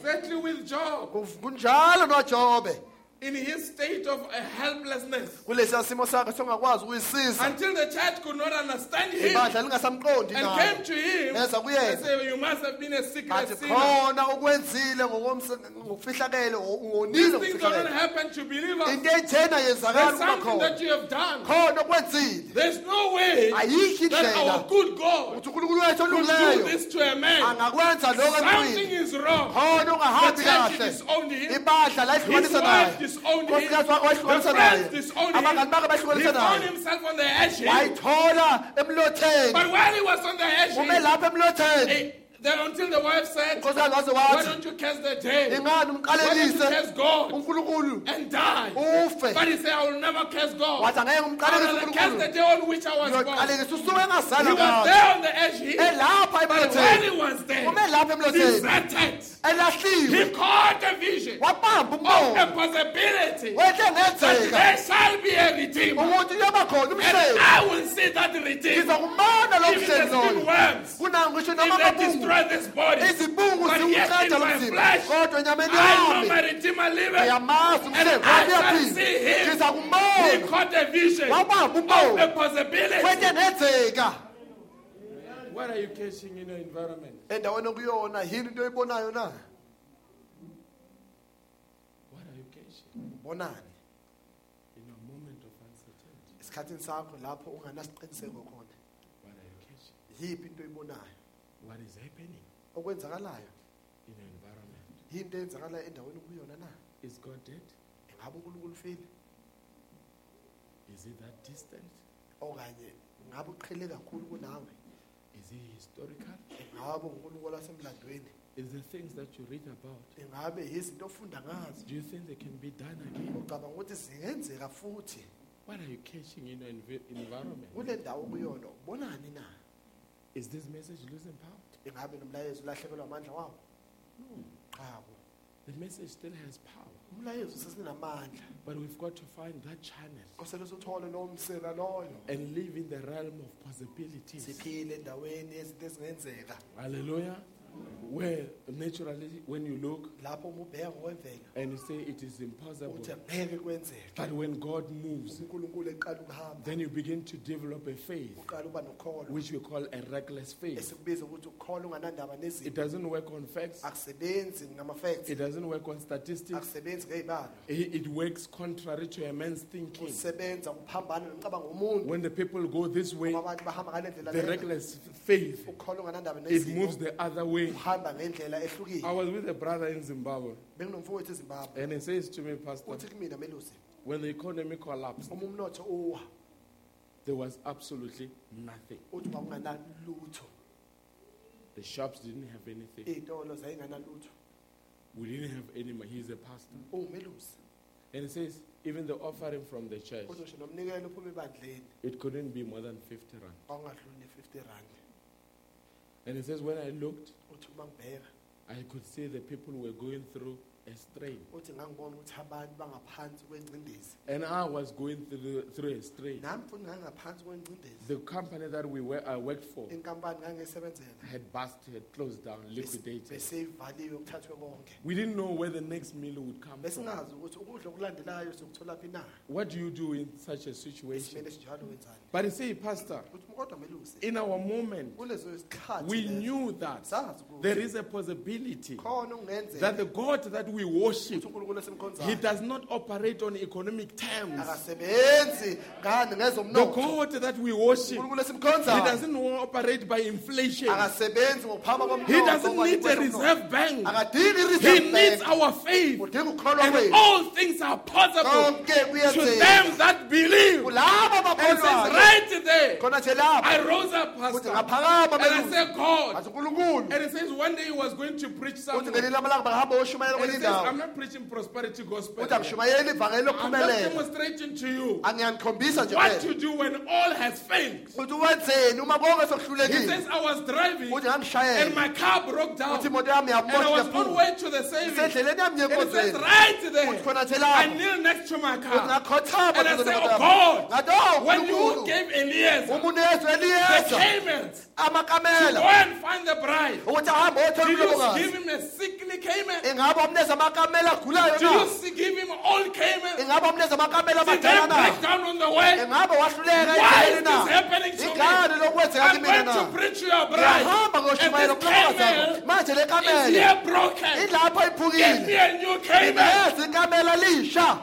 Speaker 8: exactly with Job,
Speaker 5: Ku- kunjalo nojobe
Speaker 8: in his state of uh, helplessness.
Speaker 5: kulesiya simo sakhe songakwazi ukuyisiza
Speaker 8: Until the church could not understand him,
Speaker 5: ibandla lingasamqondi
Speaker 8: and came
Speaker 5: naye
Speaker 8: to him and
Speaker 5: Yes, akuyena.
Speaker 8: said, You must have been a
Speaker 5: bathi
Speaker 8: secret sinner.
Speaker 5: khona ukwenzile ngokomse- ngokufihlakele ngo-
Speaker 8: These things
Speaker 5: uwonile
Speaker 8: do not
Speaker 5: ngokufihlakele
Speaker 8: happen to believers.
Speaker 5: into enjena yenzakala
Speaker 8: There's something
Speaker 5: kubakhona
Speaker 8: that you have done.
Speaker 5: khona okwenzile
Speaker 8: There's no way
Speaker 5: ayikho
Speaker 8: that our
Speaker 5: indlela
Speaker 8: good God
Speaker 5: ukuthi unkulunkulu wethu
Speaker 8: will do
Speaker 5: olungileyo
Speaker 8: this to a man.
Speaker 5: angakwenza lokho
Speaker 8: Something
Speaker 5: emntwini
Speaker 8: is wrong.
Speaker 5: khona
Speaker 8: The
Speaker 5: ungahambi
Speaker 8: church
Speaker 5: kahle
Speaker 7: Oh,
Speaker 8: disowned him.
Speaker 5: ibandla la
Speaker 8: His
Speaker 5: ihlukanisa
Speaker 8: wife
Speaker 5: naye
Speaker 8: disowned him.
Speaker 5: Nkosikazi wakhe
Speaker 8: The
Speaker 5: wayihlukanisa
Speaker 8: friends
Speaker 5: naye
Speaker 8: disowned
Speaker 5: abangani
Speaker 8: him.
Speaker 5: bakhe
Speaker 8: He
Speaker 5: bahlukanisa
Speaker 8: found
Speaker 5: naye
Speaker 8: himself on the ash heap.
Speaker 5: wayithola emlotheni
Speaker 8: But while he was on the ash
Speaker 5: ume
Speaker 8: heap,
Speaker 5: lapha emlotheni
Speaker 8: eh,
Speaker 7: Then until the wife said,
Speaker 5: unkosikazi waze
Speaker 7: Why
Speaker 5: wathi
Speaker 7: don't you curse the day?
Speaker 5: ingani
Speaker 7: Why don't you curse
Speaker 5: umqalelise
Speaker 7: God
Speaker 5: unkulunkulu
Speaker 7: and die?
Speaker 5: ufe
Speaker 7: But he said, I will never curse God.
Speaker 5: wathi angeke
Speaker 7: I
Speaker 5: ngimqalelise
Speaker 7: will curse the
Speaker 5: unkulunkulu
Speaker 7: day on which I was born.
Speaker 5: uyoqalelisa usuku
Speaker 7: He
Speaker 5: engazalwa
Speaker 7: was
Speaker 5: ngalo
Speaker 7: there on the edge. He,
Speaker 5: elapha
Speaker 7: but when
Speaker 5: emlotheni
Speaker 7: he was there,
Speaker 5: ume lapha emlotheni
Speaker 7: deserted. He
Speaker 5: elahliwe
Speaker 7: caught a vision
Speaker 5: wabamba
Speaker 7: of the
Speaker 5: umbono
Speaker 7: possibility
Speaker 5: wehle ngenzeka
Speaker 7: that there shall be a redeemer.
Speaker 5: ukuthi uyoba khona
Speaker 7: And
Speaker 5: umhleli
Speaker 7: I will see that redeemer.
Speaker 5: ngizokumana lo
Speaker 7: Even the
Speaker 5: mhleli
Speaker 7: skin
Speaker 5: loyo
Speaker 7: worms.
Speaker 5: kunango ngisho
Speaker 7: If they
Speaker 5: namamabungu
Speaker 7: destroy this body,
Speaker 5: izibungu
Speaker 7: but yet
Speaker 5: ziwuqeda
Speaker 7: in
Speaker 5: lo
Speaker 7: my
Speaker 5: mzimba
Speaker 7: flesh,
Speaker 5: kodwa enyameni
Speaker 7: I know my
Speaker 5: yami
Speaker 7: redeemer liveth.
Speaker 5: ngiyamazi
Speaker 7: And I shall
Speaker 5: umhleli
Speaker 7: see him. He
Speaker 5: ngizakumona
Speaker 7: caught a vision
Speaker 5: wabamba
Speaker 7: of the
Speaker 5: umbono
Speaker 7: possibility.
Speaker 5: wehle ngenzeka
Speaker 8: What are you catching in your environment?
Speaker 5: endaweni okuyona yini into oyibonayo na
Speaker 8: What are you catching
Speaker 5: bonani
Speaker 8: in a moment of uncertainty?
Speaker 5: esikhathini sakho lapho unganasiqiniseko khona
Speaker 8: What are you catching?
Speaker 5: yiphi into oyibonayo
Speaker 8: What is happening
Speaker 5: okwenzakalayo
Speaker 8: in your environment?
Speaker 5: yinto eyenzakalayo endaweni okuyona na
Speaker 8: Is God dead?
Speaker 5: ingabe unkulunkulu ufile
Speaker 8: Is he that distant?
Speaker 5: okanye ngabe uqhele kakhulu kunawe
Speaker 8: Is he historical?
Speaker 5: ingabe unkulunkulu lasemlandweni
Speaker 8: Is the things that you read about?
Speaker 5: ingabe izinto ofunda ngazo
Speaker 8: Do you think they can be done again?
Speaker 5: ucabanga ukuthi zingenzeka futhi
Speaker 8: What are you catching in your envi-
Speaker 5: kule
Speaker 8: environment?
Speaker 5: ndawo kuyona ubonani na
Speaker 8: Is this message losing power?
Speaker 5: ingabe nomlayezo ulahlekelwa amandla wawo
Speaker 8: No.
Speaker 5: qhabo
Speaker 8: The message still has power,
Speaker 5: umlayezo sesinamandla
Speaker 8: but we've got to find that channel
Speaker 5: kosele uthole lowo msela loyo
Speaker 8: and live in the realm of possibilities.
Speaker 5: siphile endaweni yezinto ezingenzeka
Speaker 8: Hallelujah. Where naturally, when you look
Speaker 5: lapho uma ubheka ngokwemvelo
Speaker 8: and you say it is impossible,
Speaker 5: uthi angeke kwenzeka
Speaker 8: but when God moves,
Speaker 5: unkulunkulu eqala ukuhamba
Speaker 8: then you begin to develop a faith,
Speaker 5: uqala uba nokholo
Speaker 8: which we call a reckless faith.
Speaker 5: esikubiza ukuthi ukholo unganandaba
Speaker 8: It
Speaker 5: nezinto
Speaker 8: doesn't work on facts,
Speaker 5: akusebenzi ngama-facts
Speaker 8: it doesn't work on statistics,
Speaker 5: akusebenzi ngey'balo
Speaker 8: it, it works contrary to a man's thinking.
Speaker 5: usebenza ukuphambana nomcabango womuntu
Speaker 8: When the people go this way,
Speaker 5: Ngoba abantu bahamba ngale ndlela
Speaker 8: the
Speaker 5: lena.
Speaker 8: reckless faith,
Speaker 5: ukholo unganandaba
Speaker 8: it moves
Speaker 5: nezinto
Speaker 8: the other way.
Speaker 5: uhamba ngendlela ehlukile
Speaker 8: I was with a brother in Zimbabwe,
Speaker 5: benginomfowethu ezimbabwe
Speaker 8: and he says to me, Pastor,
Speaker 5: uthi kumina melusi
Speaker 8: when the economy collapsed,
Speaker 5: uma umnotho uwa
Speaker 8: there was absolutely nothing.
Speaker 5: uthi kwakunganalutho
Speaker 8: The shops didn't have anything.
Speaker 5: iy'tolo zayinganalutho
Speaker 8: We didn't have any money. He's a pastor.
Speaker 5: uwumelusi
Speaker 8: And he says, even the offering from the church,
Speaker 5: uthi ngisho nomnikelo uphuma ebandleni
Speaker 8: it couldn't be more than 50 rand.
Speaker 5: kwakungadluli ne-fifty rand
Speaker 8: And he says, when I looked,
Speaker 5: uthi uma ngibheka
Speaker 8: I could see the people were going through a strain.
Speaker 5: uthi ngangibona ukuthi abantu bangaphansi kwengcindezi
Speaker 8: And I was going through, through a strain.
Speaker 5: nami futhi ngangingaphansi kwengcindezi
Speaker 8: The company that we were, I worked for
Speaker 5: inkampani ngangiyisebenzela
Speaker 8: had busted, had closed down, liquidated.
Speaker 5: beseyivaliwe kuthathwe konke
Speaker 8: We didn't know where the next meal would come from.
Speaker 5: besingazi ukuthi ukudla okulandelayo sokutholaphi na
Speaker 8: What do you do in such a
Speaker 5: esimeni
Speaker 8: situation?
Speaker 5: esinjalo wenzani
Speaker 8: But he said, Pastor,
Speaker 5: uthi kodwa melusi
Speaker 8: in our moment,
Speaker 5: kulezo zikhathi
Speaker 8: we
Speaker 5: lezo,
Speaker 8: knew that
Speaker 5: sazi ukuthi
Speaker 8: there is a possibility
Speaker 5: khona
Speaker 8: that the
Speaker 5: okungenzeka
Speaker 8: God that we
Speaker 5: ukuthi
Speaker 8: worship,
Speaker 5: unkulunkulu
Speaker 8: He
Speaker 5: esimkhonzayo
Speaker 8: does not operate on economic terms.
Speaker 5: akasebenzi ngani
Speaker 8: The
Speaker 5: ngezomnotho
Speaker 8: God that we worship, He
Speaker 5: unkulunkulu esimkhonzayo
Speaker 8: doesn't operate by inflation.
Speaker 5: akasebenzi ngokuphamba
Speaker 8: He doesn't need a
Speaker 5: komnotho
Speaker 8: reserve bank.
Speaker 5: akadingi
Speaker 8: He needs
Speaker 5: i-reserve
Speaker 8: our faith.
Speaker 5: udinga ukukholwa
Speaker 8: And
Speaker 5: kwethu
Speaker 8: all things are possible
Speaker 5: konke
Speaker 8: to them
Speaker 5: kuyenzeka
Speaker 8: that believe.
Speaker 5: kulaba
Speaker 8: And it says
Speaker 5: bakholwayo
Speaker 8: right there,
Speaker 5: khona nje lapho
Speaker 8: I rose up,
Speaker 5: uthi
Speaker 8: Pastor,
Speaker 5: ngaphakama
Speaker 8: and I
Speaker 5: melusi
Speaker 8: said, God.
Speaker 5: athi unkulunkulu
Speaker 8: And it says one day he was going to preach
Speaker 5: uthi
Speaker 8: something.
Speaker 5: ngelinye amalanga bangahamba oshumayela
Speaker 8: And
Speaker 5: kwenye
Speaker 8: he says,
Speaker 5: indawo
Speaker 8: I'm not preaching prosperity gospel.
Speaker 5: uthi angishumayeli ivangeli
Speaker 8: I'm just
Speaker 5: lokuphumelela
Speaker 8: demonstrating to you
Speaker 5: angiyanikhombisa nje
Speaker 8: what
Speaker 5: phela
Speaker 8: to do when all has failed.
Speaker 5: uthi uwenzeni uma konke
Speaker 8: He says,
Speaker 5: sokuhlulekile
Speaker 8: I was driving
Speaker 5: uthi
Speaker 8: and
Speaker 5: ngangishayela
Speaker 8: my car broke down.
Speaker 5: uthi
Speaker 8: And
Speaker 5: imoto yami
Speaker 8: I was on
Speaker 5: yamoshausendleleni
Speaker 8: way to the savings.
Speaker 5: yami
Speaker 8: And it says,
Speaker 5: yenkonzeni
Speaker 8: right
Speaker 5: uthi khona
Speaker 8: there,
Speaker 5: nje
Speaker 8: I
Speaker 5: lapho
Speaker 8: kneel next to my
Speaker 5: uthi
Speaker 8: car.
Speaker 5: ngakhothama
Speaker 8: And I
Speaker 5: duze
Speaker 8: say,
Speaker 5: nemoto
Speaker 8: Oh God,
Speaker 5: yami. ngathi "Oh,
Speaker 8: when you
Speaker 5: Nkulunkulu,
Speaker 8: gave Eliezer
Speaker 5: uma unezo
Speaker 8: the
Speaker 5: eliyeza
Speaker 8: payment to go
Speaker 5: amakamela
Speaker 8: and find the bride,
Speaker 5: ukuthi ahambe othola
Speaker 8: did you give
Speaker 5: intobokazi
Speaker 8: him a sickly Cayman?
Speaker 5: ingabe omneza amakamela agulayo
Speaker 8: Did you
Speaker 5: na
Speaker 8: see- give him old Cayman?
Speaker 5: ingabe omneza amakamela
Speaker 8: Did they
Speaker 5: amadala na
Speaker 8: break down on the way?
Speaker 5: ingabe wahluleka
Speaker 8: Why is
Speaker 5: endleleni
Speaker 8: this
Speaker 5: na
Speaker 8: happening to
Speaker 5: ingane
Speaker 8: me?
Speaker 5: lokwenzeka
Speaker 8: I'm going
Speaker 5: kimina
Speaker 8: to
Speaker 5: na
Speaker 8: preach to your bride.
Speaker 5: ngiyahamba ngoshumayela
Speaker 8: And this
Speaker 5: kulabazakho
Speaker 8: camel
Speaker 5: manje le
Speaker 8: is
Speaker 5: kamela
Speaker 8: here broken.
Speaker 5: ilapho
Speaker 7: Give me
Speaker 5: iphukile
Speaker 7: a new Cayman.
Speaker 5: ingeza ikamela lisha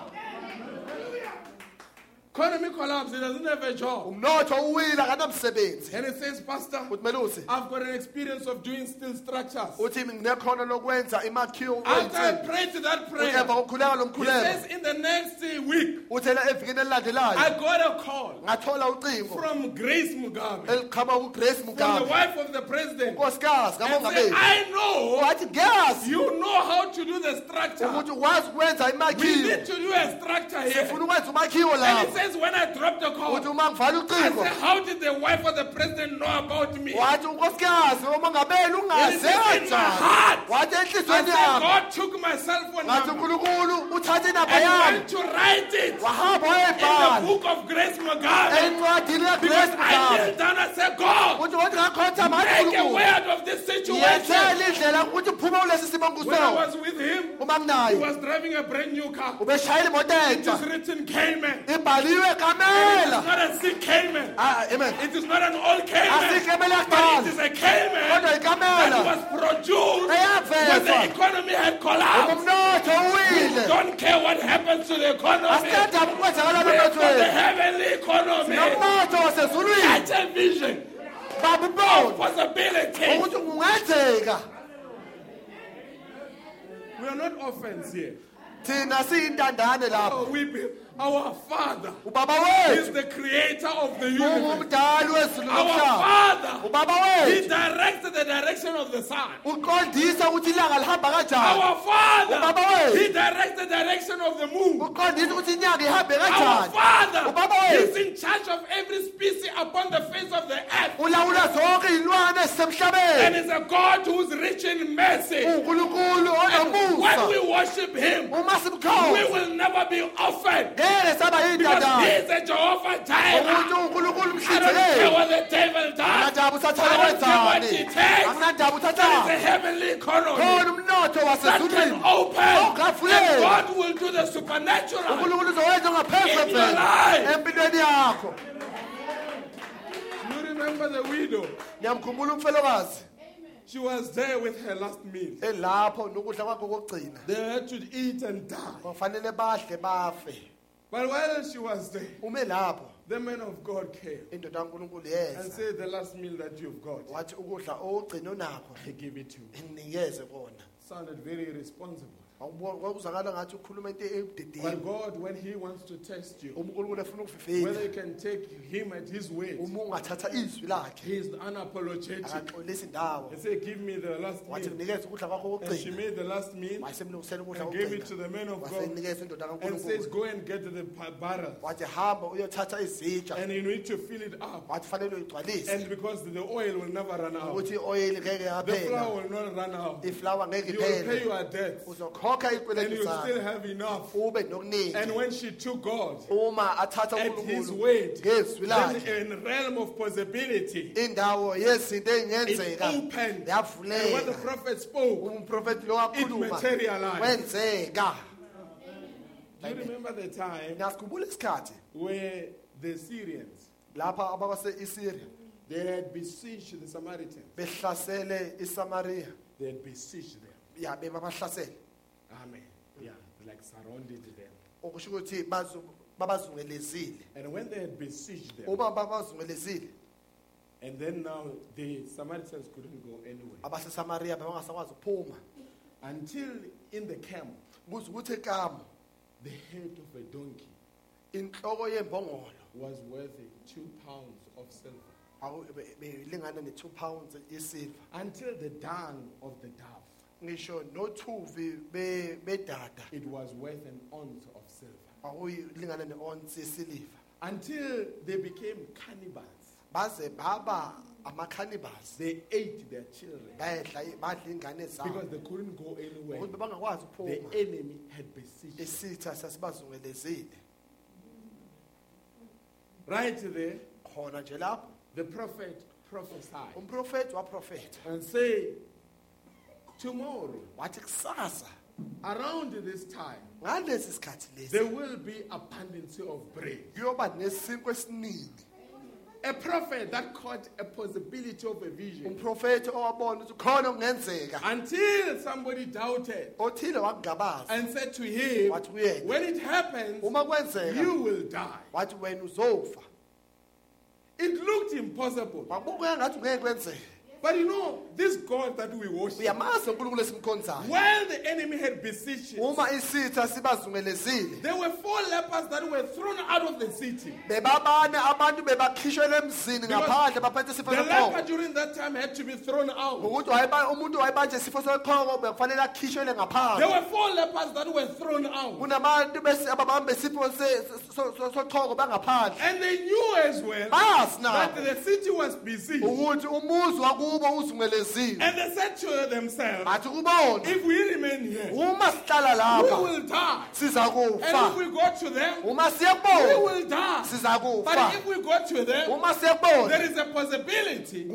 Speaker 8: Economy collapse, he doesn't have a job.
Speaker 5: umnotho uwile akanamsebenzi
Speaker 8: And he says, Pastor,
Speaker 5: uthi melusi
Speaker 8: I've got an experience of doing steel structures.
Speaker 5: uthi "Nginekhono lokwenza imakhiwo
Speaker 8: After I
Speaker 5: wensimbi."
Speaker 8: prayed to that
Speaker 5: uthi
Speaker 8: prayer,
Speaker 5: emva kokukhuleka lo
Speaker 8: he
Speaker 5: mkhuleko
Speaker 8: says, in the next uh, week,
Speaker 5: uthela evikini
Speaker 8: I
Speaker 5: elilandelayo
Speaker 8: got a call
Speaker 5: ngathola ucingo
Speaker 8: from Grace Mugabe,
Speaker 5: eliqhama kugrace
Speaker 8: from the
Speaker 5: mugabe
Speaker 8: wife of the president, and
Speaker 5: nkosikazi
Speaker 8: said,
Speaker 5: kamongameli
Speaker 8: I know
Speaker 5: wathi ngiyazi
Speaker 8: you know how to do the
Speaker 5: ukuthi
Speaker 8: structure.
Speaker 5: ukwazi ukwenza
Speaker 8: We need
Speaker 5: imakhiwo
Speaker 8: to do a structure
Speaker 5: ufuna
Speaker 8: here.
Speaker 5: ukwenza umakhiwo
Speaker 8: And he
Speaker 5: lapho
Speaker 8: says, when I dropped the
Speaker 5: uthi
Speaker 8: call,
Speaker 5: uma ngivala
Speaker 8: I
Speaker 5: ucingo
Speaker 8: said, how did the wife of the president know about me?
Speaker 5: wathi unkosikazi omongameli
Speaker 8: It is in my
Speaker 5: ungazenza
Speaker 8: heart.
Speaker 5: wathi
Speaker 8: I said,
Speaker 5: enhliziyweni yami
Speaker 8: God took my cell phone
Speaker 5: ngathi
Speaker 8: number
Speaker 5: unkulunkulu uthathe inamba
Speaker 8: and
Speaker 5: yami
Speaker 8: went to write it.
Speaker 5: wahamba
Speaker 8: in the
Speaker 5: wayebhala
Speaker 8: book of Grace Mugabe.
Speaker 5: encwadini
Speaker 8: Because
Speaker 5: kagrace
Speaker 8: I
Speaker 5: mugabe
Speaker 8: knelt down and said, God,
Speaker 5: uthi wathi ngakhothama hayi
Speaker 8: make a way
Speaker 5: nkulunkulu
Speaker 8: out of this situation.
Speaker 5: yethela indlela ukuthi uphume kulesi simo
Speaker 8: When I
Speaker 5: nguso
Speaker 8: was with him,
Speaker 5: uma
Speaker 8: he
Speaker 5: kunayo
Speaker 8: was driving a brand new car.
Speaker 5: ubeshayela imoto
Speaker 8: It is
Speaker 5: entsha
Speaker 8: written Cayman.
Speaker 5: ibhaliwe
Speaker 8: It is
Speaker 5: kamela
Speaker 8: not a sick Cayman.
Speaker 5: Ah, amen
Speaker 8: It is not an old Cayman.
Speaker 5: asikamela
Speaker 8: But it
Speaker 5: kuqala
Speaker 8: is a Cayman
Speaker 5: kodwa
Speaker 8: that
Speaker 5: ikamela
Speaker 8: was produced when the
Speaker 5: eyaveza
Speaker 8: economy had collapsed.
Speaker 5: umnotho uwile
Speaker 8: Don't care what happens to the economy.
Speaker 5: asithandaba ukwenzakala
Speaker 8: Pray for the
Speaker 5: lomnothweni
Speaker 8: heavenly economy.
Speaker 5: nomnotho wasezulwini
Speaker 8: Such a vision
Speaker 5: baba
Speaker 8: of
Speaker 5: ubone
Speaker 8: possibility.
Speaker 5: ukuthi kungenzeka
Speaker 8: We are not orphans here.
Speaker 5: thina siyintandane lapho
Speaker 8: Oh, we be, our Father
Speaker 5: ubaba
Speaker 8: is
Speaker 5: wethu
Speaker 8: the creator of the universe.
Speaker 5: ungumdali wezulu
Speaker 8: Our
Speaker 5: nomhlaba
Speaker 8: Father,
Speaker 5: ubaba
Speaker 8: He
Speaker 5: wethu
Speaker 8: directs the direction of the sun.
Speaker 5: uqondisa ukuthi ilanga lihamba kanjani
Speaker 8: Our
Speaker 5: Ubaba
Speaker 8: Father,
Speaker 5: wethu.
Speaker 8: He directs the direction of the moon.
Speaker 5: uqondisa ukuthi inyanga ihambe
Speaker 8: Our
Speaker 5: kanjani
Speaker 8: Father
Speaker 5: Ubaba wethu.
Speaker 8: is in charge of every species upon the face of the earth
Speaker 5: ulawula zonke iy'lwane
Speaker 8: and
Speaker 5: ezisemhlabeni
Speaker 8: is a God who's rich in mercy.
Speaker 5: unkulunkulu
Speaker 8: And when
Speaker 5: onomusa
Speaker 8: we worship Him,
Speaker 5: uma
Speaker 8: we
Speaker 5: simkhonza
Speaker 8: will never be orphaned
Speaker 5: ngeke saba
Speaker 8: because He
Speaker 5: yintandane
Speaker 8: is a Jehovah Jireh.
Speaker 5: ukuthi unkulunkulu
Speaker 8: I don't care
Speaker 5: mhlinzekeli
Speaker 8: what the devil does.
Speaker 5: akunandaba uthathana
Speaker 8: I don't care what
Speaker 5: kwenzani
Speaker 8: he takes.
Speaker 5: akunandaba
Speaker 8: There
Speaker 5: uthathana
Speaker 8: is a heavenly
Speaker 5: khona
Speaker 8: economy that
Speaker 5: umnotho
Speaker 8: can
Speaker 5: wasezulwini
Speaker 8: open. And
Speaker 5: Ongavuleki.
Speaker 8: God will do the supernatural.
Speaker 5: unkulunkulu uzowenza ongaphezu
Speaker 8: In your life.
Speaker 5: kwemvelo empilweni yakho
Speaker 8: You remember the widow?
Speaker 5: ngiyamkhumbula umfelokazi
Speaker 8: She was there with her last meal.
Speaker 5: elapho nokudla kwakho kokugcina
Speaker 8: They had to eat and die.
Speaker 5: kwafanele badle bafe
Speaker 8: But while she was there,
Speaker 5: ume lapho
Speaker 8: the man of God came
Speaker 5: indoda kankulunkulu
Speaker 8: and
Speaker 5: yeza
Speaker 8: said, The last meal that you've got,
Speaker 5: wathi ukudla owugcina onakho
Speaker 8: I give it to you.
Speaker 5: nginikeze kona
Speaker 8: Sounded very responsible.
Speaker 5: Awuboni- kwakuzwakala ngathi ukhuluma into
Speaker 8: But
Speaker 5: ebudidini
Speaker 8: God, when He wants to test you,
Speaker 5: unkulunkulu efuna
Speaker 8: whether you
Speaker 5: ukuvivina
Speaker 8: can take Him at His word,
Speaker 5: uma ungathatha izwi lakhe
Speaker 8: He is unapologetic.
Speaker 5: akaxolisa indawo
Speaker 8: He said, Give me the last
Speaker 5: wathi
Speaker 8: meal.
Speaker 5: nginikeze ukudla kwakho
Speaker 8: And she
Speaker 5: kokugcina
Speaker 8: made the last meal
Speaker 5: wayesemlungisela ukudla
Speaker 8: and gave it to
Speaker 5: kokugcina
Speaker 8: the man of God
Speaker 5: wasenikeza indoda
Speaker 8: and says,
Speaker 5: kankulunkulu
Speaker 8: Go and get the pa- barrel.
Speaker 5: wathi hamba uyothatha izitsha
Speaker 8: And you need to fill it up.
Speaker 5: wathi fanele uyigcwalise
Speaker 8: And because the oil will never run out,
Speaker 5: ukuthi i-oyili ngeke
Speaker 8: the flour
Speaker 5: yaphela
Speaker 8: will not run out.
Speaker 5: iflawa ngeke
Speaker 8: You will pay
Speaker 5: iphele
Speaker 8: your debts
Speaker 5: uzokhokha
Speaker 8: and
Speaker 5: iyikweletu
Speaker 8: you still
Speaker 5: zakho
Speaker 8: have enough.
Speaker 5: ube
Speaker 8: And
Speaker 5: nokuningi
Speaker 8: when she took God
Speaker 5: uma athatha
Speaker 8: at His
Speaker 5: unkulunkulu
Speaker 8: word,
Speaker 5: ngezwi
Speaker 8: then
Speaker 5: lakhe
Speaker 8: in realm of possibility,
Speaker 5: indawo yezinto
Speaker 8: it
Speaker 5: engenzeka
Speaker 8: opened. And what the
Speaker 5: yavuleka
Speaker 8: prophet spoke,
Speaker 5: umprofeti lo
Speaker 8: it
Speaker 5: wakhuluma
Speaker 8: materialized.
Speaker 5: wenzeka
Speaker 8: Do you remember the time
Speaker 5: nasikhumbula isikhathi
Speaker 8: where the Syrians
Speaker 5: lapha abakwase-isiria
Speaker 8: They had besieged the Samaritans.
Speaker 5: behlasele isamariya
Speaker 8: They had besieged them.
Speaker 5: ya bebabahlasele
Speaker 8: Amen. Yeah, like surrounded them.
Speaker 5: okusho ukuthi bazu- babazungelezile
Speaker 8: And when they had besieged them,
Speaker 5: uma babazungelezile
Speaker 8: and then now the Samaritans couldn't go anywhere.
Speaker 5: abasesamariya bebangasakwazi ukuphuma
Speaker 8: Until in the camp,
Speaker 5: kuze ukuthi ekamo
Speaker 8: the head of a donkey
Speaker 5: inhloko yembongolo
Speaker 8: was worth two pounds of silver.
Speaker 5: awu- be- belingana ne-two pounds yesilva
Speaker 8: Until the dung of the dove,
Speaker 5: ngisho nothuvi be- bedada
Speaker 8: it was worth an ounce of silver.
Speaker 5: awuyilingana ne-onsi yesiliva
Speaker 8: Until they became cannibals,
Speaker 5: baze baba amakhanibasi
Speaker 8: they ate their children
Speaker 5: bayedla badla iy'ngane zabo
Speaker 8: because they couldn't go anywhere.
Speaker 5: ukuthi bebangakwazi
Speaker 8: The
Speaker 5: ukuphuma
Speaker 8: enemy had besieged them.
Speaker 5: isitha sasibazungelezile
Speaker 8: Right there,
Speaker 5: khona nje lapho
Speaker 8: the prophet prophesied
Speaker 5: umprofethi waprofetha
Speaker 8: and say, tomorrow,
Speaker 5: wathi kusasa
Speaker 8: around this time,
Speaker 5: ngalesi sikhathi lesi
Speaker 8: there will be abundance of bread.
Speaker 5: kuyoba nesinkwa esiningi
Speaker 8: A prophet that caught a possibility of a vision
Speaker 5: umprofethi owabona ukuthi khona okungenzeka
Speaker 8: until somebody doubted
Speaker 5: othile wakugabaza
Speaker 8: and said to him,
Speaker 5: What weird.
Speaker 8: When it happens,
Speaker 5: uma kwenzeka
Speaker 8: you will die.
Speaker 5: wathi wena uzofa
Speaker 8: It looked impossible.
Speaker 5: kwakubukeka ngathi ungeke kwenzeka
Speaker 8: But you know, this God that we worship,
Speaker 5: uyamazi unkulunkulu esimkhonzayo
Speaker 8: while the enemy had besieged him,
Speaker 5: uma isitha sibazungelezile
Speaker 8: there were four lepers that were thrown out of the city.
Speaker 5: bebabane abantu bebakhishwele emzini ngaphandle baphethe
Speaker 8: The
Speaker 5: isifo
Speaker 8: leper
Speaker 5: soqhoko
Speaker 8: during that time had to be thrown out.
Speaker 5: ngokuthi wayeba- umuntu wayebanje isifo soqhoko bekufanele akhishwele
Speaker 8: There
Speaker 5: ngaphandle
Speaker 8: were four lepers that were thrown out.
Speaker 5: kunabantu bes- ababamba isifo se- so- so- soqhoko bangaphandle
Speaker 8: And they knew as well
Speaker 5: bazi
Speaker 8: that
Speaker 5: nabo
Speaker 8: the city was besieged.
Speaker 5: ukuthi umuzi wakubo uzungelezile
Speaker 8: And they said to themselves,
Speaker 5: bathi kubona
Speaker 8: if we remain here, we
Speaker 5: uma sihlala lapha
Speaker 8: will die.
Speaker 5: siza
Speaker 8: And if
Speaker 5: kufa
Speaker 8: we go to them,
Speaker 5: uma
Speaker 8: we
Speaker 5: siyekubona
Speaker 8: will die.
Speaker 5: siza
Speaker 8: But
Speaker 5: kufa
Speaker 8: if we go to them,
Speaker 5: uma siyekubona
Speaker 8: there is a possibility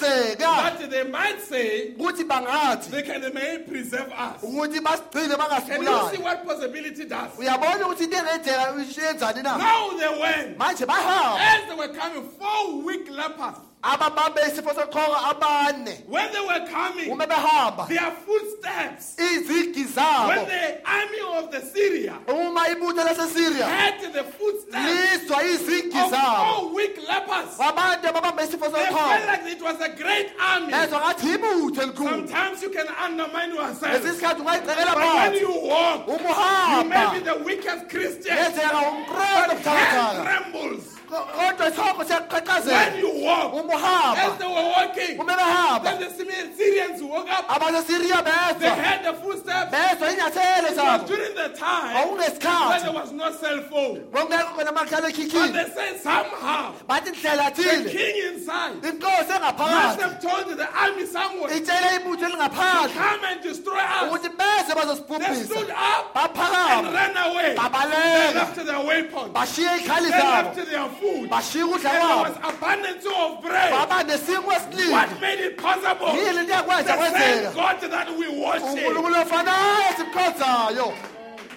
Speaker 5: kungenzeka
Speaker 8: that they might say
Speaker 5: ukuthi bangathi
Speaker 8: they can they may preserve us.
Speaker 5: ukuthi basigcine
Speaker 8: Can you see
Speaker 5: bangasibulali
Speaker 8: what possibility does?
Speaker 5: uyabona ukuthi into engenzeka yenzani na
Speaker 8: Now they went.
Speaker 5: manje bahamba
Speaker 8: As they were coming, four weak lepers.
Speaker 5: ababambe isifo soqhoko abane
Speaker 8: When they were coming,
Speaker 5: uma behamba
Speaker 8: their footsteps,
Speaker 5: izigi
Speaker 8: when
Speaker 5: zabo
Speaker 8: the army of the Syria
Speaker 5: uma ibutho lasesyria
Speaker 8: had the footsteps
Speaker 5: lizwa izigi
Speaker 8: of
Speaker 5: zabo
Speaker 8: four weak lepers,
Speaker 5: wabantu ababambe isifo
Speaker 8: they felt
Speaker 5: soqhoko
Speaker 8: like it was a great army.
Speaker 5: ezwa ngathi ibutho elikhulu
Speaker 8: Sometimes you can undermine yourself.
Speaker 5: lesisikhathi ungayicekela
Speaker 8: But when
Speaker 5: phansi
Speaker 8: you walk, you
Speaker 5: uma
Speaker 8: may be
Speaker 5: uhamba
Speaker 8: the weakest Christian.
Speaker 5: yenzeka umqondo
Speaker 8: hand
Speaker 5: buthakathaka
Speaker 8: trembles
Speaker 5: kodwa isihoko
Speaker 8: when
Speaker 5: siyakuqhaqhazela
Speaker 8: you walk.
Speaker 5: uma
Speaker 8: As they
Speaker 5: uhamba
Speaker 8: were walking,
Speaker 5: uma behamba
Speaker 8: then the Syrian- Syrians woke up.
Speaker 5: abasesiriya
Speaker 8: They
Speaker 5: bezwa
Speaker 8: heard the footsteps.
Speaker 5: bezwa inyathelo
Speaker 8: It was
Speaker 5: zabo
Speaker 8: during the time when there
Speaker 5: okungesikhathi
Speaker 8: was no cell phone.
Speaker 5: kwakungekho khona amakhala
Speaker 8: But
Speaker 5: ekhikhile
Speaker 8: they said somehow
Speaker 5: bathi ndlela
Speaker 8: the
Speaker 5: thile
Speaker 8: king inside
Speaker 5: inkosi
Speaker 8: must
Speaker 5: engaphakathi
Speaker 8: have told the army somewhere,
Speaker 5: itshele ibutho elingaphandle
Speaker 8: come and destroy us.
Speaker 5: ukuthi beze
Speaker 8: They stood
Speaker 5: bazosibhubhisa
Speaker 8: up and
Speaker 5: baphakama
Speaker 8: ran away. They
Speaker 5: babaleka
Speaker 8: left their weapons.
Speaker 5: bashiye ikhali
Speaker 8: They
Speaker 5: zabo
Speaker 8: left their food.
Speaker 5: bashiye ukudla
Speaker 8: And there was
Speaker 5: kwabo
Speaker 8: abundance of bread.
Speaker 5: baba nesinkwa esiningi
Speaker 8: What made it possible?
Speaker 5: yini into
Speaker 8: The
Speaker 5: yakwenza
Speaker 8: same
Speaker 5: kwenzeka
Speaker 8: God that we worship.
Speaker 5: unkulunkulu ofanayo simkhonzayo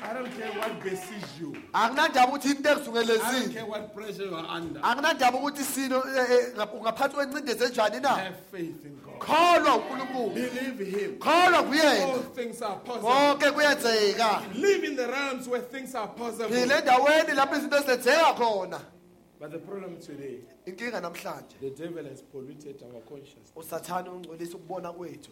Speaker 8: I don't care what besiege you.
Speaker 5: akunandaba ukuthi into
Speaker 8: I don't
Speaker 5: ekuzungelezile
Speaker 8: care what pressure you are under.
Speaker 5: Ah. akunandaba ukuthi sino eh, eh, ngap- ungaphathi kwencindezi enjani na
Speaker 8: Have faith in God.
Speaker 5: kholwa uNkulunkulu
Speaker 8: Believe Him.
Speaker 5: kholwa
Speaker 8: All
Speaker 5: kuyena
Speaker 8: things are possible.
Speaker 5: konke kuyenzeka
Speaker 8: Live in the realms where things are possible.
Speaker 5: phile endaweni lapho izinto ezenzeka khona
Speaker 8: But the problem today,
Speaker 5: inkinga namhlanje
Speaker 8: the devil has polluted our consciousness.
Speaker 5: usathane ungcolisa ukubona kwethu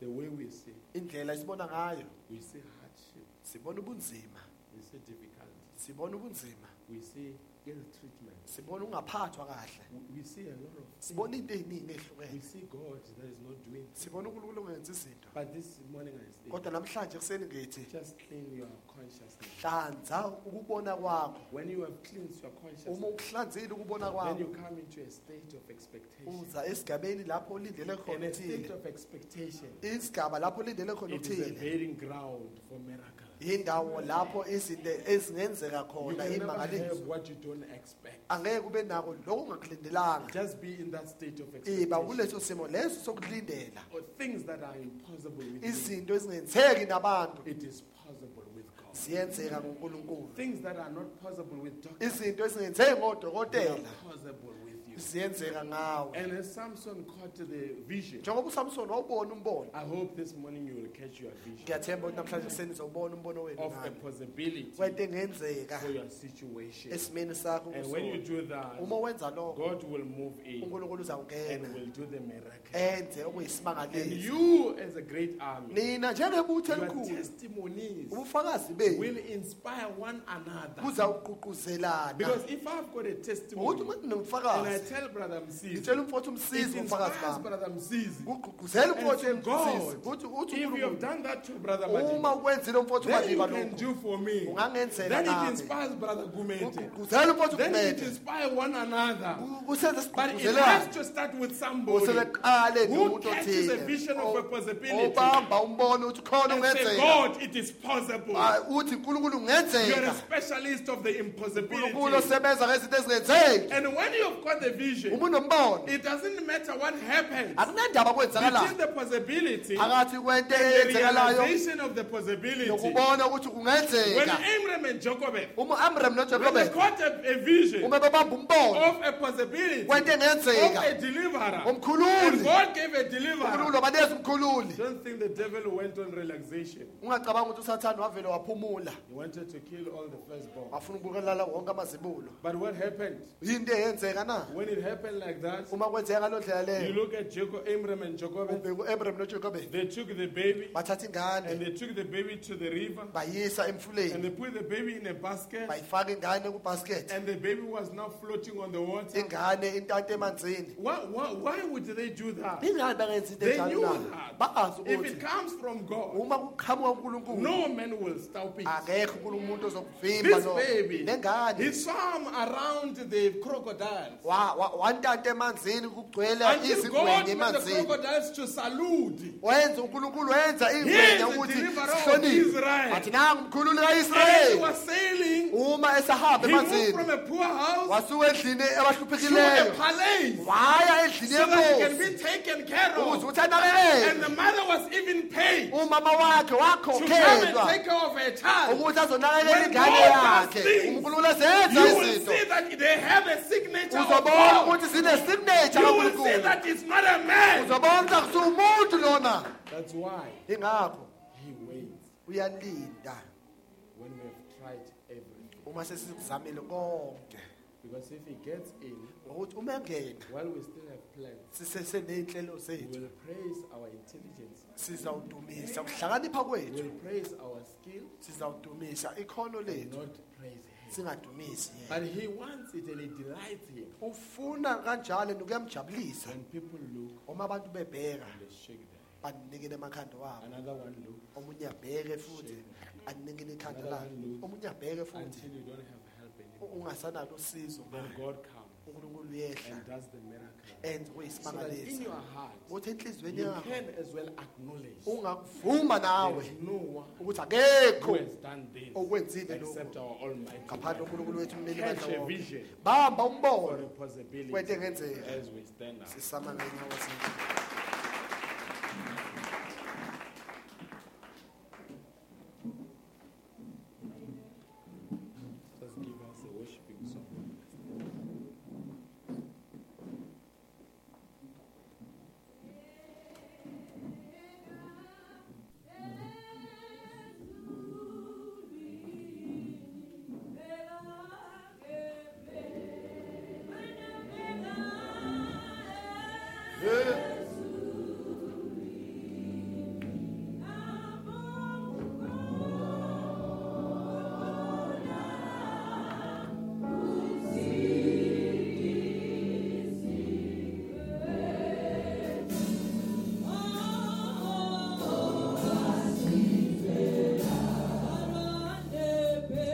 Speaker 8: The way we see,
Speaker 5: indlela esibona ngayo
Speaker 8: we see hardship,
Speaker 5: sibona ubunzima
Speaker 8: we see difficulty,
Speaker 5: sibona ubunzima
Speaker 8: we see ill treatment,
Speaker 5: sibona ungaphathwa kahle
Speaker 8: we- we see a lot of.
Speaker 5: sibona into eziningi
Speaker 8: We
Speaker 5: ehlukene
Speaker 8: see God that is not doing.
Speaker 5: sibona uNkulunkulu ongenza izinto
Speaker 8: But this morning I say,
Speaker 5: kodwa namhlanje kuseni ngithi
Speaker 8: Just clean your consciousness.
Speaker 5: hlanza ukubona kwakho
Speaker 8: When you have cleansed your consciousness,
Speaker 5: uma ukuhlanzile ukubona
Speaker 8: then
Speaker 5: kwakho
Speaker 8: you come into a state of expectation.
Speaker 5: uza esigabeni lapho ulindele
Speaker 8: And
Speaker 5: khona
Speaker 8: a state
Speaker 5: uthile
Speaker 8: of expectation
Speaker 5: isigaba lapho ulindele khona
Speaker 8: it is a
Speaker 5: uthile
Speaker 8: bearing ground for miracles.
Speaker 5: indawo lapho izinto ezingenzeka
Speaker 8: You
Speaker 5: khona
Speaker 8: can never have
Speaker 5: imangaliso
Speaker 8: what you don't expect.
Speaker 5: angeke ube nako lokhu ungakulindelanga
Speaker 8: Just be in that state of
Speaker 5: iba
Speaker 8: expectation.
Speaker 5: kuleso simo leso sokulindela
Speaker 8: Or things that are impossible with you,
Speaker 5: izinto ezingenzeki nabantu
Speaker 8: it is possible with God.
Speaker 5: ziyenzeka ngonkulunkulu
Speaker 8: Things that are not possible with doctors,
Speaker 5: izinto ezingenzeki
Speaker 8: they are
Speaker 5: ngodokotela
Speaker 8: possible with you.
Speaker 5: ziyenzeka ngawe
Speaker 8: And as Samson caught the vision,
Speaker 5: njengoba usamson wawubona umbono
Speaker 8: I hope this morning you will catch your vision
Speaker 5: ngiyathemba ukuthi namhlanje senizowubona umbono wenu
Speaker 8: of a
Speaker 5: nami
Speaker 8: possibility
Speaker 5: kwento engenzeka
Speaker 8: for your situation.
Speaker 5: esimeni sakho
Speaker 8: And when you
Speaker 5: kusona.
Speaker 8: do that,
Speaker 5: uma wenza lokho
Speaker 8: God will move in
Speaker 5: unkulunkulu
Speaker 8: and
Speaker 5: uzawungena
Speaker 8: will do the miracle.
Speaker 5: enze
Speaker 8: And
Speaker 5: okuyisimangaliso
Speaker 8: you, as a great army,
Speaker 5: nina njengebutho
Speaker 8: your
Speaker 5: elikhulu
Speaker 8: testimonies
Speaker 5: ubufakazi
Speaker 8: will
Speaker 5: benu
Speaker 8: inspire one another.
Speaker 5: buzawugqugquzelana
Speaker 8: Because if I've got a
Speaker 5: ukuthi
Speaker 8: testimony, and
Speaker 5: uma
Speaker 8: I
Speaker 5: ndinomfakazi
Speaker 8: tell Brother
Speaker 5: ngitshela
Speaker 8: Msisi,
Speaker 5: umfowethu
Speaker 8: it
Speaker 5: umsizi ngomfakazi
Speaker 8: inspires
Speaker 5: bami
Speaker 8: Brother Msisi.
Speaker 5: kugqugquzela
Speaker 8: And
Speaker 5: umfowethu
Speaker 8: say,
Speaker 5: umsizi
Speaker 8: God,
Speaker 5: kuthi uthi
Speaker 8: if you have
Speaker 5: uNkulunkulu,
Speaker 8: done that to Brother
Speaker 5: uma
Speaker 8: Madiba,
Speaker 5: ukwenzile umfowethu
Speaker 8: then you
Speaker 5: umadiba
Speaker 8: can
Speaker 5: lokhu
Speaker 8: do for me.
Speaker 5: ungangenzela
Speaker 8: Then it
Speaker 5: nami.
Speaker 8: inspires Brother Gumete.
Speaker 5: kugqugquzela umfowethu
Speaker 8: Then it
Speaker 5: umede
Speaker 8: inspires one another.
Speaker 5: kusenze
Speaker 8: But it has
Speaker 5: sigqugquzelana
Speaker 8: to start with
Speaker 5: kusele
Speaker 8: somebody.
Speaker 5: qale
Speaker 8: Who
Speaker 5: nomuntu
Speaker 8: catches a vision of a
Speaker 5: othile
Speaker 8: possibility
Speaker 5: obamba umbono uthi khona
Speaker 8: and say,
Speaker 5: ungenzeka
Speaker 8: God, it is possible.
Speaker 5: Ah, uthi unkulunkulu
Speaker 8: You are
Speaker 5: kungenzeka
Speaker 8: a specialist of the
Speaker 5: unkulunkulu
Speaker 8: impossibility.
Speaker 5: osebenza ngezinto ezingenzeki
Speaker 8: And when you've got the vision.
Speaker 5: ubunombono
Speaker 8: It doesn't matter what happens
Speaker 5: akunandaba
Speaker 8: between
Speaker 5: kwenzakalayo
Speaker 8: the possibility and
Speaker 5: akathi kwento
Speaker 8: the
Speaker 5: eyenzekalayo
Speaker 8: realization of the possibility.
Speaker 5: nokubona ukuthi
Speaker 8: When
Speaker 5: kungenzeka
Speaker 8: Amram and Jochebed,
Speaker 5: umamrem
Speaker 8: when they
Speaker 5: nojakobe
Speaker 8: caught a, a vision
Speaker 5: uma bebamba umbono
Speaker 8: of a possibility of
Speaker 5: kwento engenzeka
Speaker 8: a deliverer, and
Speaker 5: umkhululi
Speaker 8: God gave a deliverer.
Speaker 5: umkhululi wabaleza umkhululi
Speaker 8: Don't think the devil went on relaxation.
Speaker 5: ungacabanga ukuthi usathane wavele waphumula
Speaker 8: He wanted to kill all the firstborn.
Speaker 5: wafuna ukubukelala wonke amazibulo
Speaker 8: But what happened?
Speaker 5: yinto eyenzeka na
Speaker 8: When it happened like that,
Speaker 5: uma kwenzeka lo ndlela
Speaker 8: you
Speaker 5: leyo
Speaker 8: look at Jacob, Amram and Jochebed,
Speaker 5: ubheka u-abraham nojakobe
Speaker 8: they took the baby
Speaker 5: bathatha
Speaker 8: and
Speaker 5: ingane
Speaker 8: they took the baby to the river
Speaker 5: bayisa
Speaker 8: and
Speaker 5: emfuleni
Speaker 8: they put the baby in a basket
Speaker 5: bayifaka ingane kubasket
Speaker 8: and the baby was now floating on the water.
Speaker 5: ingane intanto emanzini
Speaker 8: Why, why, why would they do that?
Speaker 5: ingane bangenza into
Speaker 8: They
Speaker 5: enjalo
Speaker 8: knew
Speaker 5: na
Speaker 8: that.
Speaker 5: bazi
Speaker 8: If it
Speaker 5: ukuthi
Speaker 8: comes from God,
Speaker 5: uma kuqhamuka unkulunkulu
Speaker 8: no man will stop it.
Speaker 5: akekho unkulumuntu ozokuvimba
Speaker 8: This
Speaker 5: lo
Speaker 8: baby, he
Speaker 5: nengane
Speaker 8: swam around the crocodiles
Speaker 5: wa- wa- wantanto emanzini kugcwele
Speaker 8: until God
Speaker 5: izingwenye
Speaker 8: made the
Speaker 5: emanzini
Speaker 8: crocodiles to salute.
Speaker 5: wenza unkulunkulu wenza
Speaker 8: He
Speaker 5: ingwenya
Speaker 8: is the
Speaker 5: ukuthi
Speaker 8: deliverer of
Speaker 5: sihloniphe
Speaker 8: Israel.
Speaker 5: athi nangu umkhululi
Speaker 8: As he
Speaker 5: kaisrayeli
Speaker 8: was sailing,
Speaker 5: uma esahamba
Speaker 8: he moved
Speaker 5: emanzini
Speaker 8: from a poor house
Speaker 5: wasuka endlini
Speaker 8: to a
Speaker 5: abahluphekileyo
Speaker 8: palace
Speaker 5: waya endlini
Speaker 8: so that he can
Speaker 5: yemposi
Speaker 8: be taken care
Speaker 5: ukuze
Speaker 8: of.
Speaker 5: ukuthi anakelele
Speaker 8: And the mother was even paid to
Speaker 5: umama wakhe
Speaker 8: come and Oh,
Speaker 5: wakhokhelwa
Speaker 8: take care of her child.
Speaker 5: ukuthi azonakekela
Speaker 8: When
Speaker 5: ingane
Speaker 8: God does
Speaker 5: yakhe
Speaker 8: things,
Speaker 5: unkulunkulu ezenza
Speaker 8: You will
Speaker 5: izinto
Speaker 8: see that they have a signature of
Speaker 5: uzobona
Speaker 8: God.
Speaker 5: ukuthi zinesignature
Speaker 8: You will see
Speaker 5: kankulunkulu
Speaker 8: that it's not a man.
Speaker 5: uzobona ukuthi akusiwumuntu lona
Speaker 8: That's why
Speaker 5: ingakho
Speaker 8: he waits
Speaker 5: uyalinda
Speaker 8: when we have tried everything.
Speaker 5: uma sesikuzamile konke
Speaker 8: Because if he gets in,
Speaker 5: ngokuthi uma engena
Speaker 8: while we still have plans,
Speaker 5: siseseney'nhlelo zethu
Speaker 8: we'll praise our intelligence,
Speaker 5: sizawudumisa ukuhlakanipha kwethu
Speaker 8: we'll praise our skill,
Speaker 5: sizawudumisa ikhono
Speaker 8: and
Speaker 5: lethu
Speaker 8: not praise him.
Speaker 5: singadumisi yena
Speaker 8: But he wants it and it delights him.
Speaker 5: ufuna kanjalo nokuyamjabulisa
Speaker 8: When people look,
Speaker 5: uma abantu bebheka
Speaker 8: they shake their
Speaker 5: banikele amakhanda wabo
Speaker 8: head. Another one look
Speaker 5: omunye abheke futhi anikele ikhanda lakhe omunye abheke futhi
Speaker 8: until you don't have help anymore.
Speaker 5: ungasanalo usizo
Speaker 8: Then
Speaker 5: ngayo.
Speaker 8: God comes
Speaker 5: unkulunkulu uyehla
Speaker 8: and does the miracle. So
Speaker 5: enze
Speaker 8: that in your
Speaker 5: ukuyisimangalisa
Speaker 8: heart,
Speaker 5: ukuthi enhliziyweni
Speaker 8: you
Speaker 5: yakho
Speaker 8: can as well
Speaker 5: Oh,
Speaker 8: acknowledge
Speaker 5: ungakuvuma nawe
Speaker 8: there is no one
Speaker 5: ukuthi
Speaker 8: who
Speaker 5: akekho
Speaker 8: has done
Speaker 5: Oh,
Speaker 8: this
Speaker 5: okwenzile
Speaker 8: except
Speaker 5: lokhu
Speaker 8: our Almighty.
Speaker 5: ngaphandle
Speaker 8: God.
Speaker 5: unkulunkulu wethu umnini
Speaker 8: Catch a
Speaker 5: wonke
Speaker 8: vision
Speaker 5: bamba
Speaker 8: for a
Speaker 5: umbono kwento
Speaker 8: possibility
Speaker 5: engenzeka
Speaker 8: as we stand up.
Speaker 5: sisama ngenyawo zethu
Speaker 8: Just give us a worshiping song.
Speaker 9: Thank you.
Speaker 1: Oh,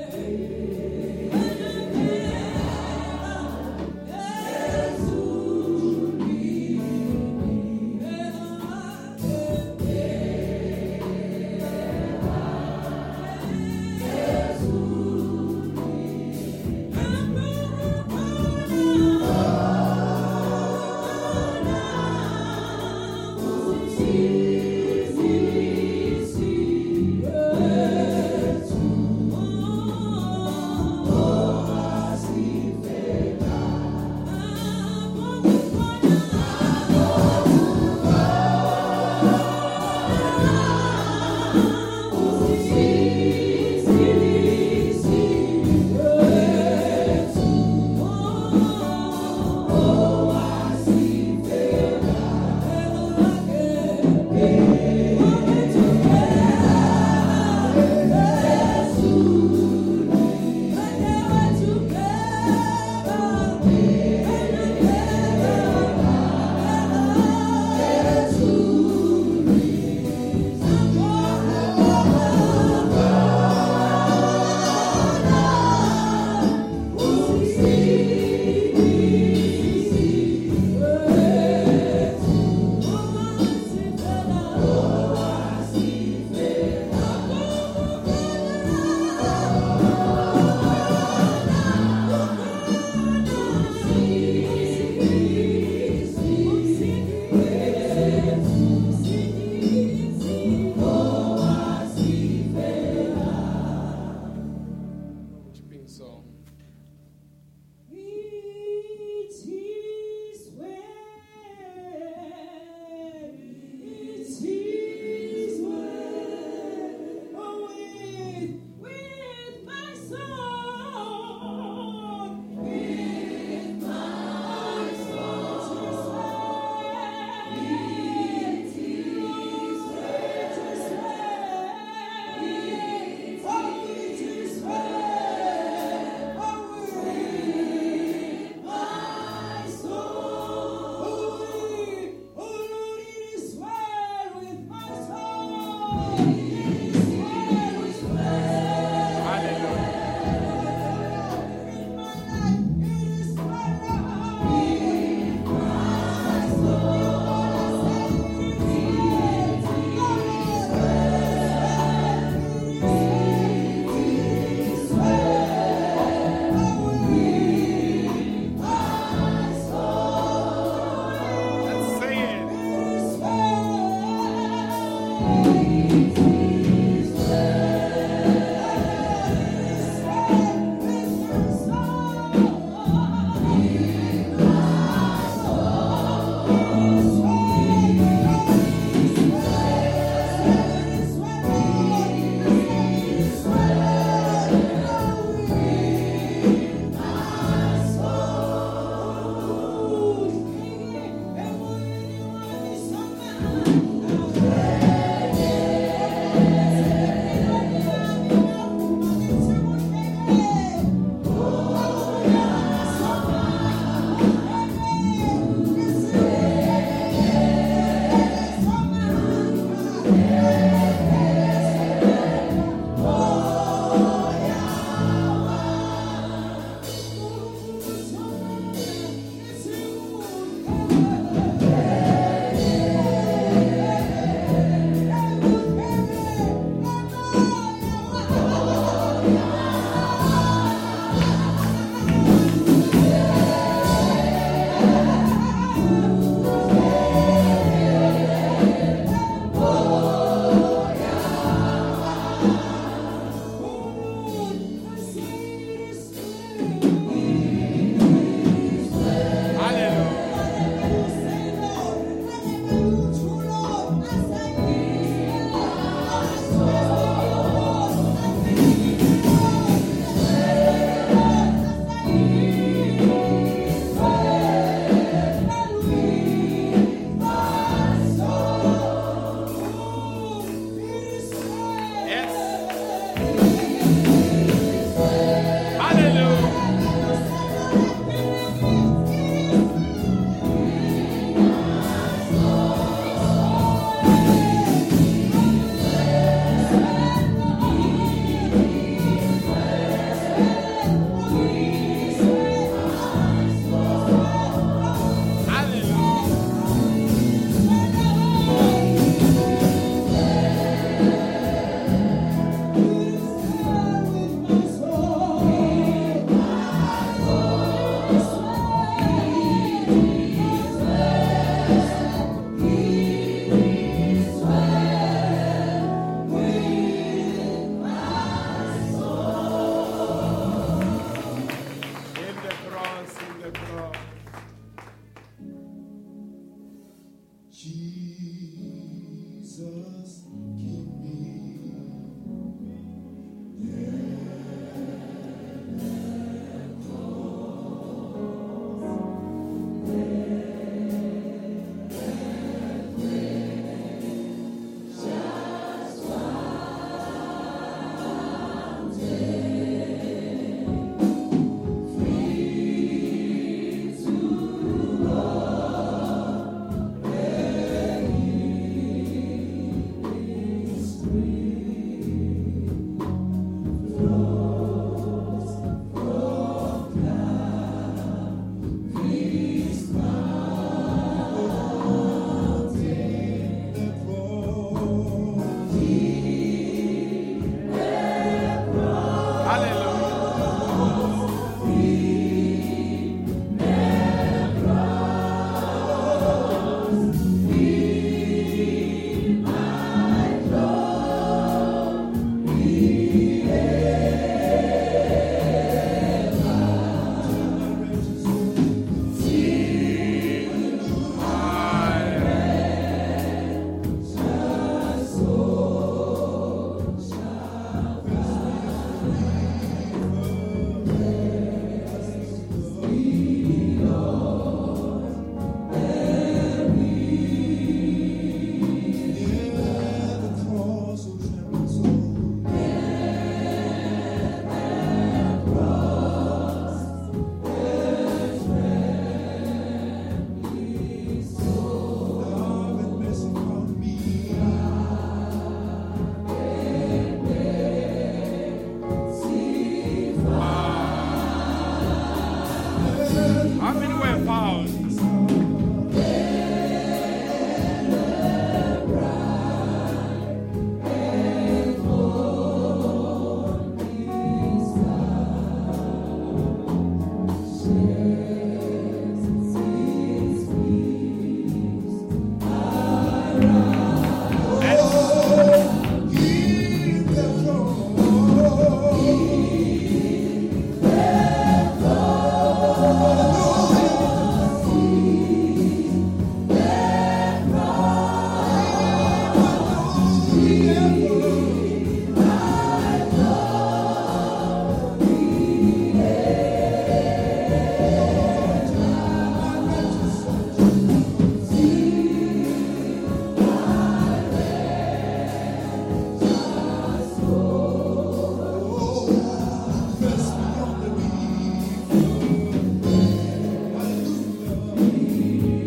Speaker 10: Jesus, keep me.
Speaker 1: Hallelujah. How many were found?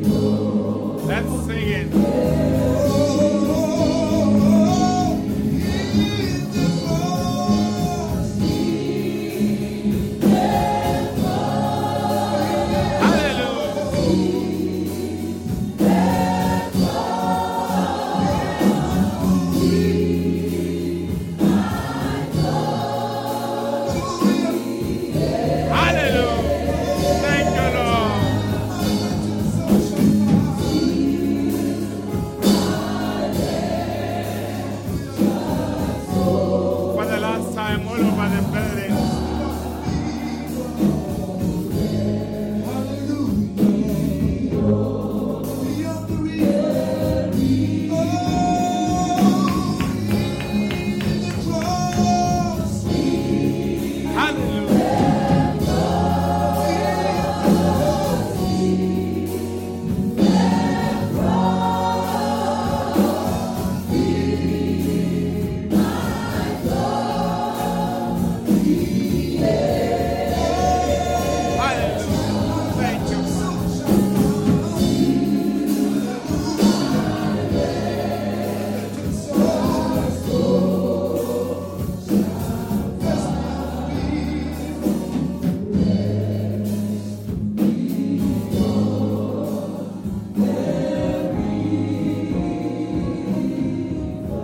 Speaker 1: Let's sing it. Hallelujah. Hallelujah. Thank you, Lord. for the last time all over the building. Oh. Hallelujah. Hallelujah. Thank you.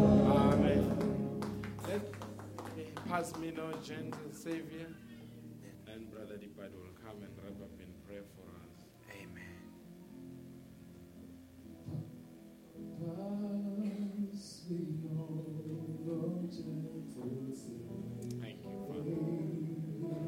Speaker 1: Amen. Let me pass me now, gentle Savior. And Brother Dipad will come and wrap up in prayer for us. Thank you, Father.
Speaker 2: Lord,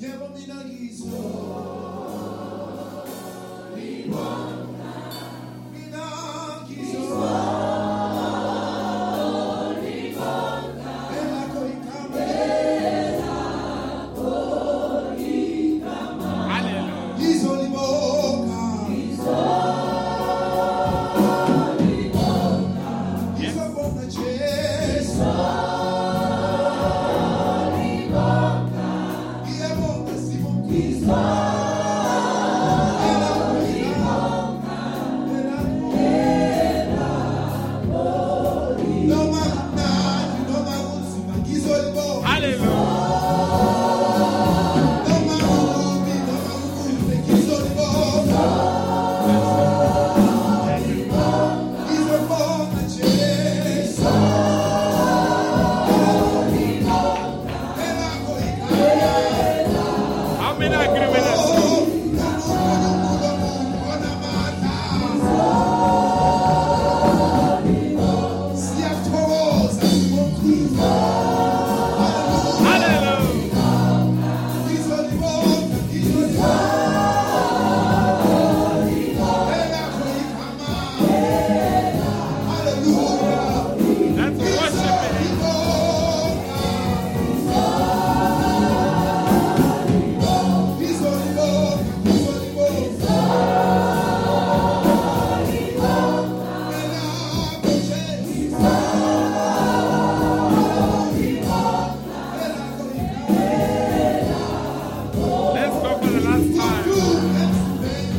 Speaker 2: Yabamina Gizo.
Speaker 8: Hallelujah. Hallelujah. How many agree with us? Hallelujah. Let's worship Him. Let's go for the last time.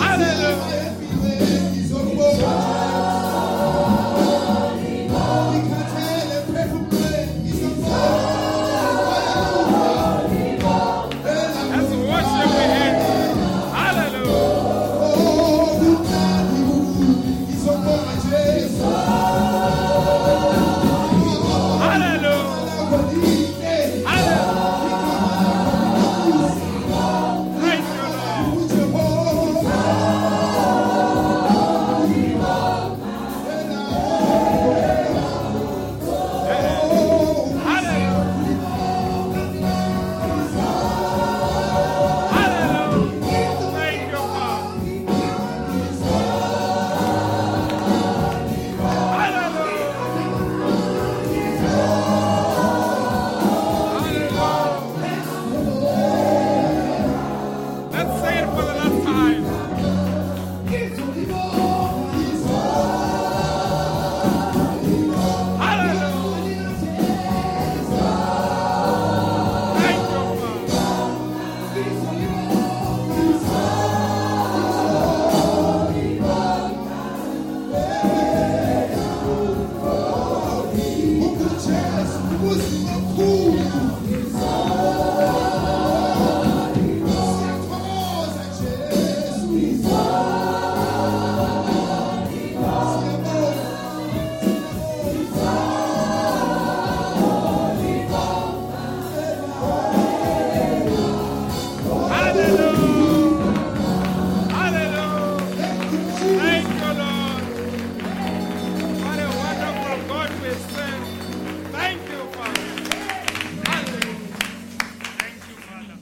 Speaker 8: Hallelujah. Let's worship Him. Hallelujah. Hallelujah. Hallelujah. Praise you, Lord. Hallelujah. Hallelujah. Thank you, Father. Hallelujah. Hallelujah. Let's say it for the last time. Hallelujah. Thank you, Father. Hallelujah. Hallelujah. Thank you, Lord. What a wonderful God we serve. Thank you, Father. Hallelujah.
Speaker 11: Thank you, Father.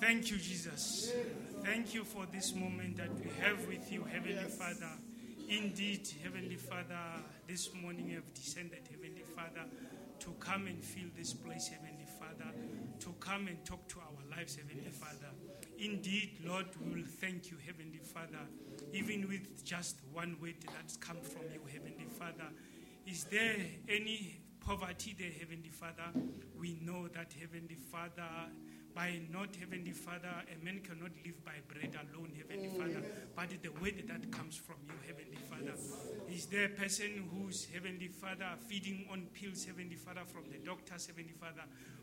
Speaker 11: Thank you, Jesus. Thank you for this moment that we have with you, Heavenly Father. Indeed, Heavenly Father, this morning you have descended, Heavenly Father, to come and fill this place, Heavenly Father, to come and talk to our lives, Heavenly Father. Indeed, Lord, we will thank you, Heavenly Father, even with just one word that's come from you, Heavenly Father. Is there any poverty there, Heavenly Father? We know that, Heavenly Father, by not, Heavenly Father, a man cannot live by bread alone, Heavenly Father, but the word that comes from you, Heavenly Father. Is there a person who's, Heavenly Father, feeding on pills, Heavenly Father, from the doctors, Heavenly Father?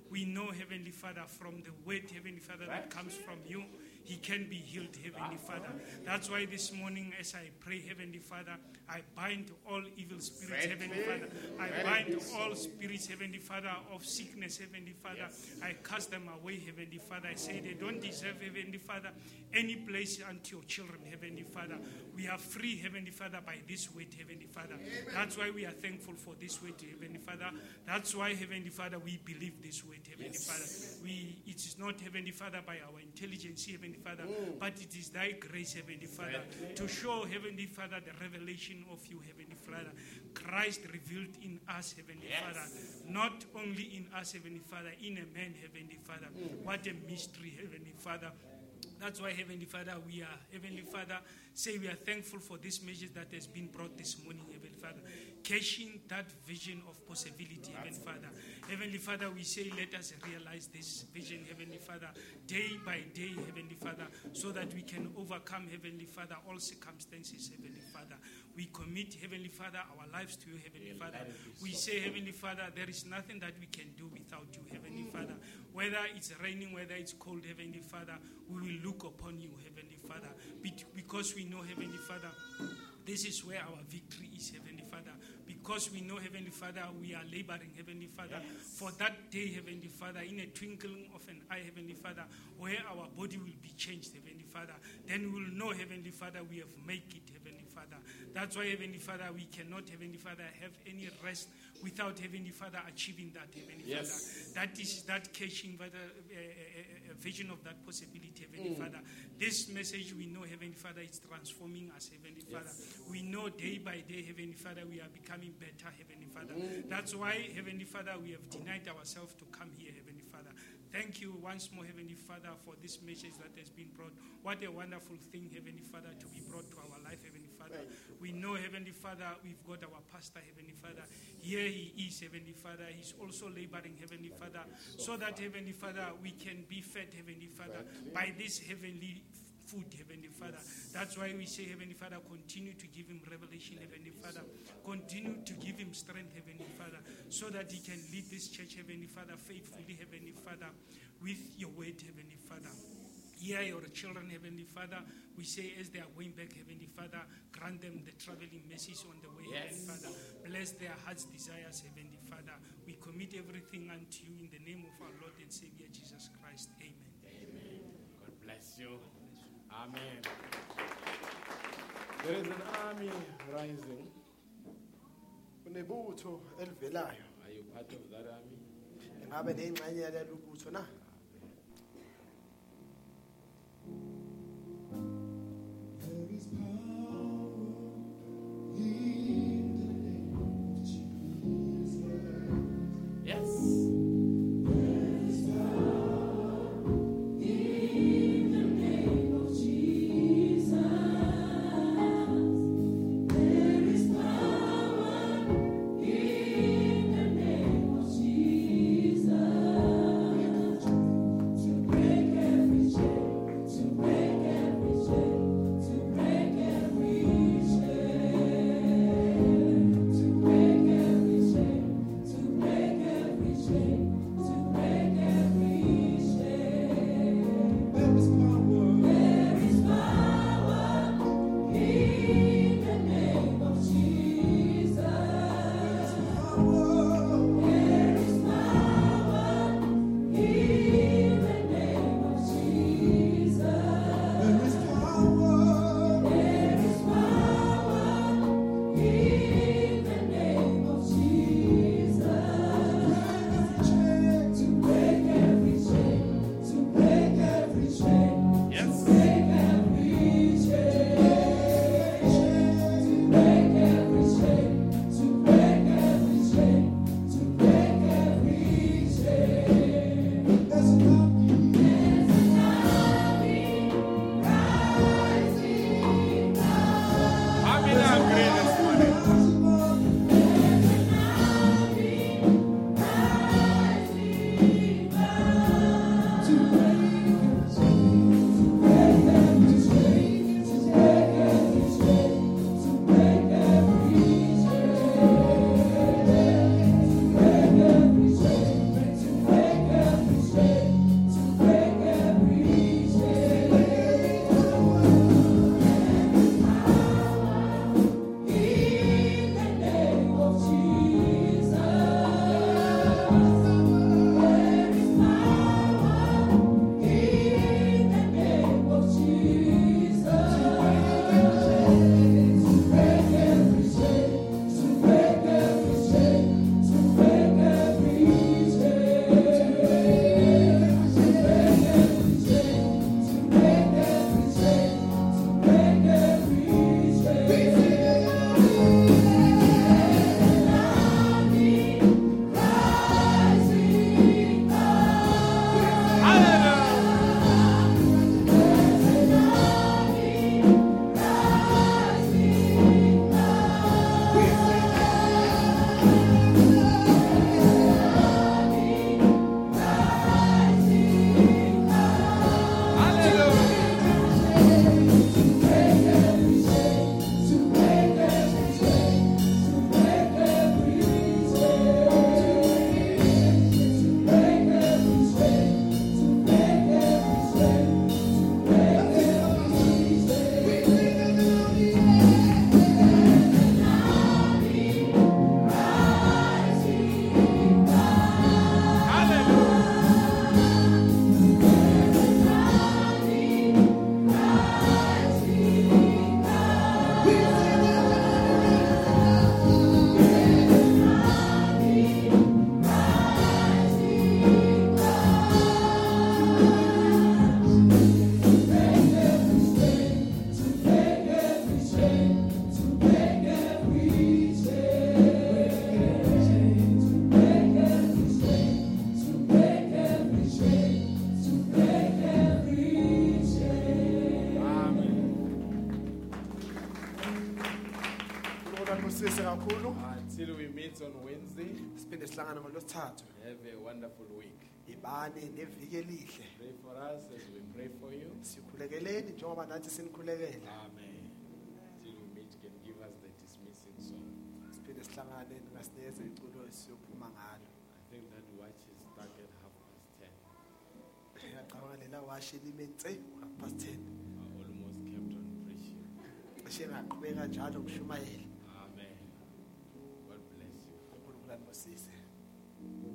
Speaker 11: We know, Heavenly Father, from the word, Heavenly Father, that comes from you, he can be healed, Heavenly Father. That's why this morning, as I pray, Heavenly Father, I bind all evil spirits, Heavenly Father. I bind all spirits, Heavenly Father, of sickness, Heavenly Father. I cast them away, Heavenly Father. I say they don't deserve, Heavenly Father, any place unto your children, Heavenly Father. We are free, Heavenly Father, by this word, Heavenly Father. That's why we are thankful for this word, Heavenly Father. That's why, Heavenly Father, we believe this word, Heavenly Father. We, it is not, Heavenly Father, by our intelligence, Heavenly Father, but it is thy grace, Heavenly Father, to show, Heavenly Father, the revelation of you, Heavenly Father. Christ revealed in us, Heavenly Father, not only in us, Heavenly Father, in a man, Heavenly Father. What a mystery, Heavenly Father. That's why, Heavenly Father, we are, Heavenly Father, say we are thankful for this message that has been brought this morning, Heavenly Father. Cashing that vision of possibility, Heavenly Father. Heavenly Father, we say, let us realize this vision, Heavenly Father, day by day, Heavenly Father, so that we can overcome, Heavenly Father, all circumstances, Heavenly Father. We commit, Heavenly Father, our lives to you, Heavenly Father. We say, Heavenly Father, there is nothing that we can do without you, Heavenly Father. Whether it's raining, whether it's cold, Heavenly Father, we will look upon you, Heavenly Father, be- because we know, Heavenly Father, this is where our victory is, Heavenly Father. Because we know, Heavenly Father, we are laboring, Heavenly Father, for that day, Heavenly Father, in a twinkling of an eye, Heavenly Father, where our body will be changed, Heavenly Father. Then we will know, Heavenly Father, we have made it, Heavenly Father. That's why, Heavenly Father, we cannot, Heavenly Father, have any rest without, Heavenly Father, achieving that, Heavenly Father. That is that catching Father, uh, uh, uh, vision of that possibility, Heavenly Father. This message we know, Heavenly Father, is transforming us, Heavenly Father. We know day by day, Heavenly Father, we are becoming better, Heavenly Father. That's why, Heavenly Father, we have denied ourselves to come here, Heavenly Father. Thank you once more, Heavenly Father, for this message that has been brought. What a wonderful thing, Heavenly Father, to be brought to our life, Heavenly Father. We know, Heavenly Father, we've got our pastor, Heavenly Father. Here he is, Heavenly Father. He's also laboring, Heavenly Father, so that, Heavenly Father, we can be fed, Heavenly Father, by this heavenly f- food, Heavenly Father. That's why we say, Heavenly Father, continue to give him revelation, Heavenly Father. Continue to give him strength, Heavenly Father, so that he can lead this church, Heavenly Father, faithfully, Heavenly Father, with your word, Heavenly Father. Hear your children, Heavenly Father. We say, as they are going back, Heavenly Father, grant them the traveling mercies on the way, Heavenly Father. Bless their hearts' desires, Heavenly Father. We commit everything unto you in the name of our Lord and Savior Jesus Christ. Amen.
Speaker 7: God bless you. Amen. There is an army rising.
Speaker 5: unebutho elivelayo
Speaker 7: Are you part of that army?
Speaker 5: ngabe nengxenye yalelo butho na
Speaker 1: There is power in the name of Jesus.
Speaker 7: Yes.
Speaker 1: There is power in the name of Jesus. There is power in the name of Jesus.
Speaker 7: meets on Wednesday.
Speaker 5: siphinde sihlangane ngolosithathu
Speaker 7: Have a wonderful week.
Speaker 5: yibane neviki elihle
Speaker 7: Pray for us as we pray for you.
Speaker 5: sikhulekeleni njengoba nathi sinikhulekela
Speaker 7: Amen. Till we meet, can give us the dismissing song.
Speaker 5: siphinde sihlangane ningasinikeze iculo siyophuma ngalo
Speaker 7: I think that watch is stuck at half past ten.
Speaker 5: ngiyacabanga lela washe lime nse ngapast 10
Speaker 7: I almost kept on preaching.
Speaker 5: cishe ngaqhubeka njalo ngishumayela
Speaker 7: Amen. God bless you.
Speaker 5: unkulunkulu anibusise
Speaker 12: God